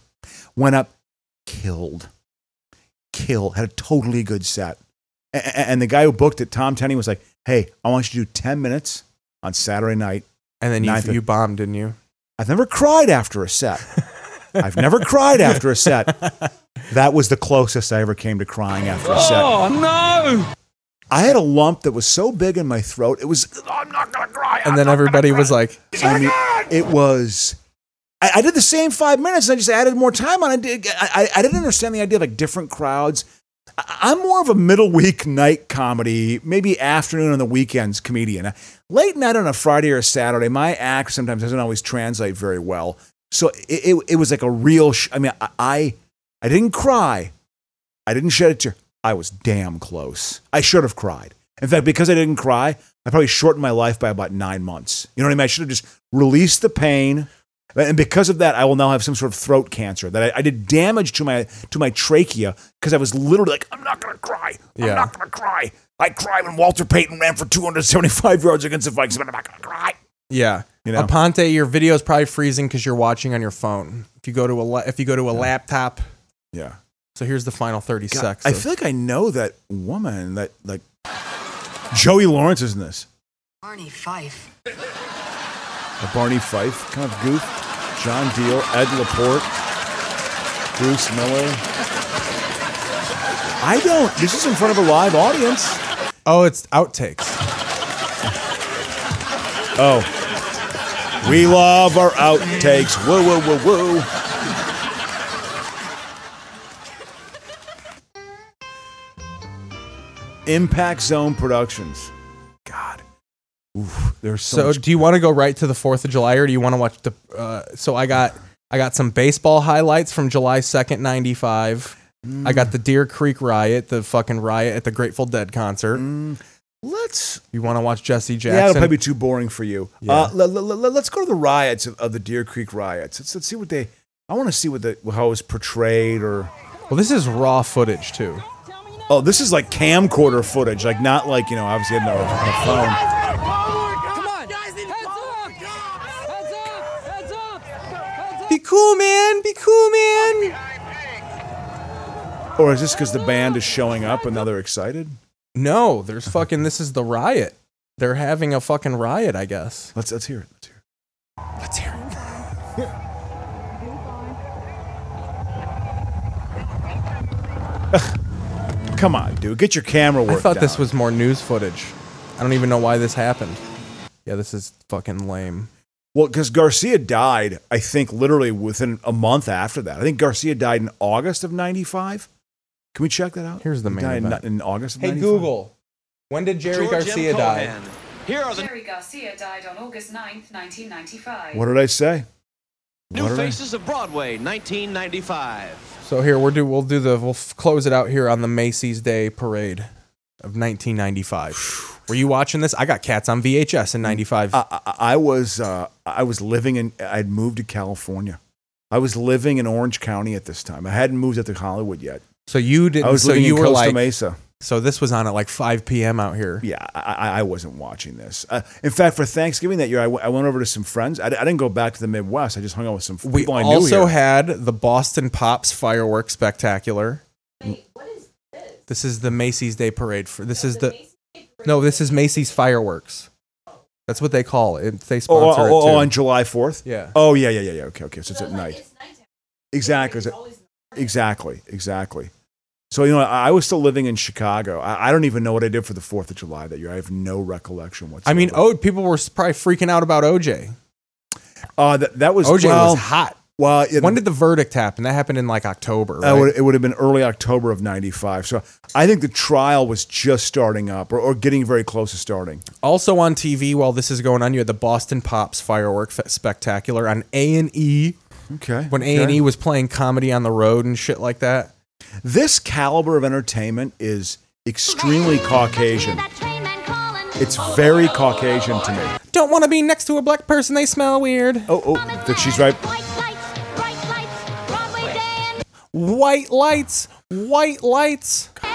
S2: Went up, killed. Killed. Had a totally good set. A- a- And, the guy who booked it, Tom Tenney, was like, hey, I want you to do 10 minutes on Saturday night.
S1: and then
S2: Ninth-
S1: you, you bombed, didn't you?
S2: I've never cried after a set. I've never cried after a set. That was the closest I ever came to crying after a set.
S16: Oh, no!
S2: I had a lump that was so big in my throat. It was, I'm not going to cry.
S1: And then everybody was like,
S2: I mean, it was. I, I did the same five minutes, and I just added more time on. it. I did. I, I didn't understand the idea of like different crowds. I, I'm more of a middle week night comedy, maybe afternoon on the weekends comedian. Late night on a Friday or a Saturday, my act sometimes doesn't always translate very well. So it it, it was like a real. Sh- I mean, I, I I didn't cry, I didn't shed a tear. I was damn close. I should have cried. In fact, because I didn't cry, I probably shortened my life by about nine months. You know what I mean? I should have just released the pain And because of that, I will now have some sort of throat cancer that I, I did damage to my to my trachea because I was literally like, I'm not gonna cry. I'm
S1: Yeah.
S2: not gonna cry. I cried when Walter Payton ran for 275 yards against the Vikings, but I'm not gonna cry.
S1: Yeah.
S2: You know?
S1: Aponte, your video is probably freezing because you're watching on your phone. If you go to a la- if you go to a laptop.
S2: Yeah.
S1: So here's the final thirty
S2: God,
S1: seconds.
S2: I
S1: of-
S2: feel like I know that woman that like Joey Lawrence is in this.
S4: Barney Fife.
S2: A Barney Fife kind of goof. John Deal, Ed Laporte, Bruce Miller. I don't. This is in front of a live audience.
S1: Oh, it's outtakes.
S2: Oh. We love our outtakes. Woo, woo, woo, woo. Impact Zone Productions. God. Oof, there's so,
S1: So,
S2: much-
S1: do you want to go right to the Fourth of July, or do you want to watch the? Uh, so I got I got some baseball highlights from July second, ninety five. I
S2: Mm.
S1: got the Deer Creek riot, the fucking riot at the Grateful Dead concert.
S2: Let's.
S1: You want to watch Jesse Jackson?
S2: Mm. Yeah, it'll probably be too boring for you.
S1: Yeah.
S2: Uh, let, us go to the riots of, of the Deer Creek riots. Let's, let's see what they. I want to see what the how it was portrayed or.
S1: Well, this is raw footage too.
S2: Oh, this is like camcorder footage, like not like you know obviously on a, on a phone.
S1: Be cool, man. Be cool, man.
S2: Or is this because the band is showing up and now they're excited?
S1: No, there's fucking. This is the riot. They're having a fucking riot, I guess.
S2: Let's let's hear it. Let's hear
S1: it. Let's
S2: *laughs*
S1: hear it.
S2: Come on, dude, get your camera
S1: I
S2: work.
S1: thought this
S2: down.
S1: was more news footage. I don't even know why this happened. Yeah, this is fucking lame.
S2: well because Garcia died. I think literally within a month after that. I think Garcia died in August of '95. Can we check that out? Here's
S1: the main
S2: died in-
S1: event.
S2: in, August. Of
S1: Hey
S2: 95?
S1: Google, when did Jerry
S2: George M.
S1: Garcia die?
S2: Coleman.
S7: Here are the Jerry Garcia died on August 9th, 1995.
S2: What did I say?
S7: New
S2: What did I-
S7: Faces of Broadway, 1995.
S1: So here we'll do we'll do the we'll f- close it out here on the Macy's Day Parade of
S2: *sighs*
S1: 1995. Were you watching this? I got cats on VHS in 95.
S2: I, I- I was uh, I was living in I'd moved to California. I was living in Orange County at this time. I hadn't moved out to Hollywood yet.
S1: so you didn't.
S2: I was
S1: so
S2: living
S1: you
S2: in
S1: were
S2: Costa
S1: like.
S2: Mesa.
S1: So this was on at like 5 p.m. out here.
S2: Yeah, I, I- I wasn't watching this. Uh, in fact, for Thanksgiving that year, I w- I went over to some friends. I, d- I didn't go back to the Midwest. I just hung out with some f-
S1: We
S2: people I knew
S1: also
S2: here.
S1: had the Boston Pops fireworks spectacular. what is this? This is the Macy's Day Parade. For this is the no, this is Macy's fireworks. That's what they call it.
S2: oh,
S1: They
S2: oh,
S1: sponsor
S2: oh,
S1: it
S2: oh,
S1: too.
S2: on July fourth.
S1: Yeah.
S2: Oh yeah yeah yeah yeah. Okay okay. So it's at night. Exactly. Is it- Exactly exactly. So you know, I, I was still living in Chicago. I, I don't even know what I did for the Fourth of July that year. I have no recollection whatsoever.
S1: I mean, oh, people were probably freaking out about OJ.
S2: Uh, that, that was
S1: OJ
S2: well,
S1: was hot.
S2: Well,
S1: when did the verdict happen? That happened in like October.
S2: uh,
S1: right?
S2: it would- it would have been early October of '95. So I think the trial was just starting up or, or getting very close to starting.
S1: also on TV while this is going on, you had the Boston Pops firework fe- spectacular on A and E
S2: Okay.
S1: when A and E was playing comedy on the road and shit like that.
S2: This caliber of entertainment is extremely Caucasian. It's very Caucasian to me.
S1: Don't want to be next to a black person. They smell weird.
S2: Oh, oh, that she's right.
S1: White lights, white lights.
S2: I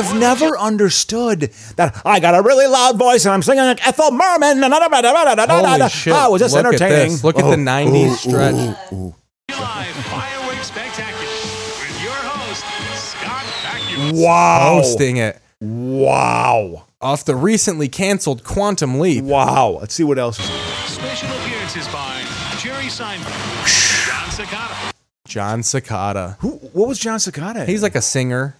S2: have never understood that I got a really loud voice and I'm singing like Ethel Merman. and da- da- da- da- da- da- da- da- da.
S1: Holy shit!
S2: Ah, was this
S1: Look
S2: entertaining?
S1: At this. Look at
S2: Oh,
S1: the '90s
S2: ooh,
S1: stretch.
S2: ooh.
S5: Fireworks Spectacular with your host, Scott Bakula.
S2: Wow.
S1: Hosting it.
S2: Wow.
S1: Off the recently canceled Quantum Leap.
S2: Wow. Let's see what else is.
S5: Special appearances by Jerry Seinfeld, John Cicada,
S1: John Cicada.
S2: Who? What was John Cicada?
S1: He's like a singer.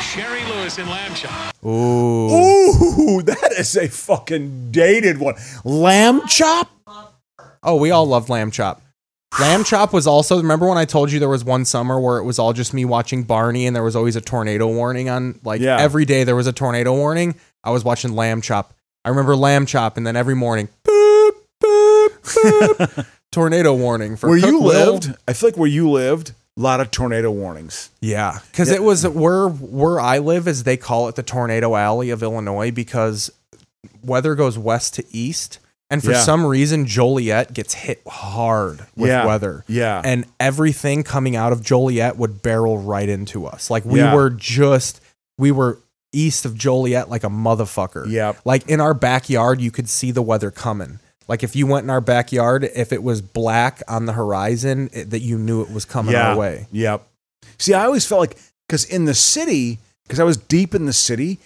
S5: Sherry Lewis and Lamb Chop.
S1: Ooh.
S2: Ooh, *laughs* that is a fucking dated one. Lamb chop?
S1: Oh, we all loved Lamb Chop. Lamb Chop was also. Remember when I told you there was one summer where it was all just me watching Barney, and there was always a tornado warning on. Like
S2: Yeah.
S1: every day there was a tornado warning. I was watching Lamb Chop. I remember Lamb Chop, and then every morning, boop, boop,
S2: *laughs*
S1: boop, tornado warning for
S2: Where you
S1: Cook Will.
S2: lived, I feel like where you lived, a lot of tornado warnings.
S1: Yeah, because it was where where I live is they call it the tornado alley of Illinois because weather goes west to east, And for
S2: Yeah.
S1: some reason, Joliet gets hit hard with
S2: Yeah.
S1: weather.
S2: Yeah.
S1: And everything coming out of Joliet would barrel right into us. Like we
S2: Yeah.
S1: were just, we were east of Joliet like a motherfucker.
S2: Yeah.
S1: Like in our backyard, you could see the weather coming. Like if you went in our backyard, if it was black on the horizon, it, that you knew it was coming
S2: yeah.
S1: our way.
S2: Yep. See, I always felt like because in the city, because I was deep in the city,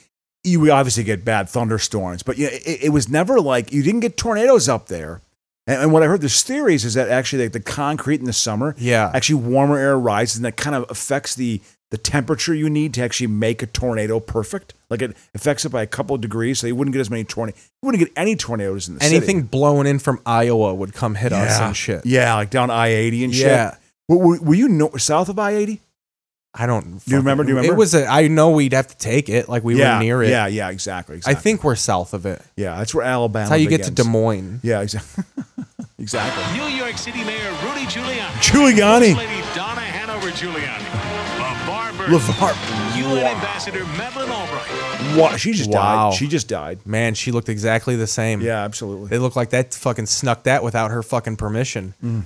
S2: you would obviously get bad thunderstorms, but yeah, it, it was never like you didn't get tornadoes up there. And, and what I heard there's theories is that actually like the concrete in the summer,
S1: Yeah.
S2: actually warmer air rises and that kind of affects the the temperature you need to actually make a tornado perfect. Like it affects it by a couple of degrees, so you wouldn't get as many tornadoes. You wouldn't get any tornadoes in the city.
S1: Anything *laughs* blown in from Iowa would come hit us
S2: Yeah.
S1: and shit.
S2: Yeah, like down I eighty and shit.
S1: Yeah.
S2: Were, were, were you no, south of I eighty?
S1: I don't.
S2: Do you remember? Do you remember?
S1: It was. A, I know we'd have to take it. Like we
S2: yeah,
S1: were near it.
S2: Yeah, yeah, exactly. exactly.
S1: I think we're south of it.
S2: yeah, that's where Alabama.
S1: That's how you get to
S2: begins.
S1: Des Moines.
S2: Yeah, exactly. *laughs* exactly.
S5: New York City Mayor Rudy Giuliani.
S2: Giuliani.
S5: First Lady Donna Hanover Giuliani. LeVar Burton.
S2: LeVar-
S5: UN
S2: Wow.
S5: Ambassador Madeleine Albright.
S2: What? She just
S1: Wow.
S2: died. She just died.
S1: Man, she looked exactly the same.
S2: Yeah, absolutely.
S1: It looked like that fucking snuck that without her fucking permission.
S2: Mm.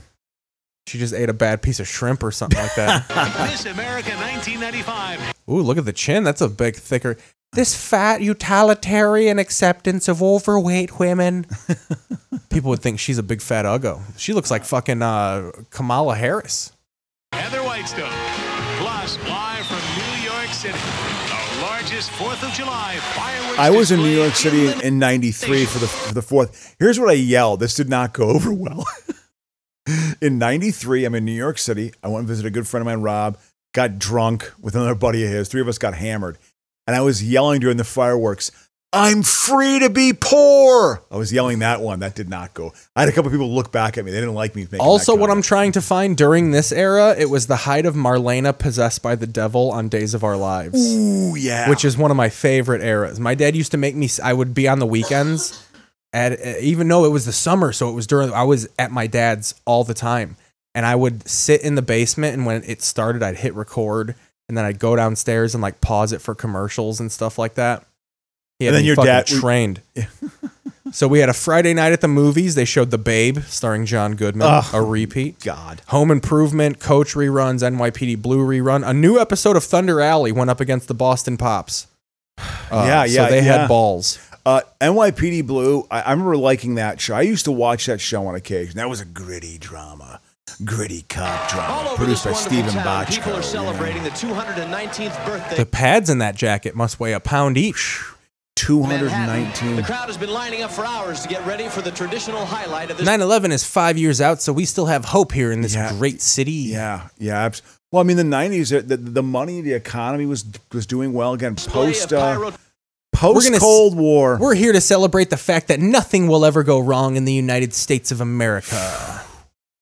S1: She just ate a bad piece of shrimp or something
S2: *laughs*
S1: like that.
S2: Ah.
S5: Miss America 1995.
S1: Ooh, look at the chin. That's a big, thicker. This fat utilitarian acceptance of overweight women. People would think she's a big fat uggo. She looks like fucking uh, Kamala Harris.
S5: Heather Whitestone. Plus, live from New York City. The largest 4th of July fireworks
S2: I was in New
S5: display
S21: *laughs*
S2: York City in '93 for the for the fourth. Here's what I yelled. This did not go *laughs* over well. in '93, I'm in New York City. I went and visited a good friend of mine, Rob. Got drunk with another buddy of his. Three of us got hammered, and I was yelling during the fireworks. I'm free to be poor. I was yelling that one. That did not go. I had a couple people look back at me. They didn't like me. Making that
S1: Also, what
S2: comment.
S1: I'm trying to find during this era, it was the height of Marlena possessed by the devil on Days of Our Lives.
S2: Ooh, yeah.
S1: which is one of my favorite eras. My dad used to make me. I would be on the weekends, at e, even though it was the summer, so it was during. I was at my dad's all the time, and I would sit in the basement. And when it started, I'd hit record, and then I'd go downstairs and like pause it for commercials and stuff like that. He had
S2: And then
S1: me
S2: your
S1: fucking
S2: dad- *laughs*
S1: trained. so we had a Friday night at the movies. They showed The Babe, starring John Goodman,
S2: Ugh.
S1: a repeat.
S2: God.
S1: Home Improvement, Coach reruns, NYPD Blue rerun. A new episode of Thunder Alley went up against the Boston Pops. Uh,
S2: *sighs* Yeah, yeah,
S1: So they
S2: yeah.
S1: had balls.
S2: Uh, NYPD Blue, I, I remember liking that show. I used to watch that show on occasion. That was a gritty drama, gritty cop
S8: All
S2: drama,
S8: over
S2: produced by
S8: this wonderful
S2: Stephen
S8: town, people are
S2: Bochco.
S8: celebrating the 219th birthday.
S1: The pads in that jacket must weigh a pound each.
S8: of Manhattan. The
S2: 219.
S8: crowd has been lining up for hours to get ready for the traditional highlight of this
S1: 9 11 is five years out, so we still have hope here in this
S2: Yeah.
S1: great city.
S2: Yeah, yeah. abs- Well, I mean, the 90s, uh, the, the money, the economy was was doing well again. Post, uh,
S1: We're
S2: post
S1: gonna s-
S2: Cold War.
S1: We're here to celebrate the fact that nothing will ever go wrong in the United States of America.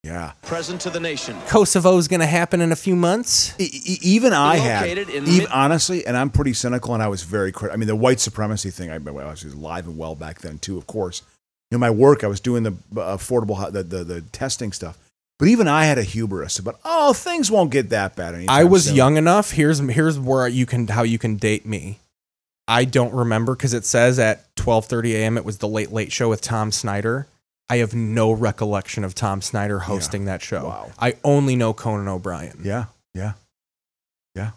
S2: yeah.
S8: present to the nation.
S1: Kosovo's going to happen in a few months.
S2: E- e- even I had,
S8: Located in
S2: even,
S8: mid-
S2: honestly, and I'm pretty cynical, and I was very critical. I mean, the white supremacy thing, I, well, I was live and well back then too, of course. You know, my work, I was doing the uh, affordable, hou- the, the the testing stuff, but even I had a hubris about, oh, things won't get that bad. anytime
S1: I was
S2: soon."
S1: young enough. Here's here's where you can how you can date me. I don't remember because it says at 12:30 a.m. it was the Late Late Show with Tom Snyder. I have no recollection of Tom Snyder hosting that show.
S2: Wow.
S1: I only know Conan O'Brien.
S2: Yeah, yeah, yeah.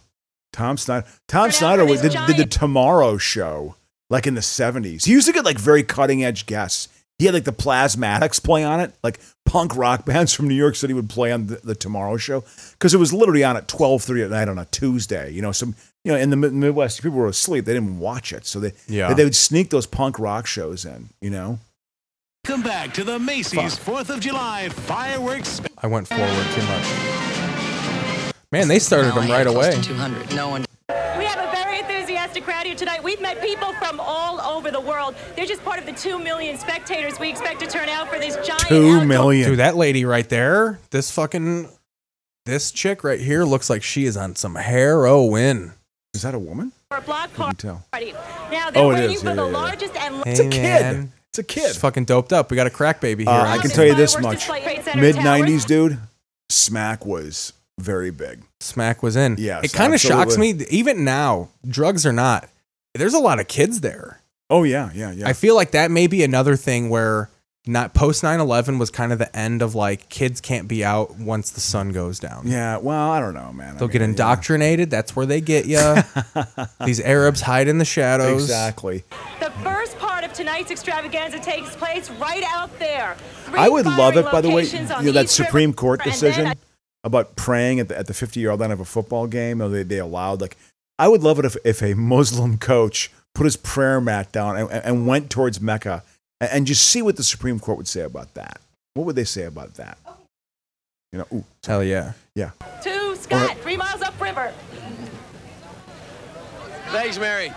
S2: Tom Snyder, Tom Snyder was, did, did the Tomorrow Show like in the '70s. He used to get like very cutting edge guests. He had like the Plasmatics play on it, like punk rock *laughs* bands from New York City would play on the, the Tomorrow Show because it was literally on at twelve thirty at night on a Tuesday. You know, some you know in the Mid- Midwest people were asleep; they didn't watch it, so they
S1: Yeah.
S2: they would sneak those punk rock shows in. You know,
S5: Welcome back to the Macy's 4th of July fireworks.
S1: I went forward too much. Man, they started him right away.
S4: 200. No one.
S9: We have a very enthusiastic crowd here tonight. We've met people from all over the world. They're just part of the two million spectators we expect to turn out for this giant. outdoor-
S1: Dude, that lady right there, this fucking this chick right here looks like she is on some heroin.
S2: Is that a woman?
S9: block
S2: Couldn't tell.
S9: party. Now they're
S1: Oh, it
S9: waiting
S1: is.
S9: for
S1: Yeah,
S9: the
S1: yeah, yeah.
S9: largest and
S1: Hey, man.
S2: It's a kid.
S1: She's fucking doped up. We got a crack baby here.
S2: Uh, I can tell you this much:
S9: Trade Center
S2: mid
S9: Tower.
S2: '90s, dude, Smack was very big.
S1: Smack was in.
S2: Yes,
S1: it kind of shocks me
S2: absolutely.
S1: th- even now. Drugs or not, there's a lot of kids there.
S2: Oh yeah, yeah, yeah.
S1: I feel like that may be another thing where not post 9-11 was kind of the end of like kids can't be out once the sun goes down
S2: yeah well i don't know man I
S1: they'll
S2: mean,
S1: get indoctrinated that's where they get you
S2: *laughs*
S1: these arabs hide in the shadows
S2: exactly
S9: The first part of tonight's extravaganza takes place right out there. Three
S2: i would love
S9: firing
S2: it by the way
S9: locations on
S2: you know,
S9: the
S2: that
S9: East River,
S2: supreme court
S9: and then
S2: decision
S9: I-
S2: about praying at the, at the 50 yard line of a football game or they, they allowed like i would love it if, if a muslim coach put his prayer mat down and, and went towards mecca and, and just see what the supreme court would say about that what would they say about that you know ooh,
S1: hell yeah
S2: yeah
S9: To Scott, three miles upriver.
S8: Thanks, Mary.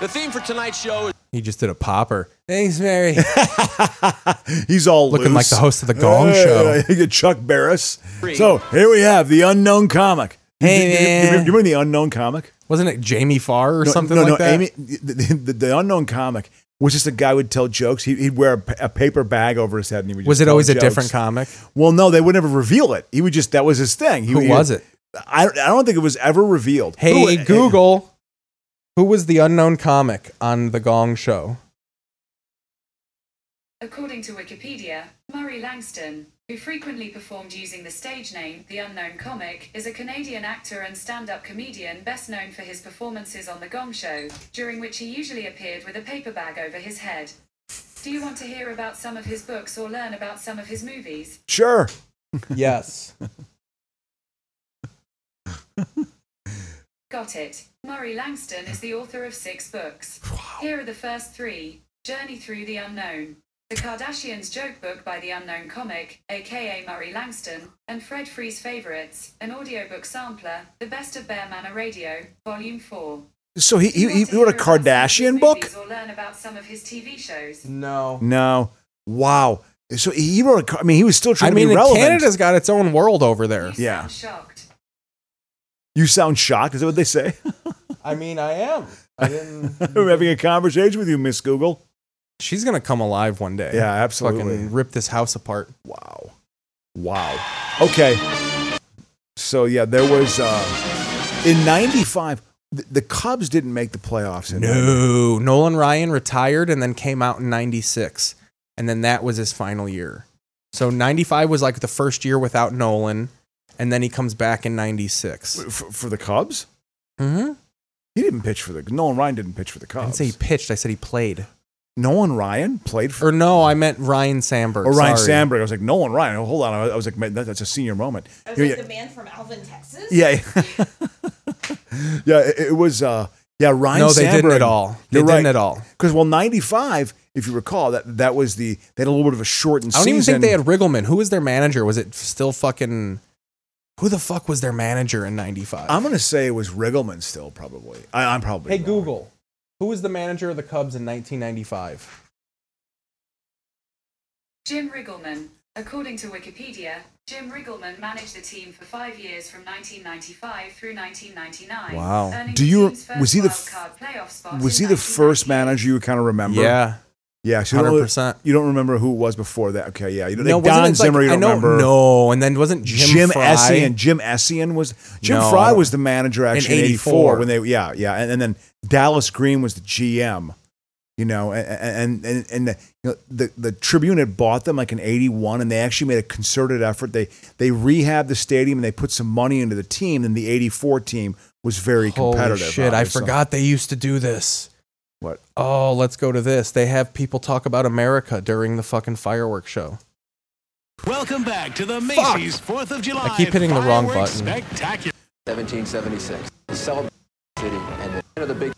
S8: The theme for tonight's show is
S1: he just did a popper
S2: *laughs*
S1: thanks mary
S2: he's all
S1: Looking like
S2: loose.
S1: the host of the
S2: *laughs*
S1: Gong Show.
S2: Hey, Chuck Barris. So here we have the unknown comic.
S1: Hey,
S2: You- you- you-
S1: man.
S2: you remember the unknown comic?
S1: wasn't it jamie farr or
S2: no,
S1: something
S2: no,
S1: like
S2: no,
S1: that
S2: Amy, the, the, the unknown comic was just a guy would tell jokes. He, he'd wear a, pa- a paper bag over his head, and he would. Just
S1: was it
S2: tell
S1: always a
S2: jokes.
S1: different comic
S2: Well, no, they would never reveal it. He would just that was his thing. He,
S1: Who
S2: he-
S1: was it?
S2: I, I don't think it was ever revealed. Who-
S1: hey google who was the unknown comic on the gong show
S7: According to Wikipedia, Murray Langston, who frequently performed using the stage name The Unknown Comic, is a Canadian actor and stand up comedian best known for his performances on The Gong Show, during which he usually appeared with a paper bag over his head. Do you want to hear about some of his books or learn about some of his movies?
S2: eh, Sure.
S1: yes
S7: Got it. Murray Langston is the author of six books. Here are the first three Journey Through the Unknown, The Kardashians Joke Book by the Unknown Comic, aka Murray Langston, and Fred Free's Favorites, an audiobook sampler, The Best of Bear Manor Radio, Volume 4.
S2: So he he, he wrote a Kardashian book.
S7: Movies or learn about some of his TV shows.
S1: no
S2: No, wow. So he wrote. A, Ka- I mean, he was still
S1: i
S2: trying
S1: mean
S2: to be relevant.
S1: canada's got its own world over there
S2: yeah.
S7: Shocked.
S2: You sound shocked. Is that what they say? *laughs*
S1: i mean i am i didn't
S2: We're having a conversation with you, Miss Google.
S1: She's gonna come alive one day.
S2: Yeah, absolutely.
S1: Fucking rip this house apart.
S2: Wow. Wow. Okay. So yeah, there was uh, in '95. The, the Cubs didn't make the playoffs. In
S1: No, Nolan Ryan retired and then came out in '96, and then that was his final year. So '95 was like the first year without Nolan, and then he comes back in '96.
S2: for, for the Cubs.
S1: Mm-hmm.
S2: He didn't pitch for the Nolan Ryan didn't pitch for the
S1: I
S2: Cubs.
S1: didn't say he pitched. I said he played.
S2: Nolan Ryan played for
S1: Or no, I meant Ryan Sandberg.
S2: or Oh, Ryan
S1: Er, Sorry.
S2: Sandberg. I was like Nolan Ryan. Oh, hold on. I was like, man, that, that's a senior moment. yeah,
S11: man from Alvin, Texas?
S2: yeah, *laughs* yeah. It, it was. Uh, yeah, Ryan.
S1: No, they didn't
S2: Sandberg.
S1: at all. They
S2: You're
S1: didn't
S2: right.
S1: at all.
S2: Because well, '95, if you recall, that that was the they had a little bit of a shortened.
S1: I don't even
S2: season.
S1: think they had Riggleman. Who was their manager? Was it still fucking? Who the fuck was their manager in '95?
S2: I'm gonna say it was Riggleman still probably. I, I'm probably.
S1: Hey Google, who was the manager of the Cubs in 1995?
S7: Jim Riggleman. According to Wikipedia, Jim Riggleman managed the team for five years from 1995 through 1999.
S2: Wow.
S7: earning
S2: Do you-
S7: team's first
S2: was he the
S7: wild
S2: f-
S7: card playoff spot
S2: was
S7: in
S2: he the first manager you kind of remember?
S1: Yeah.
S2: yeah. So you don't really-
S1: 100%.
S2: You don't remember who it was before that? Okay, yeah. You don't, like Don Zimmer. you don't
S1: I know,
S2: remember.
S1: No, and then wasn't Jim,
S2: Jim
S1: Fry?
S2: Essien. Jim Essien was Jim
S1: No, I
S2: Fry
S1: don't-
S2: was the manager
S1: In
S2: actually in '84
S1: 84.
S2: when they yeah yeah and, and then Dallas Green was the GM, you know and and and, and the, you know, the the Tribune had bought them like in '81 and they actually made a concerted effort they they rehabbed the stadium and they put some money into the team and the '84 team was very
S1: Holy
S2: competitive.
S1: shit! I
S2: obviously.
S1: forgot they used to do this.
S2: What?
S1: Oh, let's go to this. They have people talk about America during the fucking fireworks show.
S5: Welcome back to the Macy's 4th of July.
S1: I keep hitting the wrong
S5: fireworks
S1: button.
S5: Spectacular.
S10: 1776. Celebrate the city and the end of the big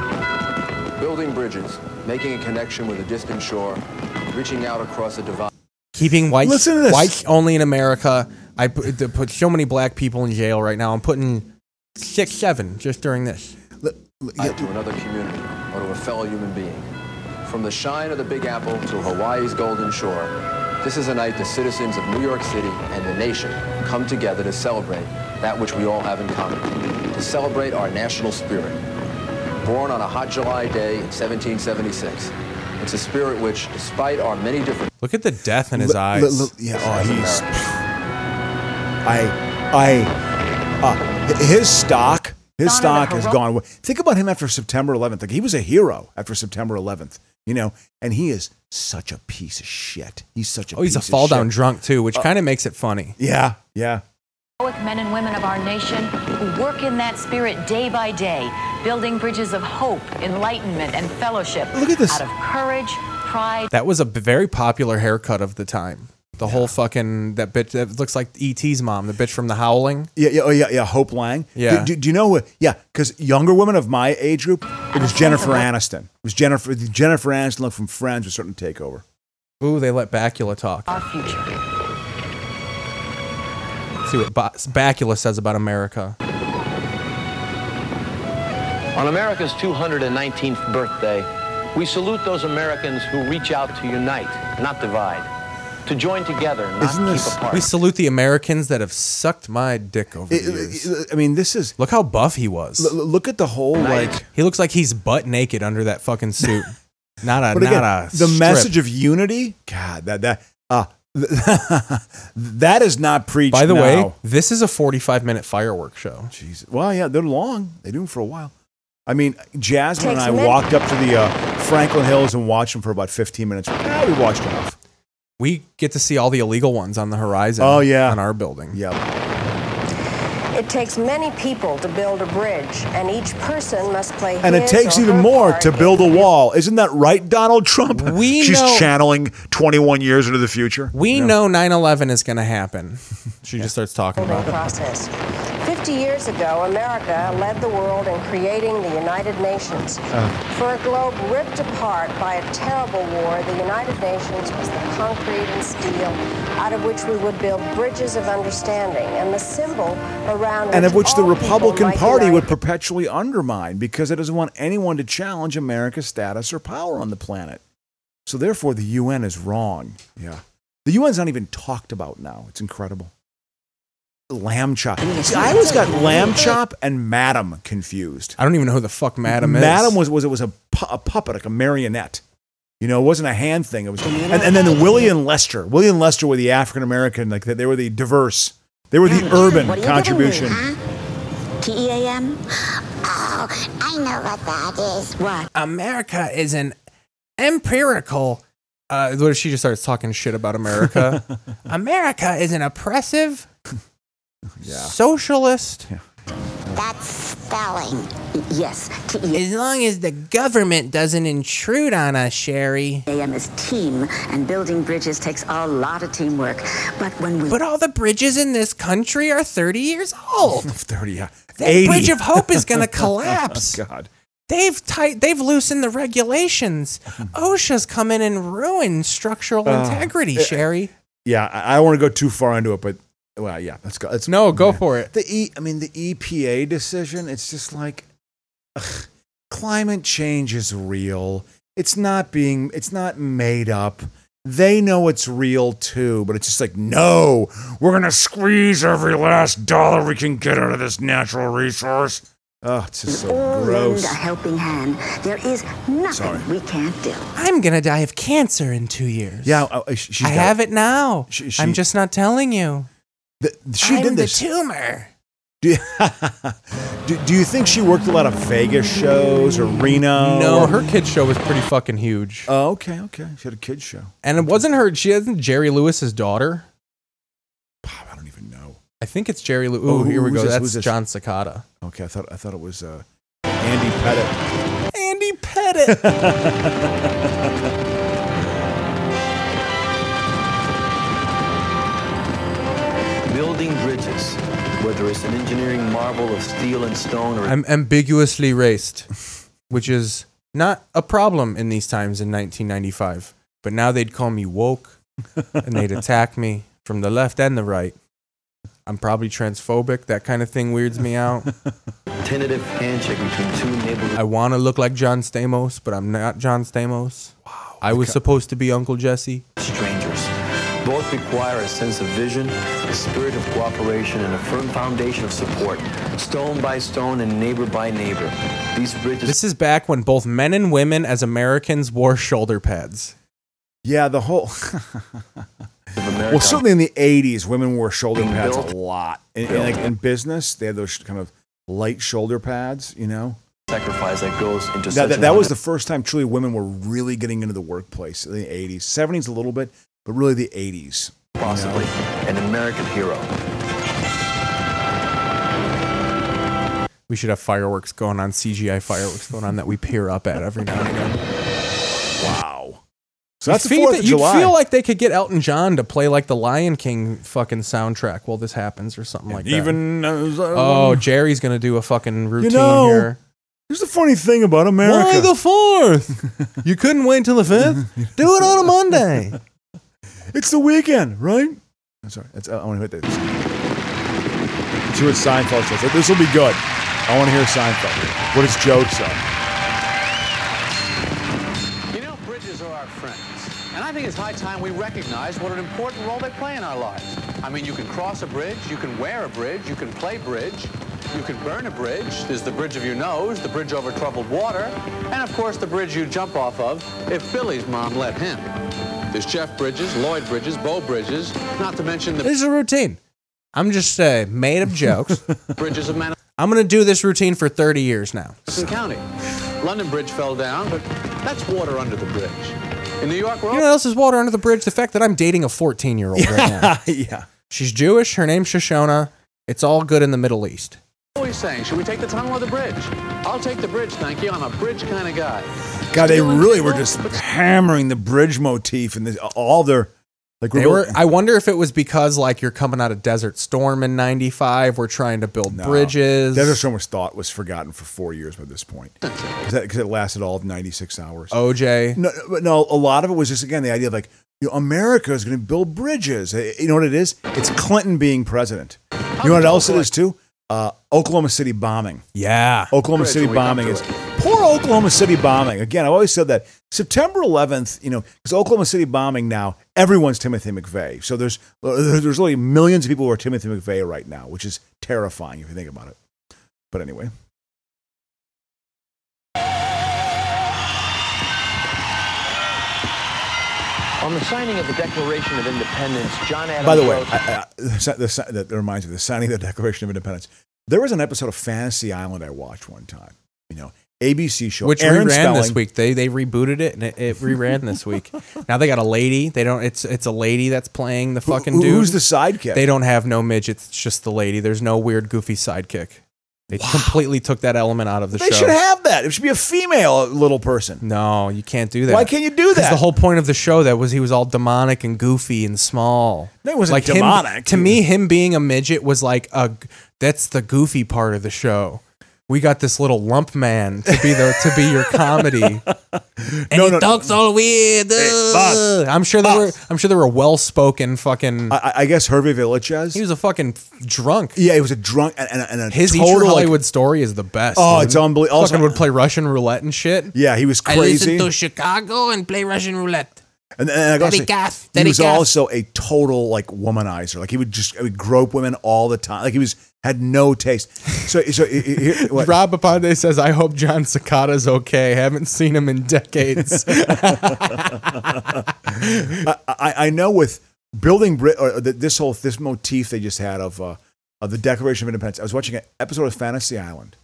S10: sh- building bridges, making a connection with a distant shore, reaching out across a divide.
S1: Keeping white,
S10: Listen to this.
S1: white only in America. I put, they put so many black people in jail right now. I'm putting six, seven just during this.
S10: to another community or to a fellow human being. From the shine of the Big Apple to Hawaii's Golden Shore, this is a night the citizens of New York City and the nation come together to celebrate that which we all have in common, to celebrate our national spirit. Born on a hot July day in 1776, it's a spirit which, despite our many differences,
S1: Look at the death in his
S10: L-
S1: eyes.
S10: l- l-
S2: yeah, oh, he's. I, I, uh, his stock, his stock has gone. Think about him after September 11th. Like he was a hero after September 11th, you know, and he is such a piece of shit. He's such a
S1: Oh, he's a
S2: piece of
S1: fall down
S2: shit.
S1: drunk too, which
S2: Uh,
S1: kind of makes it funny.
S2: Yeah, yeah.
S11: heroic men and women of our nation who work in that spirit day by day, building bridges of hope, enlightenment, and fellowship. Look at this. Out of courage, pride.
S1: That was a b- very popular haircut of the time. The whole fucking that bitch that looks like ET's mom, the bitch from The Howling.
S2: Yeah, yeah, oh yeah, yeah. Hope Lang.
S1: Yeah.
S2: Do, do, do you know? what- Yeah, because younger women of my age group, it was Jennifer Aniston. It was Jennifer Jennifer Aniston look from Friends was starting to take over.
S1: Ooh, they let Bacula talk.
S11: Our future.
S1: Let's see what ba- Bacula says about America.
S8: On America's 219th birthday, we salute those Americans who reach out to unite, not divide, to join together, not keep apart.
S1: We salute the Americans that have sucked my dick over the years.
S2: I mean, this is
S1: look how buff he was.
S2: L- look at the whole like.
S1: he looks like he's butt naked under that
S2: *laughs*
S1: fucking suit. not a
S2: But again,
S1: not a
S2: the
S1: strip.
S2: message of unity. God, that that uh, *laughs* that is not preached.
S1: By the way,
S2: now.
S1: this is a 45 minute firework show.
S2: Jesus. Well, yeah, they're long. They do them for a while. I mean, Jasmine and
S1: Takes
S2: I
S1: a minute.
S2: walked up to the uh, Franklin Hills and watched them for about 15 minutes. Ah, we watched enough.
S1: We get to see all the illegal ones on the horizon.
S2: Oh, yeah.
S1: On our building.
S2: Yep.
S25: It takes many people to build a bridge, and each person must play.
S2: And it
S25: his
S2: takes
S25: or
S2: even
S25: her
S2: more
S25: part
S2: to build a wall. Isn't that right, Donald Trump?
S1: We
S2: She's
S1: know-
S2: channeling 21 years into the future.
S1: We know 9 11 is going to
S2: *laughs*
S1: happen. She just starts talking
S25: building
S1: about it.
S25: process. 50 years ago, America led the world in creating the United Nations.
S2: Uh.
S25: For a globe ripped apart by a terrible war, the United Nations was the concrete and steel out of which we would build bridges of understanding and the symbol around
S2: and of which the
S25: all people
S2: Republican
S25: might
S2: Party
S25: unite.
S2: would perpetually undermine because it doesn't want anyone to challenge America's status or power on the planet. So therefore, the UN is wrong. Yeah, the UN's not even talked about now. It's incredible. Lamb chop. See, I always got lamb chop and madam confused.
S1: I don't even know who the fuck Madam is.
S2: Madam was was it was a, pu- a puppet, like a marionette. You know, it wasn't a hand thing. It was, and, and then William Lester. William Lester were the African American, like they they were the diverse. They were the urban
S12: What are you gonna do,
S2: contribution.
S12: T E A M? Oh, I know what that is. What?
S1: America is an empirical. Uh, what if she just starts talking shit
S2: *laughs*
S1: about America? America is an oppressive socialist.
S12: That's spelling. Yes, E T
S1: As long as the government doesn't intrude on us, Sherry.
S12: E A M is team, and building bridges takes a lot of teamwork. But when we.
S1: But all the bridges in this country are 30 years
S2: *laughs*
S1: old.
S2: 30, yeah.
S1: That
S2: 80.
S1: bridge of hope is gonna collapse.
S2: *laughs* Oh, God.
S1: They've tight, they've loosened
S2: *laughs*
S1: the regulations. OSHA's come in and ruined structural
S2: Uh,
S1: integrity,
S2: uh,
S1: Sherry.
S2: Yeah, I, I don't want to go too far into it, but well, yeah, let's go. Let's
S1: No, go for it.
S2: The e, I mean, the EPA decision. It's just like ugh, climate change is real. It's not being. It's not made up. They know it's real too, but it's just like no, we're gonna squeeze every last dollar we can get out of this natural resource. Oh, it's just so
S12: all lend
S2: gross.
S12: a helping hand. There is nothing
S2: Sorry.
S12: we can't do.
S1: I'm gonna die of cancer in two years.
S2: Yeah, uh, she, she's
S1: I
S2: got-
S1: have it now.
S2: She-
S1: I'm
S2: she-
S1: just not telling you.
S2: th- she
S1: I'm
S2: did
S1: the
S2: this.
S1: tumor.
S2: Do, *laughs* do, do you think she worked a lot of Vegas shows or Reno?
S1: No,
S2: or-
S1: her kids show was pretty fucking huge.
S2: Oh, okay, okay. She had a kids show.
S1: And it wasn't her. She isn't Jerry Lewis's daughter.
S2: I don't even know.
S1: I think it's Jerry Lewis.
S2: Oh,
S1: Ooh,
S2: who-
S1: here we
S2: who's
S1: go.
S2: this?
S1: That's
S2: Who's this?
S1: John Cicada.
S2: Okay, I thought I thought it was uh, Andy Pettit.
S1: Andy Pettit.
S8: *laughs* Building bridges, whether it's an engineering marvel of steel and stone or
S1: I'm ambiguously raced, which is not a problem in these times in 1995. But now they'd call me woke and they'd attack me from the left and the right. I'm probably transphobic. That kind of thing weirds me out.
S8: tentative handshake between two neighborhood
S1: I want to look like John Stamos, but I'm not John Stamos. Wow. I was supposed to be Uncle Jesse.
S8: strangers. Both require a sense of vision, a spirit of cooperation, and a firm foundation of support, stone by stone and neighbor by neighbor. These bridges
S1: This is back when both men and women as Americans wore shoulder pads.
S2: Yeah, the whole. *laughs*
S8: of America
S2: well, certainly in the '80s, women wore shoulder
S8: Being
S2: pads
S8: built.
S2: a lot. In, in, like in business, they had those kind of light shoulder pads. You know,
S10: sacrifice that goes into
S2: Now,
S10: such
S2: that,
S10: an
S2: that was
S10: honor-
S2: the first time truly women were really getting into the workplace in the 80s. 70s a little bit, but really the 80s.
S10: Possibly an American hero.
S1: We should have fireworks going on, CGI fireworks going on that we peer up at every now and again.
S2: Wow. So
S1: You
S2: that's the
S1: feel
S2: 4th
S1: that-
S2: of
S1: you
S2: July.
S1: feel like they could get Elton John to play like the Lion King fucking soundtrack while this happens or something like
S2: even
S1: that.
S2: as I-
S1: oh, Jerry's gonna do a fucking routine
S2: know,
S1: here.
S2: Here's the funny thing about America.
S1: Why the *laughs* fourth? you couldn't wait till the *laughs* fifth? Do it on a Monday.
S2: It's the weekend, right? I'm sorry. That's, I want to hit this. See what Seinfeld says. This will be good. I want to hear Seinfeld. What does Joe say?
S1: *laughs*
S13: You know, bridges are our friends. And I think it's high time we recognize what an important role they play in our lives. I mean, you can cross a bridge, you can wear a bridge, you can play bridge, you can burn a bridge. There's the bridge of your nose, the bridge over troubled water, and of course the bridge you jump off of if Billy's mom let him. There's Jeff Bridges, Lloyd Bridges, Bo Bridges, not to mention
S1: This is
S13: the
S1: a routine. I'm just uh, made
S2: *laughs*
S1: up jokes.
S13: bridges of Madison
S1: I'm gonna do this routine for 30 years now.
S13: County. London Bridge fell down, but that's water under the bridge. In New York, we're
S1: You know what else is water under the bridge? The fact that I'm dating a 14 year old right now.
S2: yeah. *laughs*
S1: She's Jewish. Her name's Shoshona. It's all good in the Middle East.
S13: always saying, should we take the tunnel or the bridge? I'll take the bridge, thank you. I'm a bridge kind of guy.
S2: God, they really were just hammering the bridge motif and this, all their like.
S1: They were,
S2: remember-
S1: I wonder if it was because like you're coming out of Desert Storm in '95. We're trying to build
S2: No.
S1: bridges.
S2: Desert Storm was thought was forgotten for four years by this point because it lasted all of 96 hours.
S1: OJ.
S2: No, but no, a lot of it was just again the idea of like you know, America is going to build bridges. Eh, You know what it is? It's Clinton being president. You know what else it is too? Uh, Oklahoma City bombing.
S1: Yeah,
S2: Oklahoma
S1: Bridge
S2: City
S1: when we come
S2: bombing
S1: to
S2: is
S1: it.
S2: poor Oklahoma City bombing. Again, I've always said that September 11th. You know, because Oklahoma City bombing now, everyone's Timothy McVeigh. So there's uh, there's literally millions of people who are Timothy McVeigh right now, which is terrifying if you think about it. But anyway,
S8: On the signing of the Declaration of Independence, John Adams.
S2: By the way,
S8: wrote-
S2: I, I, the, si- the, si- that reminds me, the signing of the Declaration of Independence. There was an episode of Fantasy Island I watched one time. You know, ABC show,
S1: Which
S2: Aaron
S1: reran
S2: Spelling,
S1: this week. They they rebooted it and it, it reran this
S2: *laughs*
S1: week. Now they got a lady. They don't. It's it's a lady that's playing the fucking
S2: who-
S1: dude.
S2: who's the sidekick?
S1: They don't have no midgets. It's just the lady. There's no weird goofy sidekick. They completely took that element out of the
S2: They
S1: show.
S2: should have that. It should be a female little person.
S1: No, you can't do that.
S2: Why can't you do
S1: 'Cause
S2: that?
S1: The whole point of the show that was he was all demonic and goofy and small.
S2: No, he wasn't
S1: like him-
S2: demonic.
S1: to me, him being a midget was like a g- that's the goofy part of the show. We got this little lump man to be the to be your
S2: *laughs*
S1: comedy. And he talks all weird.
S2: boss,
S1: Ugh. I'm sure there were I'm sure there were well spoken fucking
S2: I, I guess Hervey Villachez. He
S1: was a fucking drunk.
S2: Yeah, he was a drunk and, and, and a
S1: his
S2: total,
S1: Eat Your
S2: like-
S1: Hollywood story is the best.
S2: Oh,
S1: dude.
S2: it's unbelievable. Also-
S1: Fucking would play Russian roulette and shit.
S2: yeah, he was
S1: I listen
S2: crazy.
S1: to Chicago and play Russian roulette.
S2: And, and I
S1: Daddy
S2: gotta say,
S1: Gaff,
S2: he
S1: Daddy
S2: was
S1: Gaff.
S2: also a total like womanizer. Like he would just he would grope women all the time. Like he was had no taste. So so he- he-
S1: *laughs*
S2: he- what?
S1: Rob Aponde says, I hope John Cicada's okay. Haven't seen him
S2: *laughs*
S1: in decades.
S2: I, I I know with building Brit or th- this whole this motif they just had of uh, of the Declaration of Independence. I was watching an episode of Fantasy Island,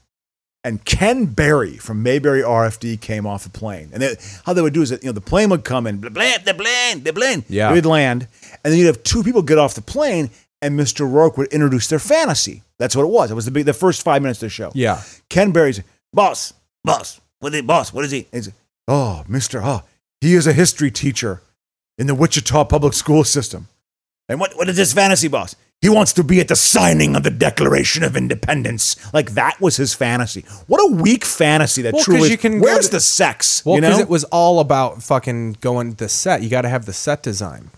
S2: and Ken Berry from Mayberry RFD came off the plane, and they, how they would do is that you know the plane would come in, blah, blah, the plane, the plane,
S1: Yeah.
S2: we'd land, and then you'd have two people get off the plane, and Mr. Rourke would introduce their fantasy. That's what it was. It was the big, the first five minutes of the show.
S1: yeah.
S2: Ken Berry's boss, boss, what is it, boss? What is he? He's, oh, Mister, oh, he is a history teacher in the Wichita public school system. And what, what is this fantasy, boss? He wants to be at the signing of the Declaration of Independence. Like that was his fantasy. What a weak fantasy that
S1: Well, 'cause
S2: truly.
S1: you can go
S2: where's
S1: to-
S2: the sex?
S1: Well,
S2: you
S1: because
S2: know.
S1: it was all about fucking going the set. You got to have the set design.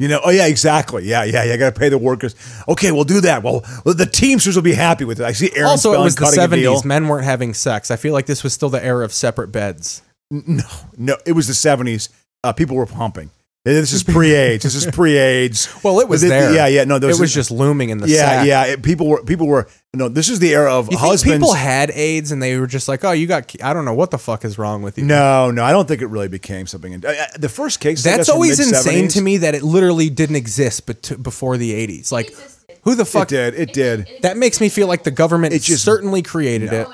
S2: you know. Oh yeah, exactly. Yeah, yeah. yeah. I got to pay the workers. Okay, we'll do that. Well, well, the Teamsters will be happy with it. I see Aaron
S1: also, it
S2: Spelling
S1: was the
S2: cutting a deal.
S1: 70s. Men weren't having sex. I feel like this was still the era of separate beds.
S2: *laughs* No, no, it was the seventies. Uh, people were pumping. This is pre-AIDS. This
S1: *laughs*
S2: is pre-AIDS.
S1: Well, it was
S2: Th- th-
S1: there.
S2: Yeah, yeah. No, there
S1: It was just looming in the
S2: Yeah,
S1: sack.
S2: yeah. it- people were people were. No, this is the era of
S1: You think
S2: husbands.
S1: people had AIDS and they were just like, oh, you got, I don't know what the fuck is wrong with you.
S2: no, no. I don't think it really became something. In, uh, uh, the first case. I guess,
S1: That's
S2: were
S1: always insane
S2: mid-seventies.
S1: to me that it literally didn't exist but to, before the 80s. Like, who the fuck
S2: It did. It did.
S1: That makes me feel like the government
S2: just-
S1: certainly created it.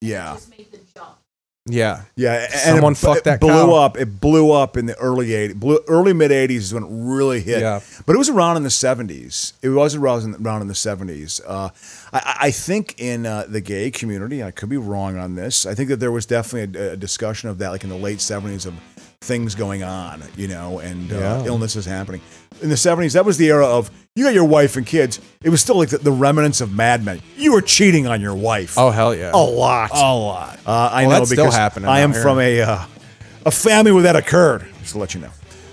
S2: Yeah.
S1: Yeah.
S2: Yeah, a- and
S1: Someone
S2: it,
S1: fucked
S2: it
S1: that
S2: blew
S1: cow.
S2: up. It blew up in the early 80s, blew, early mid 80s is when it really hit.
S1: Yeah.
S2: But it was around in the 70s. It was around around in the 70s. Uh, I- I, I think in uh, the gay community, I could be wrong on this. I think that there was definitely a, a discussion of that, like in the late 70s, of things going on, you know, and uh,
S1: Yeah.
S2: illnesses happening. In the 70s, that was the era of you got your wife and kids. It was still like the, the remnants of Mad Men. You were cheating on your wife.
S1: Oh hell yeah.
S2: A lot. A lot. Uh, I
S1: Well,
S2: know
S1: that's still
S2: because
S1: happening
S2: I am
S1: out here.
S2: from a uh, a family where that occurred. Just to let you know.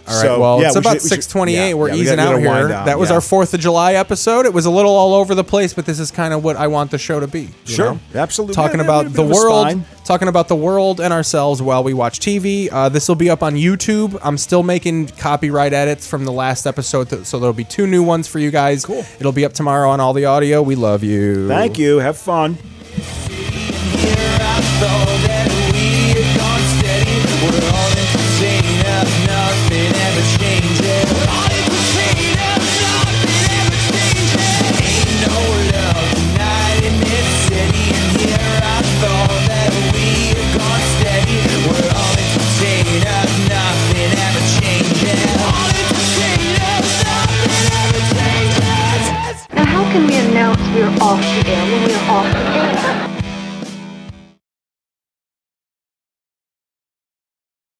S1: All right. well, it's about 628. We're easing out here. that was our 4th of July episode. It was a little all over the place, but this is kind of what I want the show to be. you
S2: Sure.
S1: know?
S2: Absolutely.
S1: Talking
S2: Yeah, a
S1: about the
S2: bit of a
S1: world,
S2: spine.
S1: talking about the world and ourselves while we watch TV. Uh, this will be up on YouTube. I'm still making copyright edits from the last episode, th- so there'll be two new ones for you guys. Cool. It'll be up tomorrow on all the audio. We love you.
S2: Thank you. Have fun.
S14: Now, how can we announce we're off the air when we're off the air?